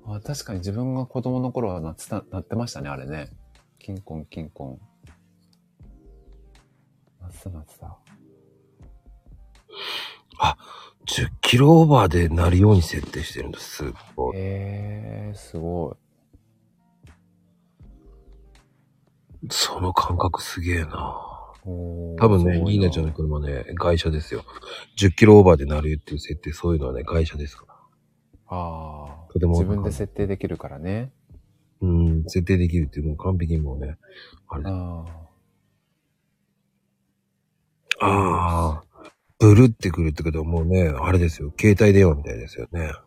S3: あ確かに自分が子供の頃はなってた、なってましたね、あれね。キンコン、キンコン。なってた、なってた。
S1: 10キロオーバーで鳴るように設定してるんです。すっごい。
S3: へえー、すご
S1: その感覚すげえな。
S3: い。おー
S1: 多分
S3: す
S1: ね、
S3: ごい
S1: ニーナちゃんの車ね、外車ですよ。10キロオーバーで鳴るっていう設定、そういうのはね、外車ですから。
S3: ああ。
S1: とても
S3: 自分で設定できるからね。
S1: うん、設定できるっていう、もう完璧にもうね、あれだ。
S3: あ
S1: ああ、ブルってくるってことはもうね、あれですよ、携帯電話みたいですよね。
S3: あ。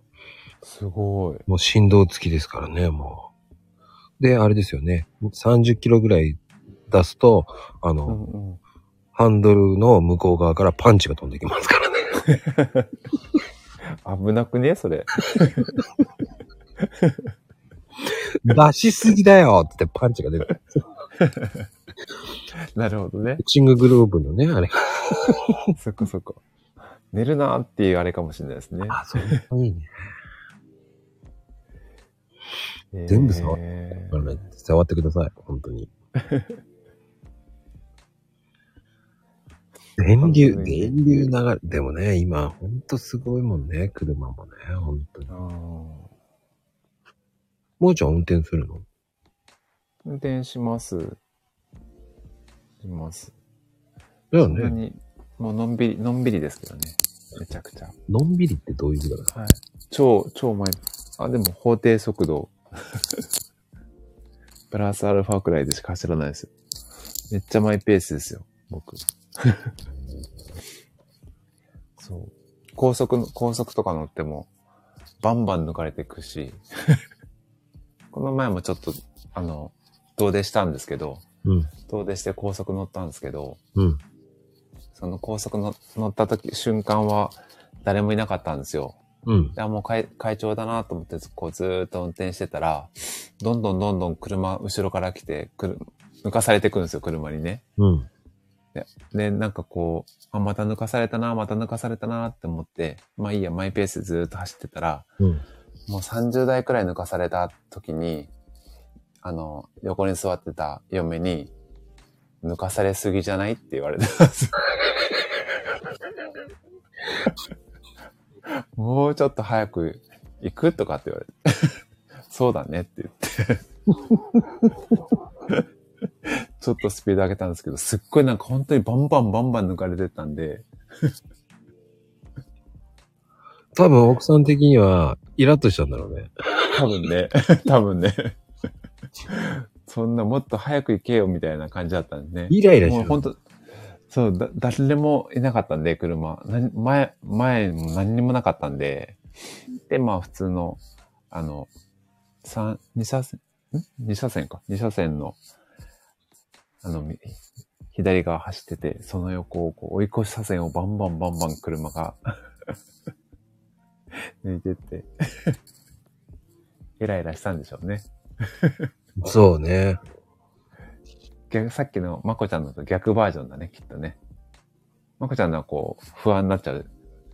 S3: すごい。
S1: もう振動付きですからね、もう。で、あれですよね、30キロぐらい出すと、あの、
S3: うんうん。
S1: ハンドルの向こう側からパンチが飛んできます [laughs] からね。
S3: 危なくねそれ。 [laughs]
S1: 出しすぎだよってパンチが出る。
S3: なるほどね
S1: ボ。クシンググループのね、あれが。
S3: そっかそっか。寝るなーっていうあれかもしれないですね。
S1: あ、そう。いいね。全部触
S3: え
S1: あのね触ってください、本当
S3: [laughs]
S1: に。電流、
S3: 本当に
S1: 電流流れ、でもね、今、ほんとすごいもんね、車もね、ほんとに。
S3: あー
S1: もーちゃん運転するの
S3: 運転します。します。
S1: だよ
S3: そん
S1: ね。
S3: なに、もうのんびり、のんびりですけどね。めちゃくちゃ。
S1: のんびりってどういう意味だろう
S3: はい。超、超前。あ、でも法定速 [laughs] 度。プラスアルファくらいでしか走らないですよ。めっちゃマイペースですよ、 [laughs] 僕。そう。高速の、高速とか乗っても、バンバン抜かれていく [laughs] し、この前もちょっと、あの、遠出したんですけど、
S1: うん、
S3: 遠出して高速乗ったんですけど、
S1: うん、
S3: その高速の乗った時、瞬間は誰もいなかったんですよ。
S1: うん。
S3: であ、もう会会長だなと思って、こうずーっと運転してたら、どんどんどんどん車、後ろから来て、くる抜かされてくるんですよ、車にね。
S1: うん。
S3: で、なんかこう、あ、また抜かされたな、また抜かされたなって思って、まあいいや、マイペースでずーっと走ってたら、
S1: うん。
S3: もう30代くらい抜かされた時に、あの、横に座ってた嫁に、抜かされすぎじゃないって言われたんです。もうちょっと早く行くとかって言われて。そうだねって言って。ちょっとスピード上げたんですけど、すっごいなんか本当にバンバンバンバン抜かれてったんで、
S1: 多分奥さん的には、イラッとしたんだろうね。
S3: 多分ね、多分ね。そんなもっと早く行けよみたいな感じだったんでね。
S1: イライラし
S3: も
S1: て
S3: う
S1: る
S3: 本。当そう、だ、誰もいなかったんで、車。な前、前も何にもなかったんで。で、まあ、普通の、あの、三、二車線、ん二車線か。二車線の、あの、み左側走ってて、その横をこう追い越し車線をバンバンバンバン車が [laughs] 抜いてって、 [laughs] イライラしたんでしょうね。
S1: そうね。
S3: 逆さっきのまこちゃんのと逆バージョンだね、きっとね。まこちゃんのはこう、不安になっちゃう、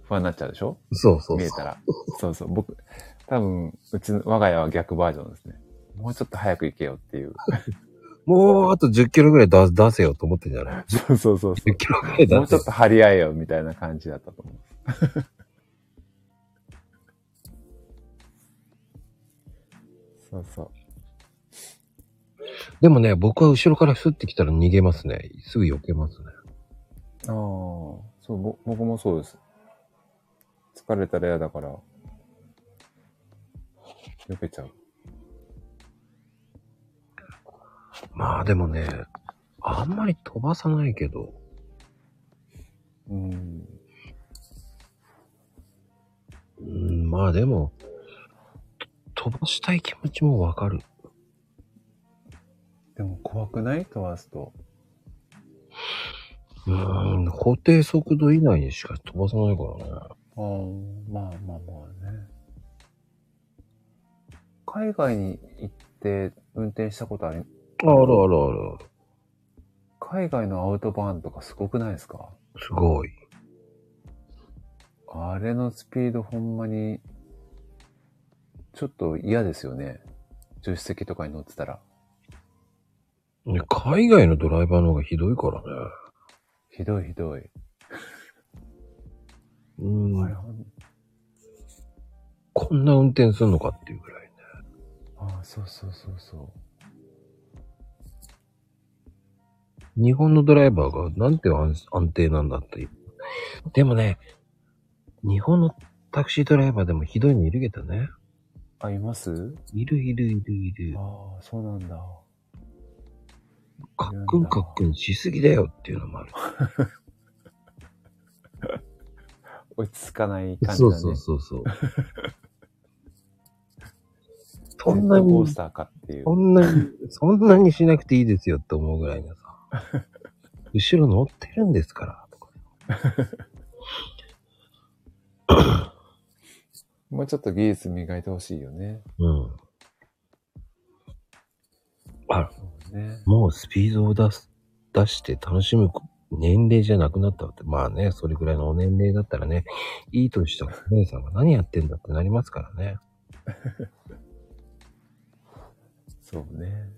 S3: 不安になっちゃうでしょ
S1: そうそうそう。
S3: 見えたら。そうそう、僕、多分、うちの、我が家は逆バージョンですね。もうちょっと早く行けよっていう。 [laughs]
S1: もうあと10キロぐらい出出せよと思ってんじゃない
S3: そうそうそうそ。
S1: ?10 キロぐらいう
S3: も
S1: 出
S3: うち
S1: せ
S3: ょっと張り合えよみたいな感じだったと思う。 [laughs] そうそう。
S1: でもね、僕は後ろからスッて来たら逃げますね。すぐ避けますね。
S3: ああ、そう、ぼ僕もそうです。疲れたら嫌だから、避けちゃう。
S1: まあでもね、あんまり飛ばさないけど、
S3: うん。
S1: うん、まあでも、と飛ばしたい気持ちもわかる。
S3: でも怖くない飛ばすと。
S1: うーん、法定速度以内にしか飛ばさないからね。
S3: ああ、まあまあまあね。海外に行って運転したことあり、
S1: あるあるあるある。
S3: 海外のアウトバーンとかすごくないですか
S1: すごい。
S3: あれのスピードほんまに、ちょっと嫌ですよね。助手席とかに乗ってたら。
S1: ね海外のドライバーの方がひどいからね。
S3: ひどいひどい。
S1: うん、
S3: あれほん
S1: こんな運転すんのかっていうぐらいね。
S3: ああ、そうそうそうそ
S1: 日本のドライバーがなんて安安定なんだっていう。でもね、日本のタクシードライバーでもひどいのいるけどね。
S3: う。あ、います
S1: いるいるいるいる。
S3: ああ、そうなんだ。
S1: カックンカックンしすぎだよっていうのもある。
S3: 落ち着かない感じ
S1: そ
S3: だ
S1: う
S3: ね。
S1: そうそうそう。
S3: ジ
S1: [laughs] そ
S3: ェ
S1: ん
S3: ッ
S1: な
S3: トコー
S1: に
S3: スターかっていう
S1: そ。んなに、そんなにしなくていいですよって思うぐらいのさ、 [laughs] 後ろ乗ってるんですから、とか。
S3: もうちょっと技術磨いてほしいよね。
S1: うん。あ、
S3: そうね。
S1: もうスピードを出す、出して楽しむ年齢じゃなくなったわって。まあね、それぐらいのお年齢だったらね、いい年したお姉さんが何やってんだってなりますからね。
S3: そうね。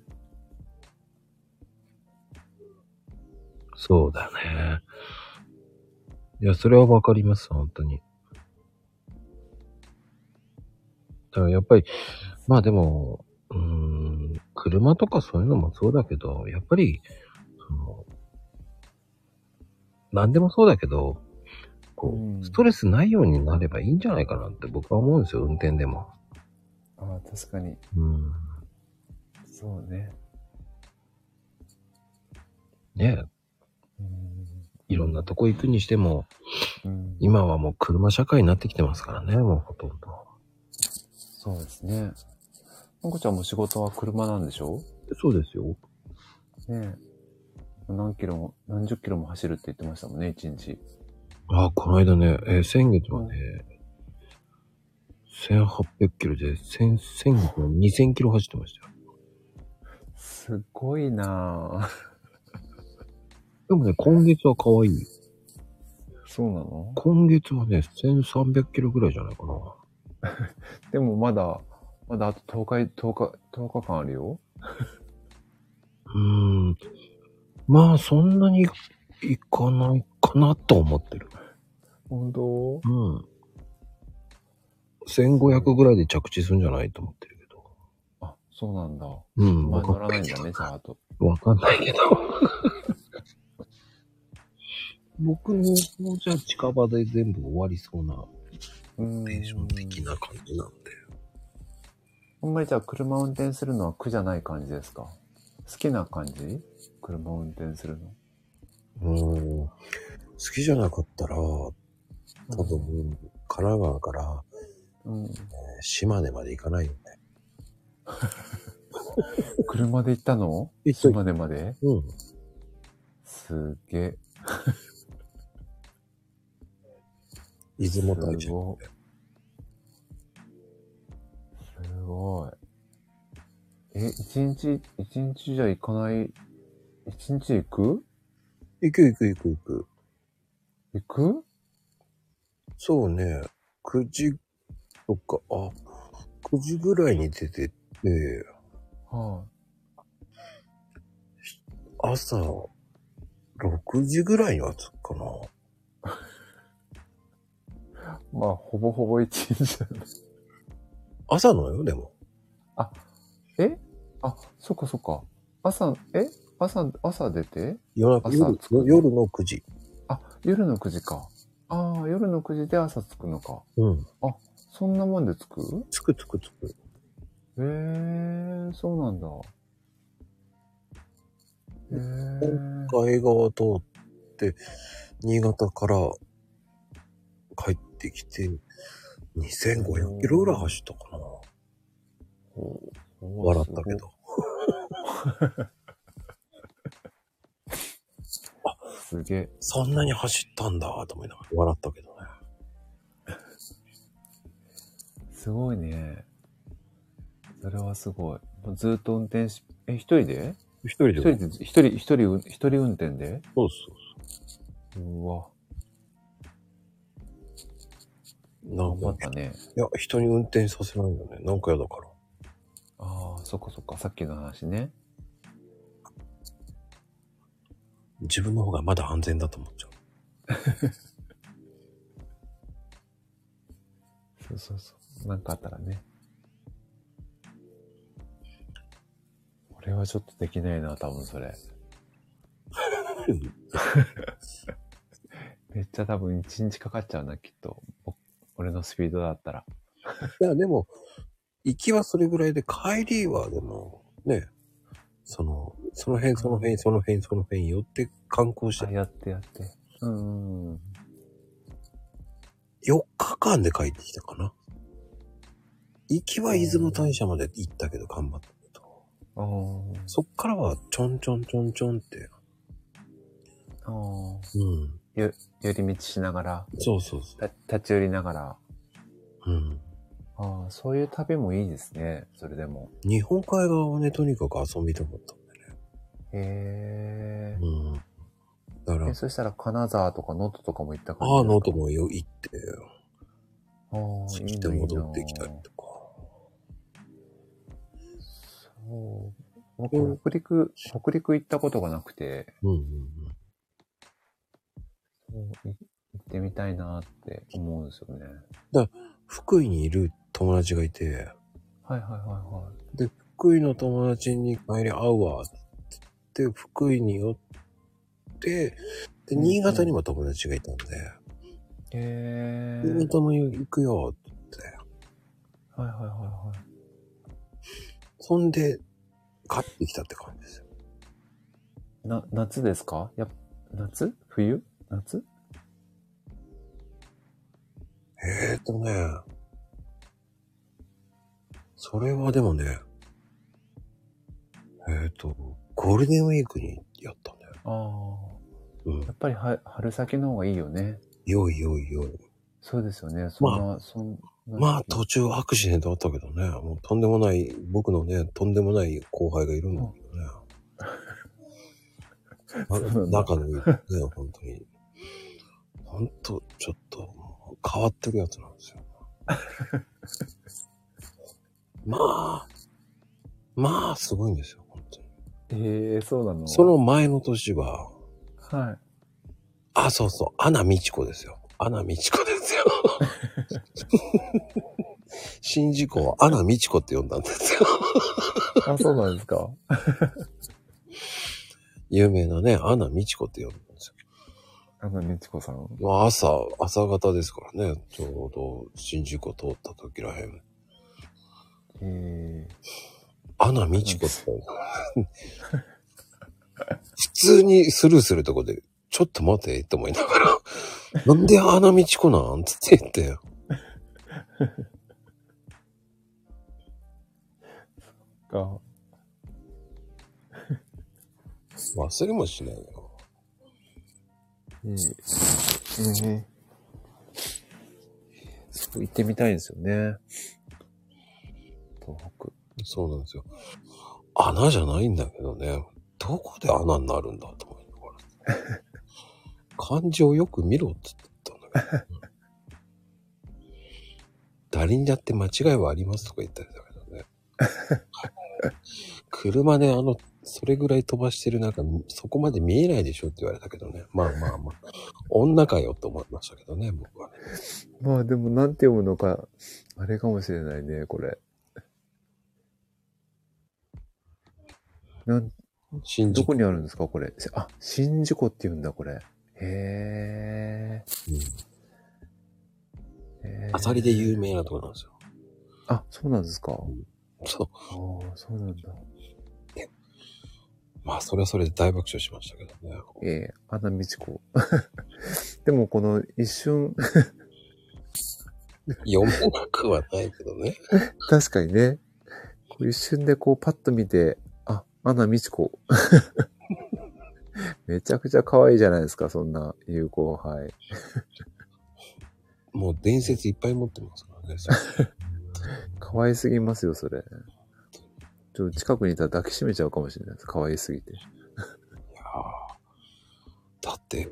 S1: そうだね。いや、それはわかります、本当に。だからやっぱり、まあでも、うーん、車とかそういうのもそうだけど、やっぱり、その、何でもそうだけど、こ
S3: うん
S1: う、ストレスないようになればいいんじゃないかなって僕は思うんですよ、運転でも。
S3: ああ、確かに。
S1: うん。
S3: そうね。
S1: ね
S3: うん。
S1: いろんなとこ行くにしても、
S3: うん、
S1: 今はもう車社会になってきてますからね、もうほとんど。
S3: そうですね。まこちゃんも仕事は車なんでしょ
S1: そうですよ。
S3: ねえ何キロも、何十キロも走るって言ってましたもんね、一日。
S1: ああ、この間ね、えー先月はね、1800キロで、先先月は2000キロ走ってましたよ。
S3: すごいなぁ。
S1: でもね、今月は可愛い。
S3: [laughs] そうなの
S1: 今月はね、1300キロぐらいじゃないかな。
S3: でもまだ、まだあと10日、10日、10日間あるよ。
S1: うーん。まあ、そんなにいかないかなと思ってる。
S3: 本当
S1: うん。1500ぐらいで着地するんじゃないと思ってるけど。
S3: あ、そうなんだ。
S1: うん、わ
S3: まあ
S1: か
S3: 乗
S1: んな
S3: らないいん
S1: けど
S3: だね、じゃあ、あと。
S1: わかんないけど。 [laughs] 僕の、もうじゃあ近場で全部終わりそうな
S3: うん
S1: テンション的な感じなんで。
S3: あんまりじゃあ車運転するのは苦じゃない感じですか好きな感じ車運転するの。
S1: うん。好きじゃなかったら、多分、神奈川から、
S3: うん。
S1: えー島根まで行かないよね。
S3: 車で行ったの
S1: 行った行
S3: 島根まで
S1: うん。
S3: すげえ。
S1: 出雲大
S3: す
S1: 社。
S3: ごい。すごい。え、一日、一日じゃ行かない、一日行く
S1: 行く行く行く行く。
S3: 行く
S1: そうね。9時とか、あ、9時ぐらいに出てって、
S3: は
S1: 朝、6時ぐらいには着くかな。
S3: い、まあ、ほぼほぼ一日だね。
S1: 朝のよ、でも。
S3: えあ、そっかそっか。朝、え朝、朝出て
S1: 夜中、
S3: 朝
S1: 夜
S3: 着くの
S1: 夜の9時。
S3: あ、夜の9時か。ああ、夜の9時で朝着くのか。
S1: うん。
S3: そんなもんで着く
S1: 着く着く着く。
S3: へえー、そうなんだ。へえー。
S1: 海側通って、新潟から帰ってきて、2500キロぐらい走ったかな。笑ったけど。
S3: すげえ。
S1: そんなに走ったんだ、と思いながら笑ったけどね。
S3: すごいね。それはすごい。もうずっと運転し、え、一人で
S1: 一人で
S3: 一
S1: も
S3: 人で、一人、一人運、一人運転で
S1: そうそう
S3: うわ、
S1: そう。なん
S3: 頑張
S1: か
S3: っ、たね。
S1: いや、人に運転させないよね。なんか嫌だから。
S3: ああ、そっかそっか、さっきの話ね。
S1: 自分の方がまだ安全だと思っちゃう。
S3: そうそうそう。なんかあったらね。俺はちょっとできないな、多分それ。めっちゃ多分一日かかっちゃうな、きっと。お俺のスピードだったら。
S1: いや、でも、行きはそれぐらいで、帰りはでも、ね、その、その辺、その辺、その辺、その辺寄って観光して
S3: あ、、やってやって。うんうんうん。
S1: 4日間で帰ってきたかな。行きは出雲大社まで行ったけど、頑張ったけど。
S3: あー
S1: そっからは、ちょんちょんちょんちょんって、
S3: あー。
S1: うん。
S3: 寄り道しながら、
S1: そうそうそ
S3: た立ち寄りながら。
S1: う。うん。
S3: ああ、そういう旅もいいですね、それでも。
S1: 日本海側はね、とにかく遊びたかったんだよね。
S3: へえ。
S1: うん。だから
S3: え、、そしたら金沢とか能登とかも行った感じ
S1: ああ、ノー
S3: で
S1: トもよ行って、
S3: すか。ああ、い
S1: 来
S3: い
S1: て
S3: な、いいな。
S1: 戻ってきたりとか。
S3: そう。僕、北陸、北陸行ったことがなくて、
S1: うんうんうん。
S3: そうい行ってみたいなって思うんですよね。
S1: 福井にいる友達がいて、
S3: はいはいはいはい。
S1: で、福井の友達に帰り会うわ、って、福井に寄って、で、
S3: うんうん
S1: 新潟にも友達がいたんで、
S3: へえ。
S1: 新潟も行くよ、って言って。
S3: はいはいはいはい。
S1: そんで、帰ってきたって感じですよ。
S3: な、夏ですかやっ、夏冬夏
S1: えーとね、それはでもね、えーと、ゴールデンウィークにやったね。
S3: ああ。
S1: うん
S3: や。っぱりは春先の方がいいよね。
S1: よいよいよい。
S3: そうですよね。そんな、そんな。
S1: まあ途中アクシデントあったけどね、もうとんでもない、僕のね、とんでもない後輩がいるんだけどね。あ
S3: [laughs] そうなんだ
S1: 仲のいいね、本当に。本当ちょっと、変わってるやつなん
S3: [laughs]
S1: ですよ。まあ、まあ、すごいんですよ、本当に。
S3: ええそうなの
S1: その、前の年は、
S3: はい。
S1: あ、そうそう、アナミチコですよ。アナミチコですよ。新事故はアナミチコって呼んだんですよ。
S3: [laughs] あ、そうなんですか。
S1: 有名なね、アナミチコって呼んだんです
S3: あの、みちこさん。
S1: よ。まあ朝、朝方ですからね、ちょうど新事故通った時らへん。
S3: ええ
S1: アナミチコって。普通にスルーするとこで、ちょっと待てって思いながら、なんであの道子なんつって言って。
S3: が、
S1: 忘れもしないよ。
S3: ねえ、ねえ、そこ行ってみたいんですよね。東北。
S1: そうなんですよ。穴じゃないんだけどね。どこで穴になるんだと思いながら。漢字をよく見ろって言ったんだけど。誰にだって間違いはありますとか言ったんだけどね。 [laughs] 車であの、それぐらい飛ばしてる中、そこまで見えないでしょって言われたけどね。まあまあまあ。女かよって思いましたけどね、僕はね。
S3: まあでもなんて読むのか、あれかもしれないね、これ。なん、
S1: 信じ
S3: どこにあるんですか、これ。しあ、新宿って言うんだ、これ。へ
S1: うん
S3: え。へー
S1: アサリで有名なとこなんですよ。
S3: あ、そうなんですか。あ
S1: そう。
S3: あ、そうなんだ。
S1: まあ、それはそれで大爆笑しましたけどね。
S3: ええアナミチコ。 [laughs] でもこの一瞬、
S1: 読めなくはないけどね。
S3: 確かにね、こう一瞬でこうパッと見て、あ、アナミチ [laughs] コ。めちゃくちゃ可愛いじゃないですか、そんな有効はい。
S1: もう伝説いっぱい持ってますからね。
S3: 可愛すぎますよ、それ。ちょっと近くにいたら抱きしめちゃうかもしれないです。可愛すぎて。
S1: いやーだって、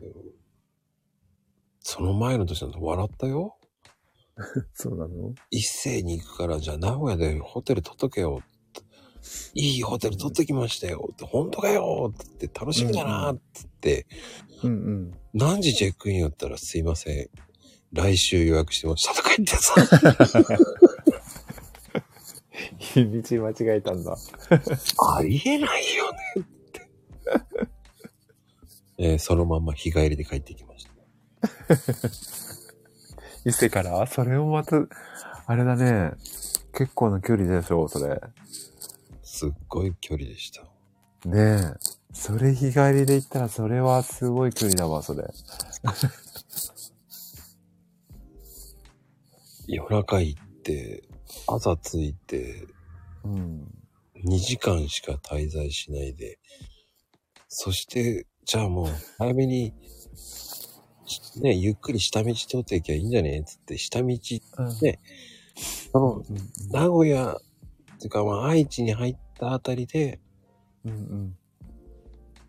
S1: その前の年なんて笑ったよ。
S3: そうなの
S1: 一斉に行くから、じゃあ名古屋でホテル取っとけよ。いいホテル取ってきましたよ。って本当かよって言って楽しみだなって言って、
S3: うんうん。
S1: 何時チェックインやったらすいません。来週予約してましたとか言ってさ、
S3: 日にち間違えたんだ。
S1: ありえないよねって。えーそのまんま日帰りで帰ってきました。
S3: 伊勢からそれをまた、あれだね。結構な距離でしょ、それ。
S1: すっごい距離でした。
S3: ねえ。それ日帰りで行ったら、それはすごい距離だわ、それ。
S1: 夜中行って、朝着いて、
S3: うん。
S1: 2時間しか滞在しないで、そして、じゃあもう、早めに、ね、ゆっくり下道通っていけばいいんじゃねえつって、下道、ね
S3: その、
S1: 名古屋、っていうかまあ、愛知に入ったあたりで、
S3: うんうん。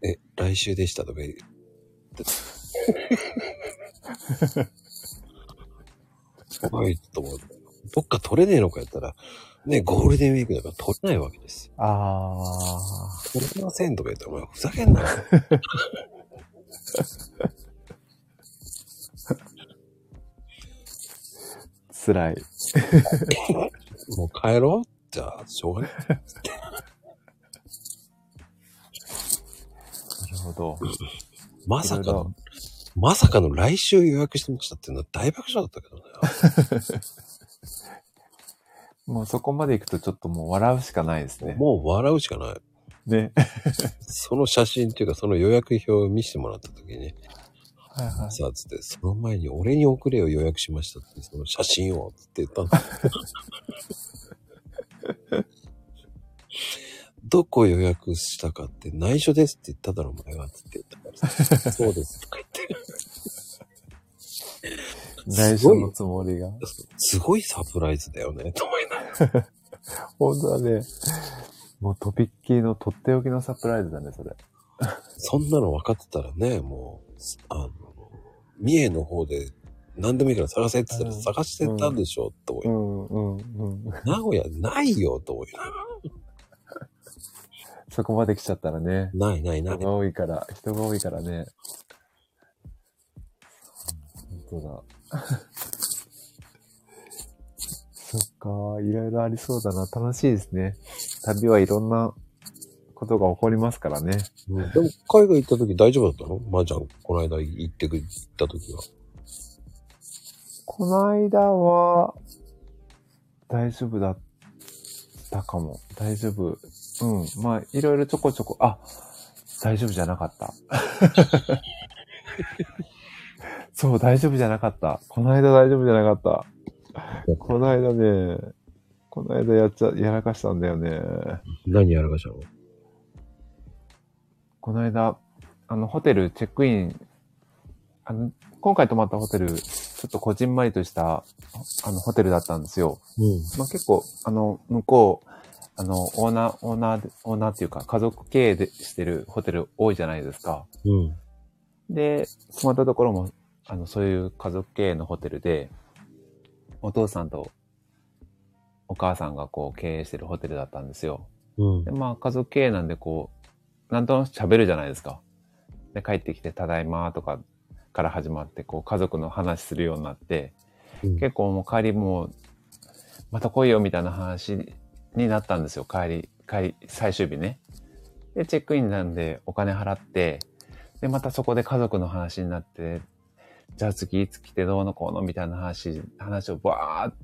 S1: え、来週でしたとか [laughs] 言って、すごいと思って、どっか取れねえのかやったら、ね、ゴールデンウィークだから取れないわけですよ
S3: あ
S1: 取れませんとか言ったら、お前ふざけんなよ。
S3: ー、辛い。
S1: もう帰ろうじゃあ、しょうがない。
S3: なるほど。
S1: まさ
S3: い
S1: か
S3: ろい
S1: の
S3: ろ、
S1: まさかの来週予約してましたっていうのは大爆笑だったけどね。
S3: もうそこまで行くとちょっともう笑うしかないです [laughs] ね。
S1: もう笑うしかない。
S3: ね。
S1: その写真っていうか、その予約表を見せてもらった時に、
S3: はいは
S1: さあ、つって、その前に俺に送れよ予約しましたって、その写真を、つって言ったん
S3: [laughs]
S1: ですよどこ予約したかって、内緒ですって言っただろ、お前は、つって言ったから、そうです、とか言って。
S3: い。内緒のつもりが。
S1: すごいサプライズだよね、と思いながら。
S3: 本当だね。もうとびっきりのとっておきのサプライズだね、それ。
S1: そんなの分かってたらね、もう、あの、三重の方で何でもいいから探せって言った
S3: う
S1: ら
S3: ん
S1: 探してたんでしょ、と思い、
S3: んうんうん。
S1: 名古屋ないよ、と思いなが
S3: そこまで来ちゃったらね。
S1: ら。ないないな
S3: 人
S1: い。
S3: が多いから、人が多いからね。本当だ。 [laughs] そっか、いろいろありそうだな。楽しいですね。旅はいろんなことが起こりますからね。
S1: うんでも、海外行った時大丈夫だったのまー、ちゃん、この間行ってく、行った時は。
S3: この間は、大丈夫だったかも。大丈夫。 [laughs] うん。まあ、いろいろちょこちょこ、あ、大丈夫じゃなかった。
S4: そう、大丈夫じゃなかった。この間大丈夫じゃなかった。この間ね、この間やっちゃ、やらかしたんだよね。
S1: 何やらかしたの
S3: この間、あの、ホテルチェックイン、あの、今回泊まったホテル、ちょっとこじんまりとした、あの、ホテルだったんですよ。
S1: う
S3: まあ、結構、あの、向こう、あの、オーナー、オーナーで、オーナーっていうか、家族経営でしてるホテル多いじゃないですか。
S1: ん。うん。
S3: で、泊まったところも、あの、そういう家族経営のホテルで、お父さんとお母さんがこう経営してるホテルだったんですよ。
S1: うん
S3: で、。まあ家族経営なんでこう、なんとなく喋るじゃないですか。で、帰ってきて、ただいまとかから始まって、こう家族の話するようになって、
S1: うん
S3: 結構もう帰りもう、また来いよみたいな話になったんですよ。帰り、帰り、最終日ね。で、チェックインなんでお金払って、で、またそこで家族の話になって、じゃあ次いつ来てどうのこうのみたいな話、話をバーっ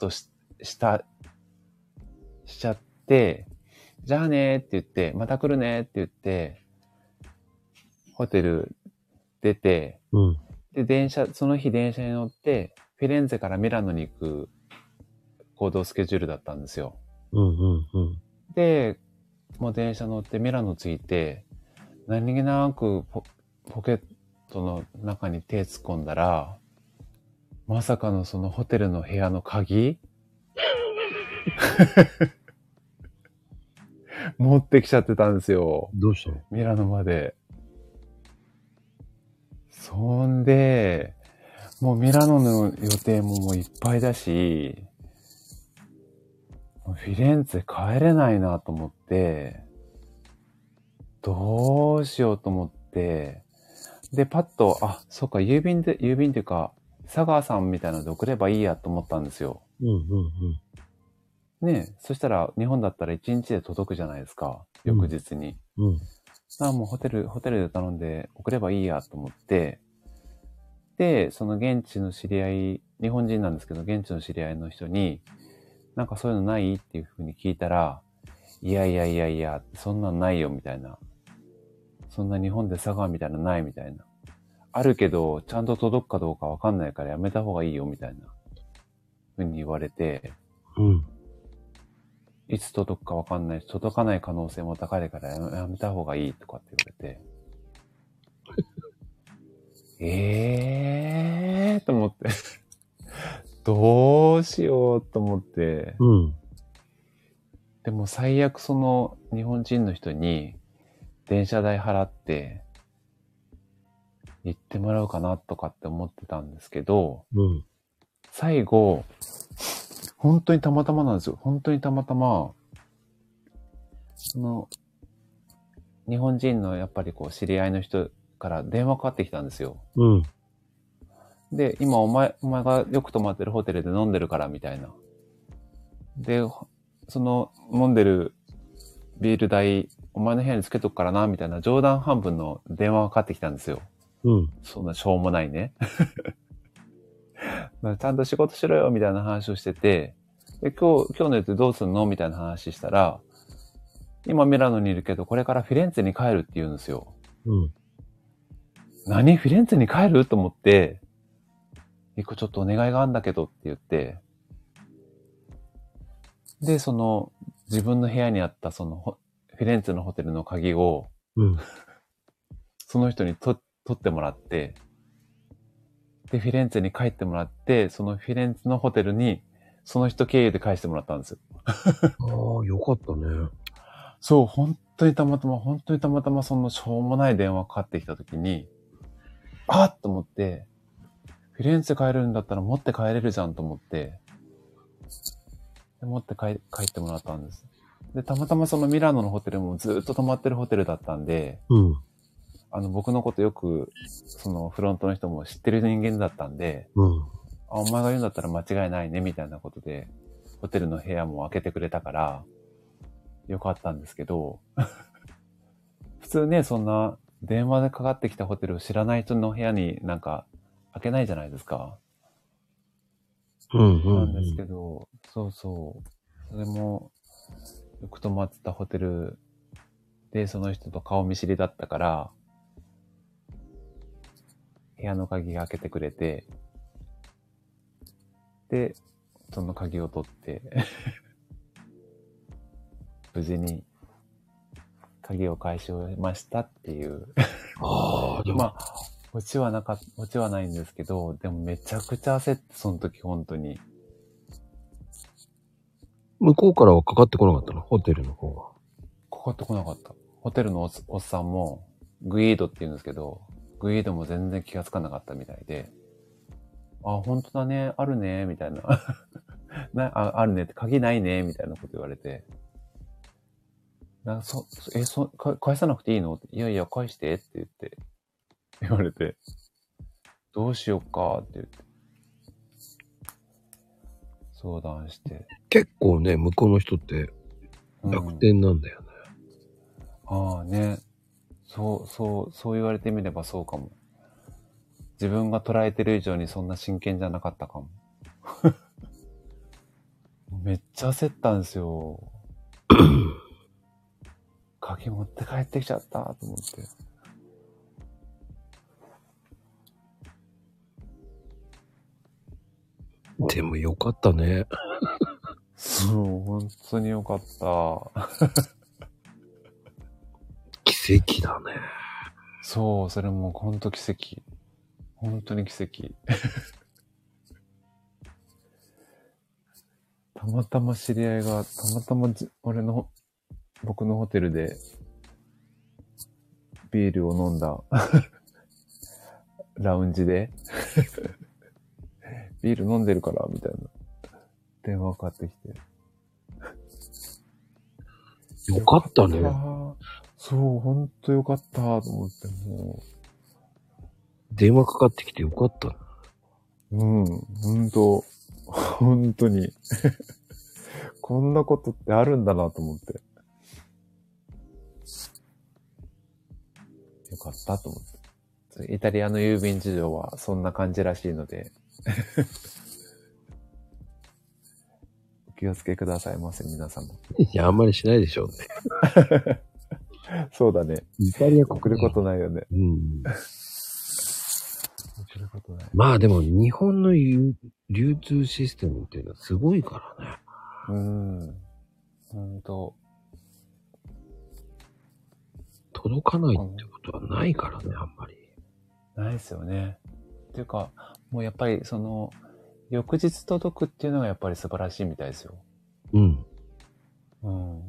S3: としした、しちゃって、じゃあねーって言って、また来るねーって言って、ホテル出て、
S1: うん。
S3: で、電車、その日電車に乗って、フィレンツェからミラノに行く行動スケジュールだったんですよ。
S1: うん。うん。うん。
S3: で、もう電車乗ってミラノ着いて、何気なくポポケットの中に手突っ込んだら、まさかのそのホテルの部屋の鍵持ってきちゃってたんですよ。
S1: どうしたの
S3: ミラノまで。そんで、もうミラノの予定ももういっぱいだし、もうフィレンツェ帰れないなと思って、どうしようと思って、で、パッと、あ、そっか、郵便で、郵便っていうか、佐川さんみたいなので送ればいいやと思ったんですよ。
S1: うん。うん。うん。
S3: ねえそしたら日本だったら1日で届くじゃないですか。翌日に。
S1: うん。
S3: あもうホテル、ホテルで頼んで送ればいいやと思って、で、その現地の知り合い、日本人なんですけど、現地の知り合いの人に、なんかそういうのないっていうふうに聞いたら、いやいやいやいや、そんなんないよみたいな。そんな日本で佐川みたいなのないみたいな。あるけど、ちゃんと届くかどうかわかんないからやめた方がいいよみたいな。ふうに言われて、
S1: うん。
S3: いつ届くかわかんないし、届かない可能性も高いからやめやめた方がいいとかって言われて。 [laughs] ええーと思って。 [laughs] どうしようと思って。
S1: うん。
S3: でも最悪その日本人の人に電車代払って行ってもらおうかなとかって思ってたんですけど、
S1: うん。
S3: 最後、本当にたまたまなんですよ。本当にたまたま、その、日本人のやっぱりこう知り合いの人から電話かかってきたんですよ。
S1: うん。
S3: で、今お前、お前がよく泊まってるホテルで飲んでるからみたいな。で、ほその飲んでるビール代、お前の部屋につけとくからな、みたいな冗談半分の電話がかかってきたんですよ。
S1: うん。
S3: そんなしょうもないね。 [laughs] まあちゃんと仕事しろよ、みたいな話をしてて、で今日、今日のやつどうすんのみたいな話したら、今ミラノにいるけど、これからフィレンツェに帰るって言うんですよ。
S1: うん。
S3: 何フィレンツェに帰ると思って、一個ちょっとお願いがあるんだけどって言って、で、その、自分の部屋にあったそのホ、フィレンツェのホテルの鍵を、
S1: うん。
S3: [laughs] その人にと取ってもらって、で、フィレンツェに帰ってもらって、そのフィレンツェのホテルに、その人経由で返してもらったんですよ。
S1: ああ、よかったね。
S3: そう、本当にたまたま、本当にたまたまそのしょうもない電話かかってきた時に、あっと思って、フィレンツェ帰るんだったら持って帰れるじゃんと思って、で持って帰帰ってもらったんです。で、たまたまそのミラノのホテルもずっと泊まってるホテルだったんで、
S1: うん。
S3: あの、僕のことよく、その、フロントの人も知ってる人間だったんで、
S1: うん。
S3: あ、お前が言うんだったら間違いないね、みたいなことで、ホテルの部屋も開けてくれたから、よかったんですけど、 [laughs] 普通ね、そんな、電話でかかってきたホテルを知らない人の部屋になんか、開けないじゃないですか。
S1: うん。う
S3: なんですけ
S1: ん。
S3: ど、そうそう。それも、よく泊まってたホテルで、その人と顔見知りだったから、部屋の鍵開けてくれて、で、その鍵を取って、 [laughs] 無事に鍵を返し終えましたっていう。
S1: ああ、でも、
S3: まあ、落ちはなかっ、落ちはないんですけど、でもめちゃくちゃ焦って、その時本当に。
S1: 向こうからはかかってこなかったの、ホテルの方は。
S3: かかってこなかった。ホテルのおっおっさんも、グイードって言うんですけど、グイードも全然気がつかなかったみたいで、あ、本当だね、あるね、みたいな。 [laughs] なああるねって、鍵ないね、みたいなこと言われて。なそそえそか返さなくていいのっていやいや、返してって言って、言われて、どうしようかって言って、相談して。
S1: 結構ね、向こうの人って
S3: うん
S1: 楽天なんだよね。
S3: ああね。そう、そう、そう言われてみればそうかも。自分が捉えてる以上にそんな真剣じゃなかったかも。 [laughs] めっちゃ焦ったんですよ。鍵持って帰ってきちゃったと思って。
S1: でもよかったね。
S3: そう、本当によかった。
S1: 奇跡だね。
S3: そう、それもう本当奇跡。本当に奇跡。 [laughs] たまたま知り合いが、たまたまじ俺の、僕のホテルで、ビールを飲んだ、 [laughs] ラウンジで、 [laughs] ビール飲んでるから、みたいな。電話かかってきて。
S1: よかったね。
S3: わあそう、ほんとよかった、と思って、もう。
S1: 電話かかってきてよかった。
S3: うん、本当 [laughs] 本当に。 [laughs] こんなことってあるんだなと思って。よかったと思って。イタリアの郵便事情はそんな感じらしいので。 [laughs] お気をつけくださいませ、皆様。
S1: いや、あんまりしないでしょうね。
S3: そうだね。
S1: イタリア
S3: 送ることないよね。
S1: うん。
S3: 送ることない。
S1: まあでも、日本の流流通システムっていうのはすごいからね。
S3: うん。本当
S1: 届かないってことはないからね、あんまり。
S3: ないですよね。っていうか、もうやっぱりその、翌日届くっていうのがやっぱり素晴らしいみたいですよ。
S1: うん。
S3: うん。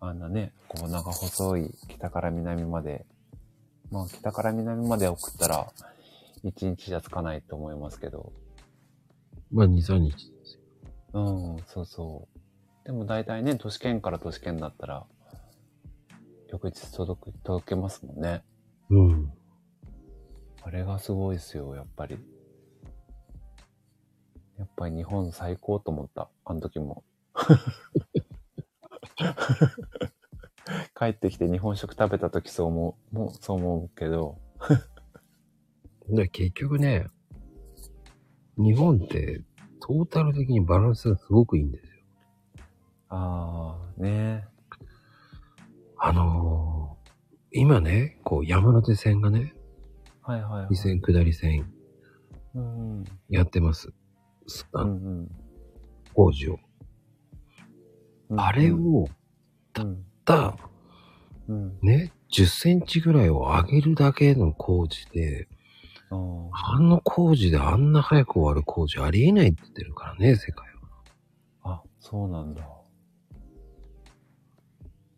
S3: あんなね、こう長細い北から南まで、まあ北から南まで送ったら、一日じゃつかないと思いますけど。
S1: まあ、2、3日。
S3: うん、そうそう。でも大体ね、都市圏から都市圏だったら、翌日届く、届けますもんね。
S1: うん。
S3: あれがすごいですよ、やっぱり。やっぱり日本最高と思った、あの時も。 [laughs] 帰ってきて日本食食べた時そう思う、もうそう思うけど、
S1: で結局ね、日本ってトータル的にバランスがすごくいいんですよ。
S3: ああ、ね
S1: あのー今ね、こう山手線がね、
S3: はいはい、はい。
S1: 二線下り線
S3: うん。
S1: やってます。すあ
S3: う
S1: の
S3: ん
S1: 工事を。
S3: うん。
S1: あれを、
S3: うん。
S1: た、
S3: うん。
S1: ね、10センチぐらいを上げるだけの工事で、
S3: うん。あ
S1: あの工事であんな早く終わる工事ありえないって言ってるからね、世界は。
S3: ーあ、そうなんだ。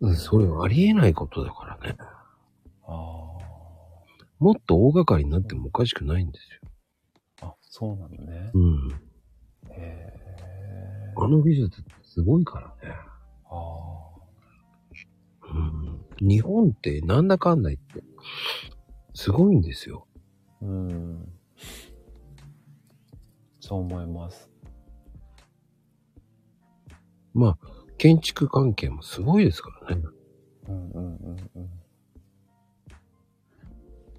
S1: うんそれはありえないことだからね。
S3: あ
S1: もっと大掛かりになってもおかしくないんです
S3: あ。あ、そうなんだね。
S1: よ。うん。
S3: へえ。
S1: あの技術ってすごいからね。
S3: ああ。
S1: うん。日本ってなんだかんだ言って、すごいんですよ。
S3: うん。そう思います。
S1: まあ、建築関係もすごいですからね。
S3: うんうんうんうん。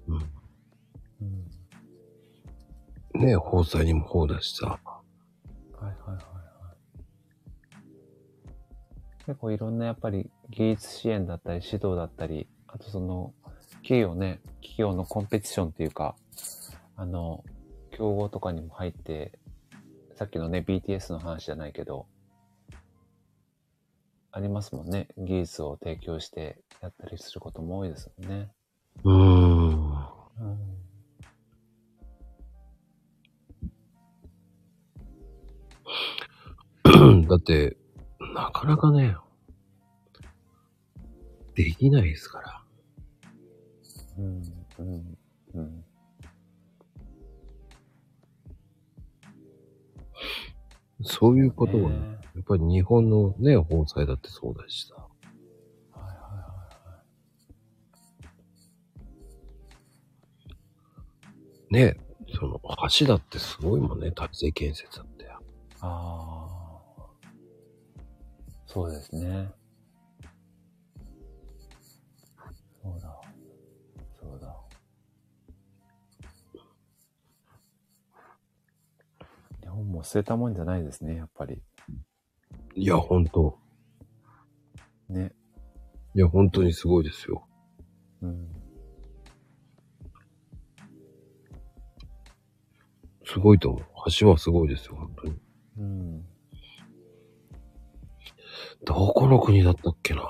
S1: うん。
S3: うん、
S1: ねえ、放災にも放だしさ。
S3: はいはいはいはい。結構いろんなやっぱり技術支援だったり指導だったり、あとその企業ね、企業のコンペティションっていうか、あの、競合とかにも入って、さっきのね、BTS の話じゃないけど、ありますもんね。技術を提供してやったりすることも多いですもんね。
S1: うーん。
S3: うん
S1: うん [clears throat] だって、なかなかね、できないですから。
S3: うんうんうん
S1: そういうことは、ね
S3: ね
S1: やっぱり日本のね、法裁だってそうだしさ。
S3: はいはいは
S1: ね、その橋だってすごいもんね、体制建設だって。
S3: い。ああ。そうですね。そうだ。そうだ。日本も捨てたもんじゃないですね、やっぱり。
S1: いや、本当
S3: ね。
S1: いや、本当にすごいですよ。
S3: うん。
S1: すごいと思う。橋はすごいですよ、本当に。
S3: うん。
S1: どこの国だったっけな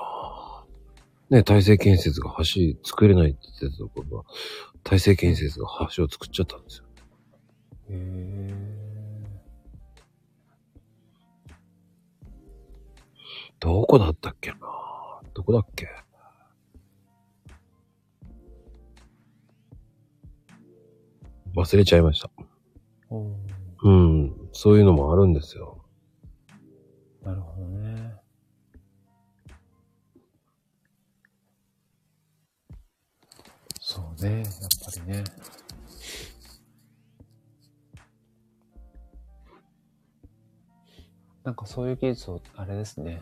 S1: ね、体制建設が橋作れないって言ってたところが、体制建設が橋を作っちゃったんですよ。
S3: へえ。
S1: どこだったっけなどこだっけ忘れちゃいました。
S3: おー
S1: うん。そういうのもあるんですよ。
S3: なるほどね。そうね、やっぱりね。なんかそういう技術を、あれですね。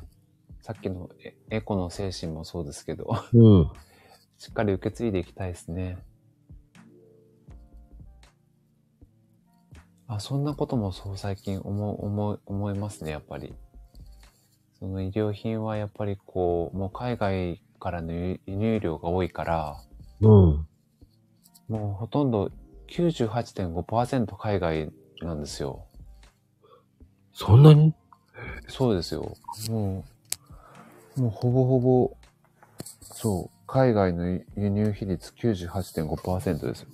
S3: さっきのエエコの精神もそうですけど、
S1: うん。
S3: しっかり受け継いでいきたいですね。あ、そんなこともそう最近思う、思う、思いますね、やっぱり。その医療品はやっぱりこう、もう海外からの輸輸入量が多いから、
S1: うん。
S3: もうほとんど98.5%海外なんですよ。
S1: そんなに
S3: そうですよ。もう、もうほぼほぼ、そう、海外の輸入比率98.5%ですよ。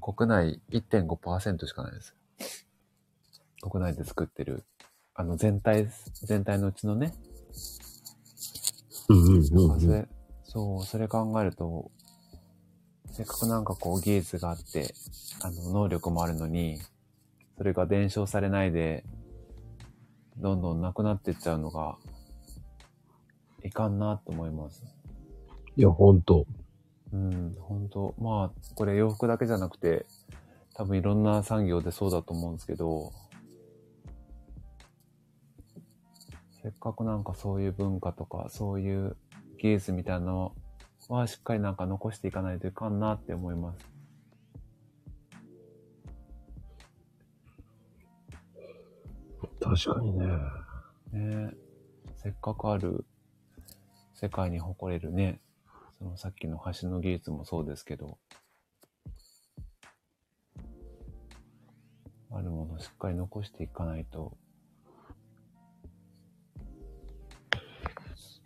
S3: 国内1.5%しかないです。国内で作ってる、あの全体、全体のうちのね、
S1: うんうん
S3: まあそ
S1: うん。
S3: れ、そう、それ考えると、せっかくなんかこう技術があって、あの、能力もあるのに、それが伝承されないで、どんどんなくなってっちゃうのが、いかんなと思います。
S1: いや、ほんと。
S3: うん、本当まあ、これ洋服だけじゃなくて、多分いろんな産業でそうだと思うんですけど、せっかくなんかそういう文化とか、そういう技術みたいなのはしっかりなんか残していかないといかんなって思います。
S1: 確かにね。
S3: ねえせっかくある世界に誇れるね、そのさっきの橋の技術もそうですけど、あるものをしっかり残していかないと、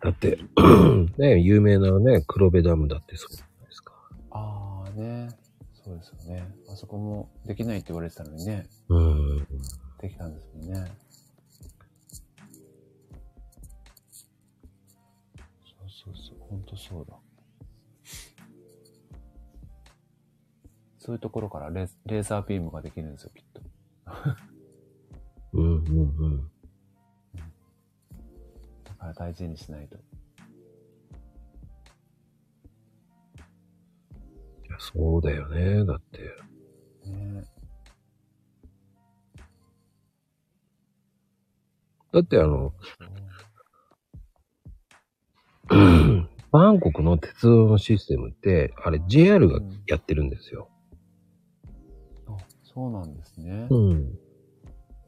S1: だって、 [clears throat] ね、有名なね、黒部ダムだってそうじゃないですか。
S3: ああね、そうですよね。あそこもできないって言われてたのにね、
S1: うん。
S3: できたんですもんね。そうそうそう、ほんとそうだ。そういうところからレレーザービームができるんですよ、きっと。
S1: うんうんうん。
S3: だから大事にしないと。
S1: いや、そうだよね。だって。
S3: ね
S1: だってあの、 [clears throat]
S3: そう
S1: バンコクの鉄道のシステムって、あれ JR がやってるんですよ。
S3: あそうなんですね。
S1: うん。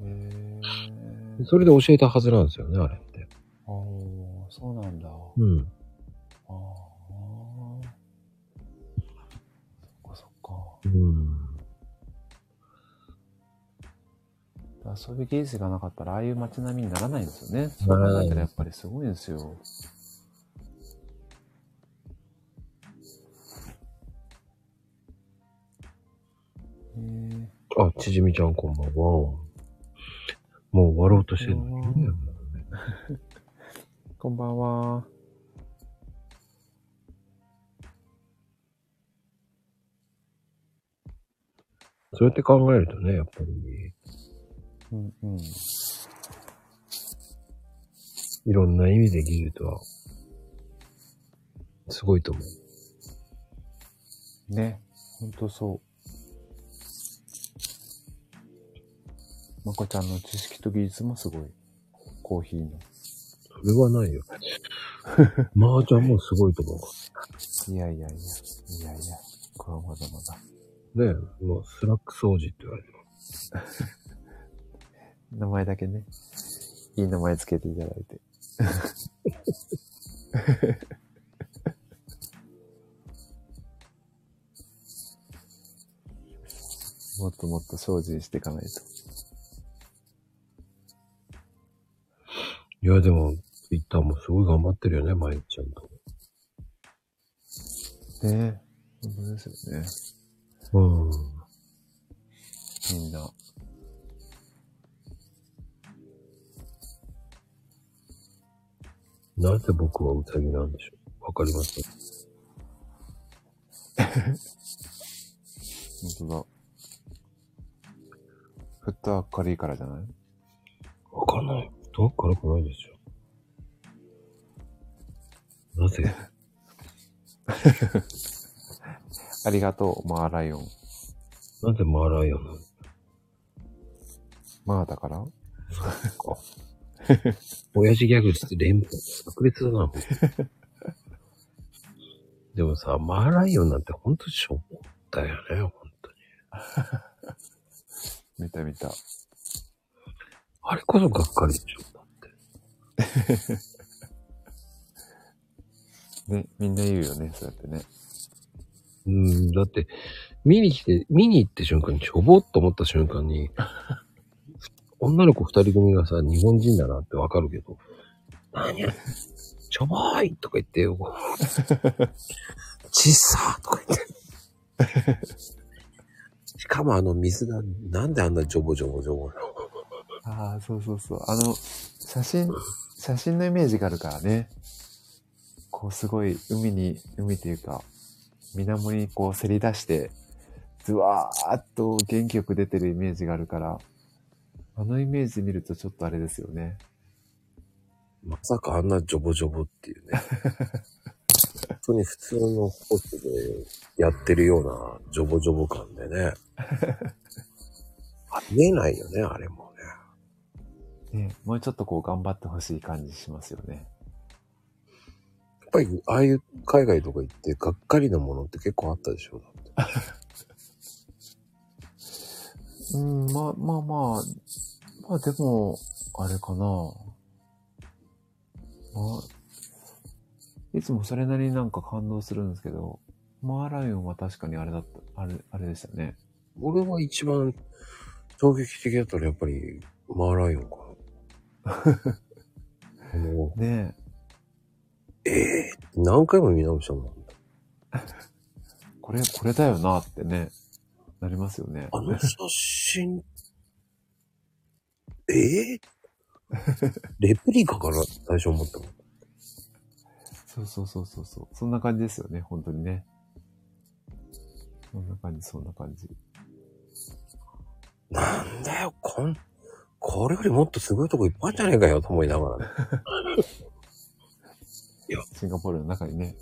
S3: へえ。
S1: それで教えたはずなんですよね、あれって。
S3: ああ、そうなんだ。
S1: うん。
S3: ああ。
S1: うん。
S3: だからそういう技術がなかったら、ああいう街並みにならないんですよね。そう考えたらやっぱりすごいんですよ。えー
S1: あ、ちじみちゃんこんばんは。もう終わろうとしてるのに
S3: こんばんはこんばんは。
S1: そうやって考えるとね、やっぱり、
S3: うんうん。
S1: いろんな意味で技術は、すごいと思う。
S3: ね。ほんとそう。まこちゃんの知識と技術もすごい。コーヒーの。
S1: それは [laughs] ないよ。まーちゃんもすごいと思う。
S3: いやいやいや。いやいや。これはまだまだ。
S1: ねえ、もうスラック掃除って言われて
S3: 名前だけね。いい名前つけていただい [laughs] て。もっともっと精進していかないと。
S1: いや、でも、ツイッターもすごい頑張ってるよね、まゆちゃんと。
S3: ね本当ですよね。
S1: うん。
S3: みんな。
S1: なぜ僕はウサギなんでしょうわかりません。
S3: 本当だ。フットワーク軽いからじゃない
S1: わかんない。どっから来ないですよ。なぜ
S3: ありがとう、マーライオン。
S1: なぜマーライオンなの
S3: マーだから
S1: か。親父ギャグって連邦炸裂だな、 [laughs] もうでもさ、マーライオンなんてほんとしょぼったよね、ほんとに。
S3: 見た見た。
S1: あれこそがっかりでしょ、だって。
S3: ね、みんな言うよね、そうやってね。
S1: うん、だって、見に来て、見に行って瞬間にしょぼっと思った瞬間に、女の子二人組がさ、日本人だなってわかるけど、何や、ちょぼーいとか言ってよ。ちっさーとか言って。しかもあの水が、なんであんなジョボジョボジョボなの
S3: ああ、そうそうそう。あの、写真、写真のイメージがあるからね。こう、すごい、海に、海というか、水面にこう、せり出して、ずわーっと元気よく出てるイメージがあるから、あのイメージ見るとちょっとあれですよね。
S1: まさかあんなジョボジョボっていうね。本当に普通のホストでやってるようなジョボジョボ感でね。ありえないよね、あれもね。
S3: ね、もうちょっとこう、頑張ってほしい感じしますよね。
S1: やっぱり、ああいう海外とか行って、がっかりなものって結構あったでしょだって
S3: うん、まあまあまあ、まあでも、あれかな。まあ、いつもそれなりになんか感動するんですけど、マーライオンは確かにあれだった、あれ、あれでしたね。
S1: 俺は一番衝撃的だったらやっぱり、マーライオンかな。もう、
S3: ね
S1: ええ何回も見直したもん。
S3: え、これ、これだよなってね、なりますよね。
S1: あの写真、ええ [laughs] レプリカから最初思ったもん。
S3: そうそうそうそうそう。そんな感じですよね、本当にね。そんな感じ、そんな感じ。
S1: なんだよ、こん、これよりもっとすごいとこいっぱいあるんじゃねえかよと思いながらね。
S3: シンガポールの中にね。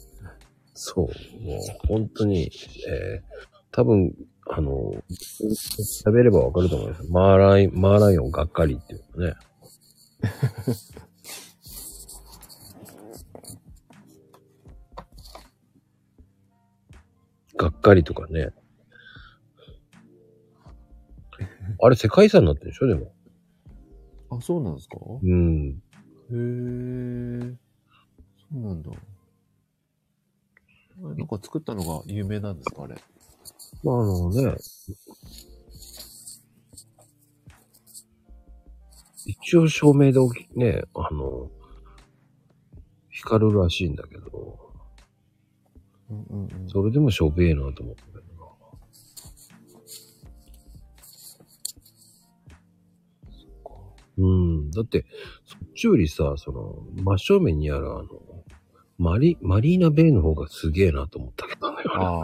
S1: そう、もう本当に、えー、多分、あの、喋ればわかると思います。マーライ、マーライオンがっかりっていうのね。 [laughs] がっかりとかね。あれ世界遺産になってるでしょでも。
S3: あ、そうなんですか
S1: うん。
S3: へえ、そうなんだ。あれなんか作ったのが有名なんですかあれ。
S1: まあ、あのね、一応照明でおきね、あの、光るらしいんだけど、
S3: うんうんうん。
S1: それでもしょべえなと思ったけどな。うん。だって、そっちよりさ、その、真正面にあるあの、マリ、マリーナベイの方がすげえなと思ったけどね。あれ
S3: ああ。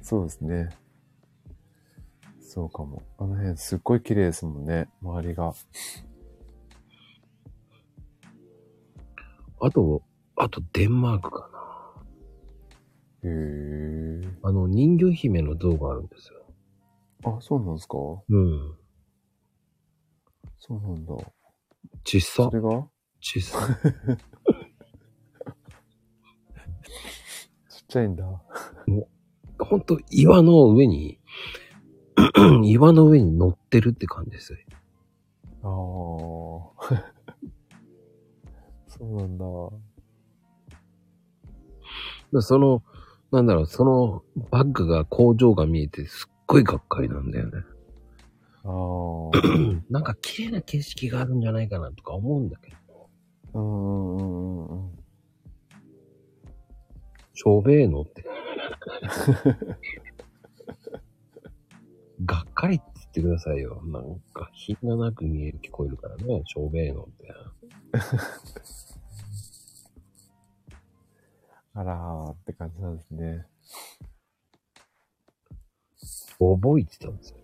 S3: そうですね。そうかも。あの辺すっごい綺麗ですもんね。周りが。
S1: あと、あとデンマークかな。
S3: へえ。
S1: あの、人魚姫の像があるんですよ。
S3: あ、そうなんですか
S1: うん。
S3: そうなんだ。
S1: ちっさ
S3: そ。れが
S1: ちっさ。 [laughs]
S3: ちっちゃいんだ。
S1: ほんと、岩の上に、 [clears throat] 岩の上に乗ってるって感じですよ。
S3: [laughs] ああ。そうなんだ。
S1: でその、なんだろう、そのバッグが工場が見えてすっごいがっかりなんだよね。
S3: ああ。
S1: なんか綺麗な景色があるんじゃないかなとか思うんだけど。
S3: うんうんうんうんうん。
S1: しょべえのって。がっかりって言ってくださいよ。なんか、品がなく見える、聞こえるからね。しょべえのって。
S3: あらーって感じなんですね。
S1: 覚えてたんですよ。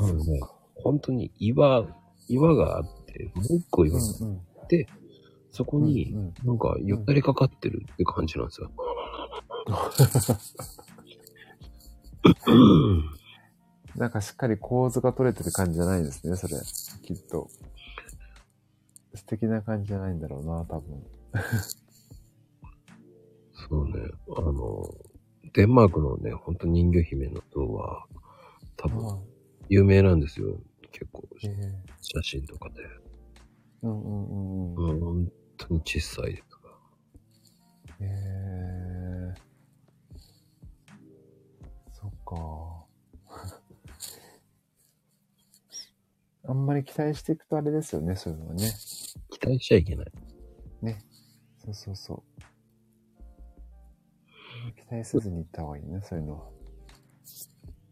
S1: あのね、本当に岩、岩があって、もう一個岩があって、
S3: うんうん。
S1: そこに
S3: うん
S1: なんかよったりかかってるって感じなん
S3: [laughs]
S1: ですよ。
S3: なんかしっかり構図が取れてる感じじゃないですね、それ。きっと。素敵な感じじゃないんだろうな、多分。
S1: そうね、あの、デンマークのね、本当人魚姫の像は、多分
S3: あ
S1: 有名なんですよ。結構、
S3: ええ
S1: 写真とかで。
S3: うんうんうんうん。
S1: うん、本当に小さいですから。
S3: ええそっ [laughs] か。あんまり期待していくとあれですよね、そういうのはね。
S1: 期待しちゃいけない。
S3: そうそうそう。あんまり期待せずに行った方がいいね、そういうのは。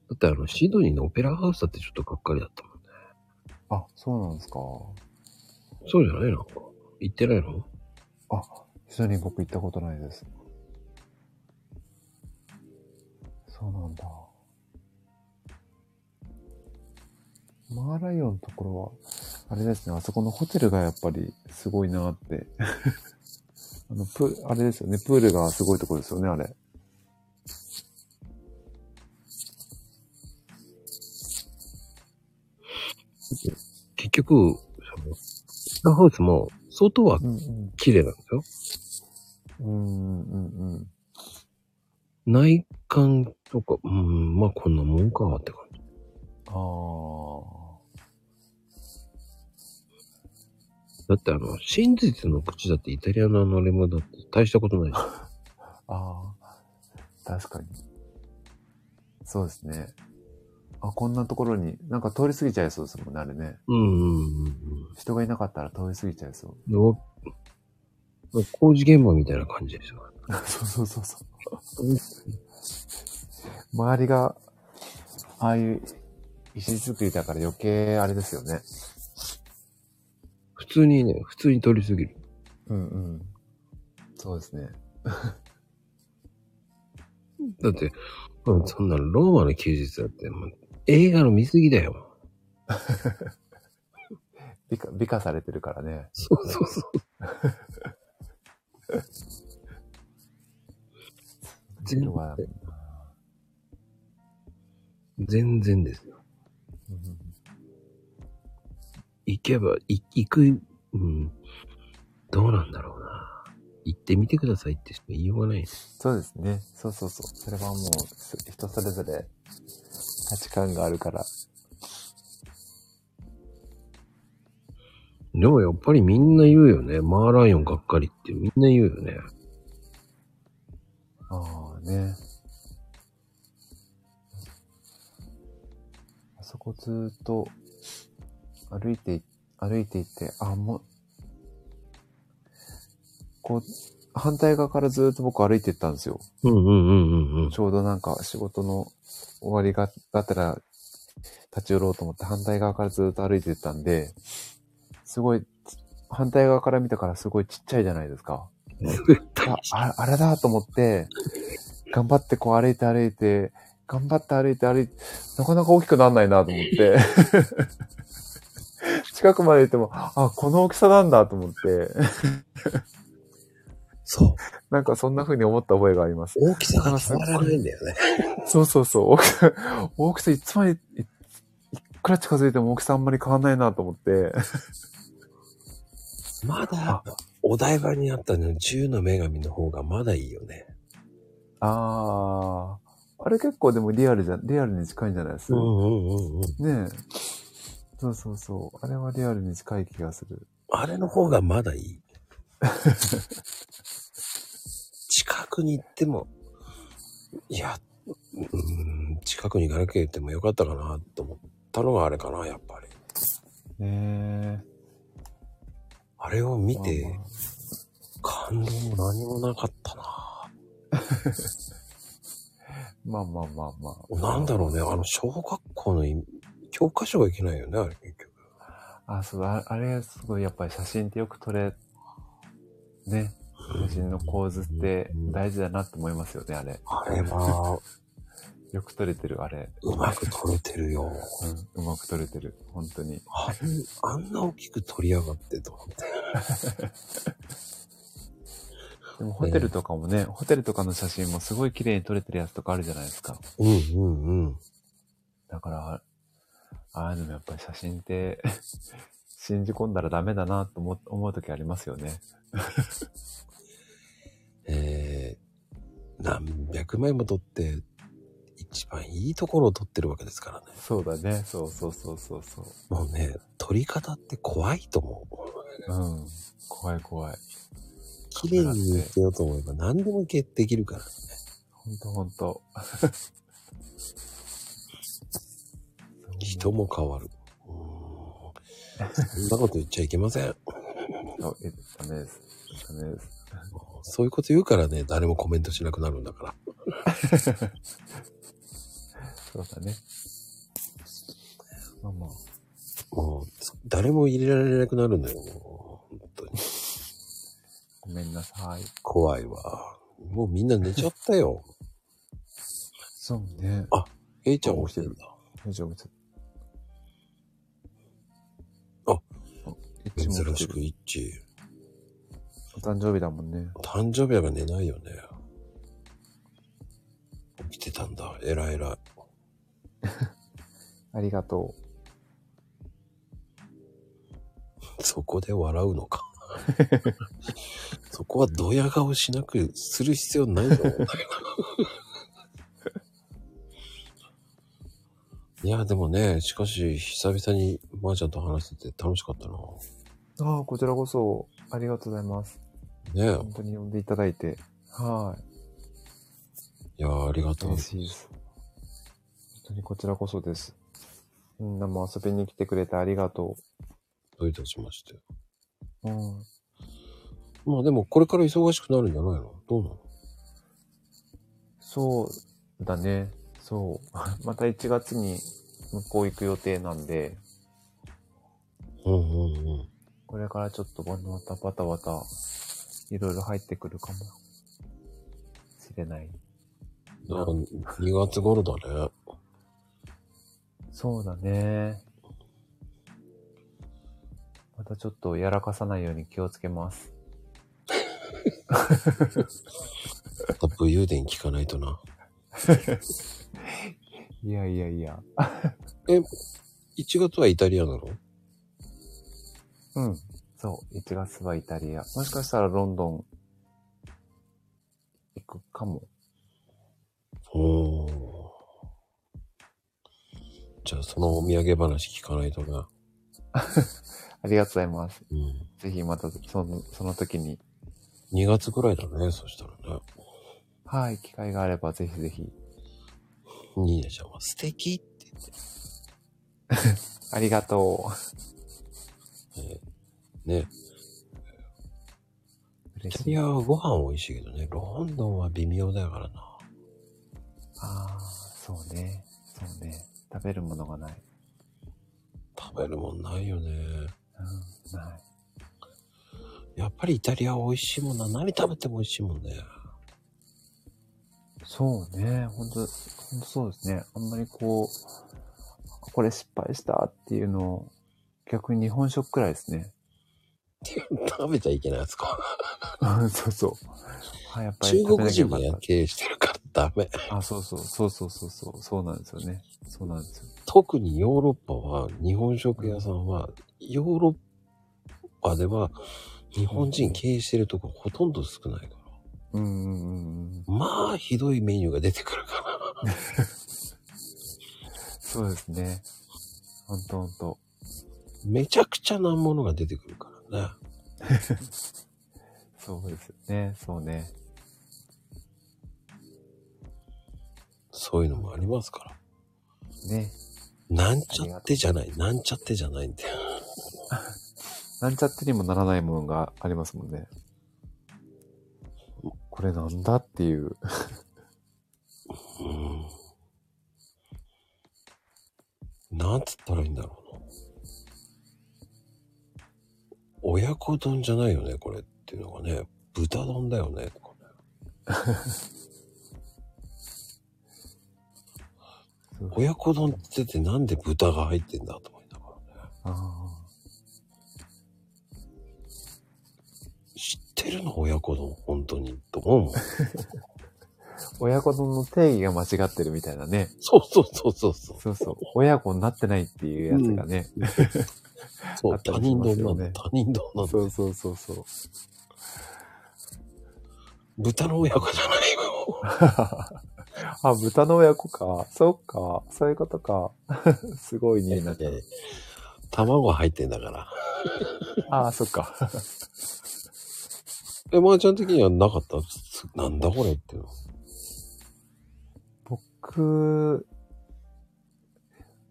S1: だってあの、シドニーのオペラハウスだってちょっとがっかりだったもんね。
S3: あ、そうなんですか。
S1: そうじゃないの行ってないの
S3: あ、非常に僕行ったことないです。そうなんだ。マーライオンのところは、あれですね、あそこのホテルがやっぱりすごいなって。 [laughs] あの、プーあれですよね、プールがすごいところですよね、あれ。
S1: 結局、そのオペラハウスも、外は
S3: うんうん。
S1: 綺麗なんですよ。
S3: うんうんうん。
S1: 内観とか、うん、まあこんなもんかって感じ。
S3: ああ。
S1: だってあの、真実の口だってイタリアのあのレモンだって大したことないし。
S3: ああ、確かに。そうですね。あ、こんなところに、なんか通り過ぎちゃいそうですもんね、あれね。
S1: うんうんうん
S3: 人がいなかったら通り過ぎちゃいそう。
S1: うんでお。工事現場みたいな感じですよ。
S3: [laughs] そうそうそうそう。 [laughs] 周りが、ああいう石造りだから余計あれですよね。
S1: 普通にね、普通に通り過ぎる。
S3: うんうん。そうですね。
S1: だって、うんそんなローマの休日だって、もう映画の見過ぎだよ。
S3: 美化、美化されてるからね。
S1: そうそうそう。全然
S3: 色が
S1: 全然ですよ。
S3: うんうん
S1: 行けば、い行く、うん、どうなんだろうな。行ってみてくださいってしか言いようがないです。
S3: そうですね。そうそうそう。それはもうす人それぞれ価値観があるから。
S1: でもやっぱりみんな言うよね。マーライオンがっかりってみんな言うよね。
S3: ああね。あそこずっと歩いてい、歩いていって、あ、もう、こう、反対側からずっと僕歩いていったんですよ。
S1: うんうんうんうんうん
S3: ち。ょうどなんか仕事の終わりが、だったら立ち寄ろうと思って反対側からずっと歩いていったんで、すごい、反対側から見たからすごいちっちゃいじゃないですか。
S1: 絶対
S3: あああれだと思って、頑張ってこう歩いて歩いて、頑張って歩いて歩いて、なかなか大きくならないなと思って。 [laughs] 近くまで行っても、あ、この大きさなんだと思って、
S1: そう。
S3: なんかそんな風に思った覚えがあります。
S1: 大きさが変わらないんだよね。
S3: そうそうそう、大きさ、大きさいつまで、いいくら近づいても大きさあんまり変わんないなと思って、
S1: まだ、お台場にあったの、銃の女神の方がまだいいよね。
S3: あー、あれ結構でもリアルじゃ、リアルに近いんじゃないですか。
S1: んうんうん。
S3: ねえ。そうそうそう。あれはリアルに近い気がする。
S1: あれの方がまだい [laughs] い。近くに行っても、いや、うーん、近くにガラケー行ってもよかったかなと思ったのがあれかな、やっぱり。
S3: ね
S1: あれを
S3: え
S1: 見て、感動も何もなかったな。
S3: まあまあまあまあ。
S1: なんだろうね、あの、小学校のい教科書がいけないよね、あれ結局。
S3: あ、そうだ、ああれすごいやっぱり写真ってよく撮れ、ね。写真の構図って大事だなって思いますよね、あれ。
S1: あれは、
S3: よく撮れてる、あれ。
S1: うまく撮れてるよ。
S3: うん、うまく撮れてる。本当に。
S1: ああんな大きく撮りやがってと思って。
S3: でもホテルとかもね、ホテルとかの写真もすごい綺麗に撮れてるやつとかあるじゃないですか。
S1: うんうんうん。
S3: だから、ああいうのもやっぱり写真って、 [laughs] 信じ込んだらダメだなと思思う時ありますよね。
S1: えー、何百枚も撮って、一番いいところを撮ってるわけですからね。
S3: そうだね。そうそうそうそうそう。
S1: もうね、撮り方って怖いと思う。
S3: うん。怖い怖い。
S1: 綺麗に見せようと思えば何でもいけできるからね。
S3: ほんとほんと。
S1: 人も変わる。うーんそんなこと言っちゃいけません。
S3: あえダメです。ダメです。
S1: そういうこと言うからね、誰もコメントしなくなるんだから。
S3: そうだね。まあまあ。
S1: もう、誰も入れられなくなるのよ。もう本当に。
S3: ごめんなさい。
S1: 怖いわ。もうみんな寝ちゃったよ。
S3: そうね。
S1: A ちゃん起きてるんだ。
S3: 大丈夫です。
S1: あ
S3: いつも
S1: 珍
S3: 来
S1: してく
S3: る
S1: 一致。
S3: お誕生日だもんね。
S1: 誕生日だから寝ないよね。起きてたんだ。えらいえらい。
S3: ありがとう。
S1: そこで笑うのか。そこはドヤ顔しなくする必要ないと思うんだけど。いや、でもね、しかし、久々にまーちゃんと話してて楽しかったな。
S3: ああ、こちらこそ、ありがとうございます。
S1: ね
S3: 本当に呼んでいただいて。はい
S1: や、ありが
S3: い。
S1: とう
S3: 嬉。しいです。本当にこちらこそです。みんなも遊びに来てくれてありがと
S1: どういたしまして。
S3: う。うん。
S1: まあでも、これから忙しくなるんじゃないのどうなの
S3: そうだね。そう。 [laughs] また1月に向こう行く予定なんで、
S1: うんうんうん。
S3: これからちょっとバタバタバタ、いろいろ入ってくるかも。しれない。
S1: なんか、2月頃だね。
S3: そうだね。またちょっとやらかさないように気をつけます。
S1: タップ誘電聞かないとな。
S3: いやいやいや。
S1: 1月はイタリアなの
S3: うん。そう。1月はイタリア。もしかしたらロンドン行くかも。
S1: おーじゃあ、そのお土産話聞かないとな。
S3: ありがとうございます。
S1: うん。
S3: ぜひまたそのその時に。
S1: 2月ぐらいだね、そしたらね。
S3: はい、機会があればぜひぜひ。
S1: ニーナちゃんは素敵って
S3: ありがと
S1: 言って、ね。ね。
S3: う。
S1: イ
S3: 嬉
S1: タ
S3: し
S1: リ
S3: い。
S1: アはご飯美味しいけどね、ロンドンは微妙だからな。
S3: ああ、そうね。そうね。食べるものがない。
S1: 食べるもんないよね。
S3: うん、ない。
S1: やっぱりイタリアは美味しいもんな。何食べても美味しいもんね。 [laughs]
S3: そうね。ほんと、ほんとそうですね。あんまりこう、これ失敗したっていうのを、逆に日本食くらいですね。 [laughs]
S1: 食べちゃいけないやつか。
S3: うんそうそう。はい、やっぱり
S1: 中
S3: 食
S1: 国
S3: べなき
S1: 人
S3: ゃよか
S1: が
S3: っ
S1: や経営してるからダメ。
S3: た。あ、そうそう、そうそうそうそう、そうなんですよね。そうなんですよ。
S1: 特にヨーロッパは、日本食屋さんは、ヨーロッパでは、日本人経営してるとこほとんど少ないから。
S3: うんうんうんうん。
S1: まあ、ひどいメニューが出てくるから。 [laughs]
S3: そうですね。ほんとほんと。
S1: めちゃくちゃなものが出てくるからね。
S3: そうですよね。そうね。
S1: そういうのもありますから。
S3: ね。
S1: なんちゃってじゃない。なんちゃってじゃないんだよ。
S3: なんちゃってにもならないものがありますもんね。これなんだっていう。
S1: うん。なんつったらいいんだろうな。親子丼じゃないよね、これっていうのがね。豚丼だよね、とかね。
S3: [laughs]
S1: 親子丼って言ってなんで豚が入ってんだと思いながらね。
S3: あ
S1: 知ってるの親子丼、本当に。と思う
S3: [laughs]
S1: もん。
S3: ー親子丼の定義が間違ってるみたいなね。
S1: そうそうそうそうそう。
S3: そうそう。親子になってないっていうやつがね。
S1: そ
S3: あ
S1: う、
S3: った
S1: 他
S3: りし
S1: 人
S3: ま
S1: 丼
S3: す
S1: な
S3: よ
S1: んだ。
S3: ね
S1: 他人丼なんだ。
S3: そうそうそうそう。
S1: 豚の親子じゃないよ。
S3: あ、豚の親子か。そっか。そういうことか。 [laughs] すごいね。なんか
S1: いやいや卵入ってんだから。
S3: あ、そっか。
S1: え、まー、ちゃん的にはなかったつなんだこれっていうの。
S3: 僕、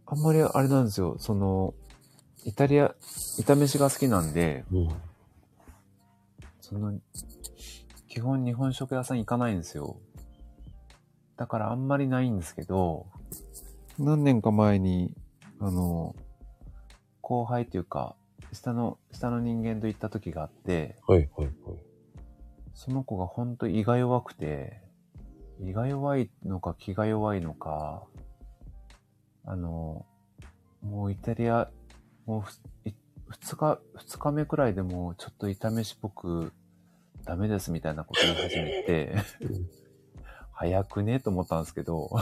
S3: あんまりあれなんですよ。その、イタリア、炒飯が好きなんで、
S1: うん。
S3: その、基本日本食屋さん行かないんですよ。だからあんまりないんですけど、何年か前に、あの、後輩というか、下の、下の人間と行った時があって、
S1: はいはいはい。
S3: その子がほんと胃が弱くて、胃が弱いのか気が弱いのか、あの、もうイタリア、もうふい二日、二日目くらいでもうちょっと痛めし僕、ダメですみたいなこと言い始めて
S1: うん、
S3: [laughs] 早くねと思ったんですけど、ま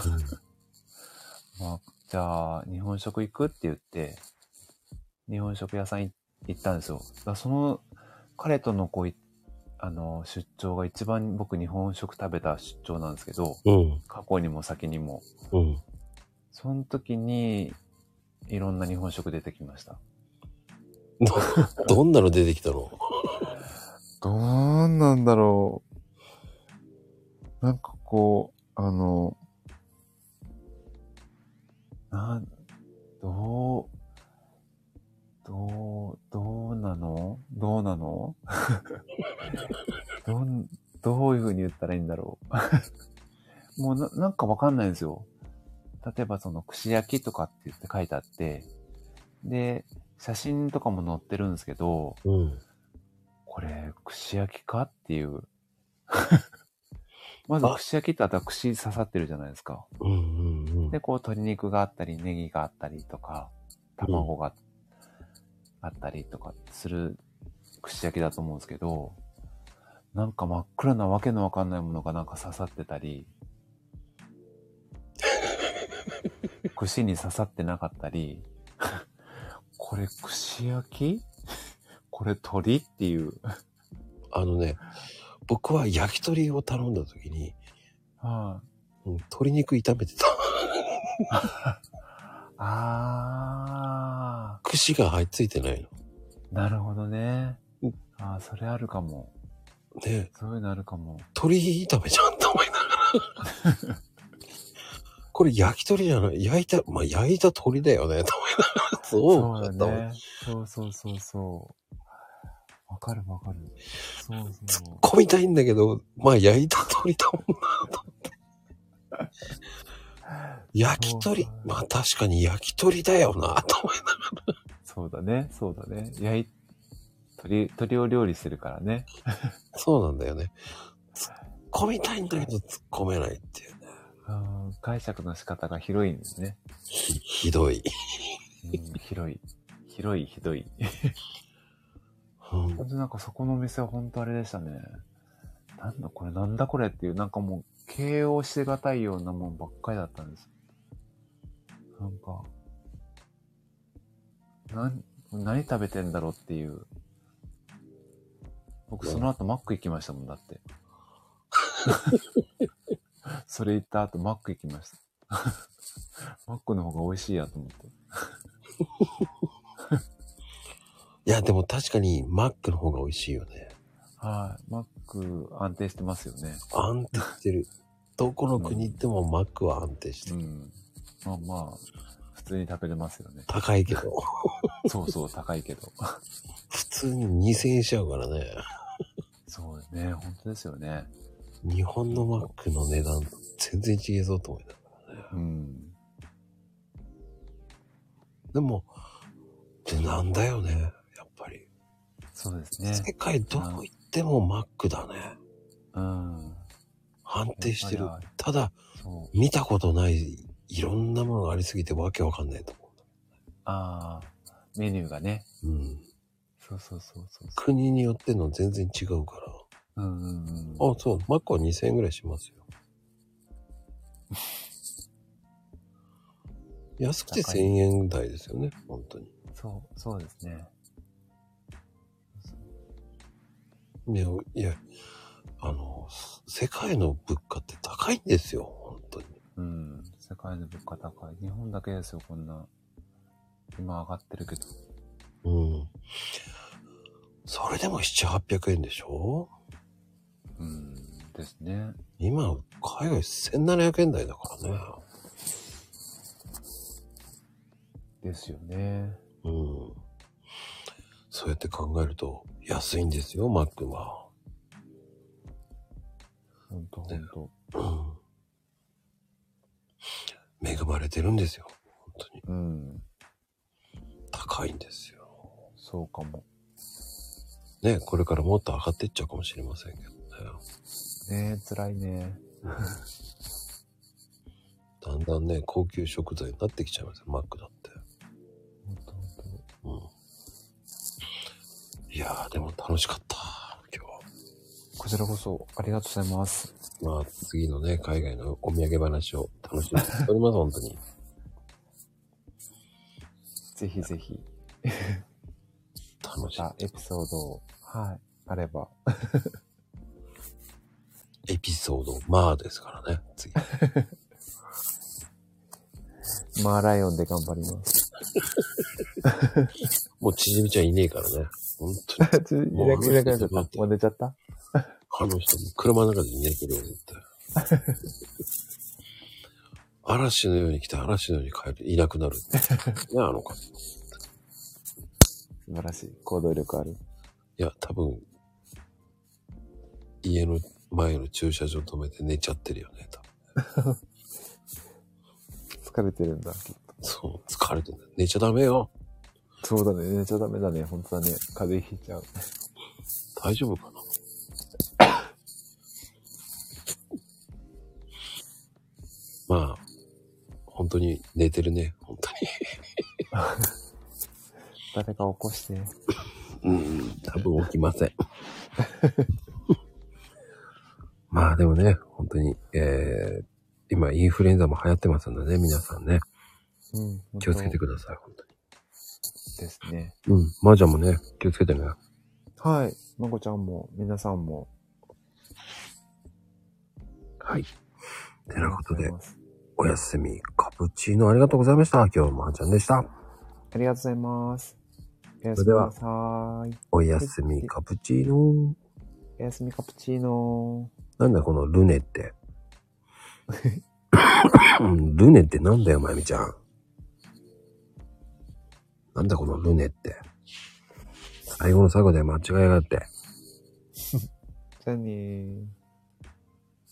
S3: あ、じゃあ日本食行くって言って、日本食屋さんい行ったんですよ。だからその彼とのこういあの、出張が一番僕日本食食べた出張なんですけど、
S1: うん。
S3: 過去にも先にも。
S1: うん。
S3: その時に、いろんな日本食出てきました。
S1: ど、どんなの出てきたの
S3: どうなんだろう。なんかこう、あの、なん、どう、どう、どうなのどうなの [laughs] どん、どういう風に言ったらいいんだろう。 [laughs] もうな、なんかわかんないんですよ。例えばその、串焼きとかって言って書いてあって、で、写真とかも載ってるんですけど、
S1: うん。
S3: これ、串焼きかっていう。 [laughs] まず
S1: あ
S3: 串焼きってあったら串刺さってるじゃないですか。
S1: うんうんう
S3: で、こう鶏肉があったり、ネギがあったりとか、卵があったりとかする串焼きだと思うんですけど、なんか真っ暗なわけのわかんないものがなんか刺さってた [laughs] り、串に刺さってなかった [laughs] り、これ串焼き [laughs] これ鳥っていう。
S1: あのね、僕は焼き鳥を頼んだ時に、
S3: はい
S1: うん鶏肉炒めてた。
S3: あ
S1: 串が入っついてないの。
S3: ー、なるほどね
S1: うん。
S3: あーそれあるかも。
S1: ね
S3: そういうのあるかも。
S1: 鶏炒めじゃんと思いながら。これ焼き鳥じゃない焼いた、まあ、焼いた鳥だよね、と思いながら、そう
S3: だ
S1: だったもん
S3: ね。そうそうそうそう。わかるわかる。そうそう。
S1: 込みたいんだけど、まあ焼いた鳥だもんなと思って。焼き鳥
S3: そうだね、
S1: まあ確かに焼き鳥だよなと思いながら。
S3: そうだね。そうだね。
S4: 焼い、
S3: 鳥、鳥を料理するからね。
S1: そうなんだよね。突っ込みたいんだけど突っ込めないっていうね。
S3: うん解釈の仕方が広いんですね。
S1: ひ、ひどい。
S3: うん、広い。広い、ひどい。
S1: うん
S3: ほんとなんかそこの店は本当あれでしたね。なんだこれ、なんだこれっていう、なんかもう、形容しがたいようなもんばっかりだったんです。なんか、なん、何食べてんだろうっていう。僕その後マック行きましたもんだって。それ行った後マック行きました。マックの方が美味しいやと思って。
S1: いや、でも確かにマックの方が美味しいよね。
S3: はい。マック安定してますよね。
S1: 安定してる。どこの国行ってもマックは安定して
S3: う
S1: る。。
S3: ん。まあまあ、普通に食べれますよね [laughs]
S1: 高いけど、
S3: そうそう、高いけど。
S1: 普通に2000円しちゃうからね。
S3: そうよね、本当ですよね。
S1: 日本のマックの値段と全然違えぞと思いながら
S3: うん。
S1: でも、無難だよね、やっぱり。
S3: そうですね。
S1: 世界どこ行ってもマックだね。
S3: うん。
S1: 安定してる
S3: やっぱり。
S1: ただ、
S3: そう。
S1: 見たことない、いろんなものがありすぎてわけわかんないと思
S3: ああ、メニューがね。
S1: う。うん。
S3: そうそうそうそうそ
S1: 国によっての全然違うから。
S3: う。うんうんうん。
S1: あ、そう、マックは2000円ぐらいします
S3: [laughs]
S1: よ。安くて1000円台ですよね、本当に。
S3: そう、そうですね。
S1: いや、いや、あの、世界の物価って高いんですよ、本当に。
S3: うん。世界の物価高い。日本だけですよ、こんな。今上がってるけど。
S1: うん。それでも7、800円でしょ
S3: うん。ですね。
S1: 今、海外1700円台だからね。
S3: ですよね。
S1: うん。そうやって考えると、安いんですよ、マックは。
S3: ほんとほんと。
S1: うん。恵まれてるんですよ。本当に。
S3: うん。
S1: 高いんですよ。
S3: そうかも。
S1: ね、これからもっと上がっていっちゃうかもしれませんけどね。
S3: ねえ、辛いね。
S1: だんだんね、高級食材になってきちゃいますよ、マックだって。
S3: ほんとほんと。
S1: うん。いやー、でも楽しかった、今日は。
S3: こちらこそありがとうございます。
S1: まあ、次のね、海外のお土産話を楽しみにしております、本当に。
S3: ぜひぜひ、ま
S1: 楽した
S3: エピソードを、はい、あれば。
S1: い。エピソード、まあですからね、次。
S3: マーライオンで頑張ります。
S1: もう、縮みちゃんいねえからね。本当に。
S3: ちょっ
S1: もう
S3: といなくなっちゃった。もう出ちゃった
S1: あの人、車の中でいねえけど、絶対。嵐のように来て、嵐のように帰る、いなくなる。ね、あの方。い
S3: 素晴らしい。行動力ある。
S1: や、多分、家の前の駐車場止めて寝ちゃってるよね、多分。
S3: 疲れてるんだ。
S1: そう、疲れてる。寝ちゃダメよ。
S3: そうだね。寝ちゃダメだね。本当だね。風邪ひいちゃう。
S1: 大丈夫かなまあ、本当に寝てるね、本
S3: 誰か起こして。
S1: 当に。うん、多分起きません。 [laughs] まあでもね、本当に、えー、今インフルエンザも流行ってますんでね、皆さんね、
S3: うん。本当
S1: 気をつけてください、本
S3: ですね。
S1: 当に。うん、まー、ちゃんもね、気をつけてね。
S3: はい。まこちゃんも、皆さんも。
S1: はい。てなことで
S3: ありがとうござい、ます
S1: おやすみ、カプチーノありがとうございました。今日もまー、ちゃんでした。
S3: ありがとうございます。おや
S1: それ
S3: す
S1: で
S3: み
S1: は
S3: なさーい。
S1: おやすみ、カプチーノ
S3: おやすみカプチーノ
S1: [laughs]
S3: ー。
S1: なんだこのルネって。うんルネってなんだよ、まゆみちゃん。なんだこのルネって。最後の最後で間違いやがって。
S3: じゃあねー。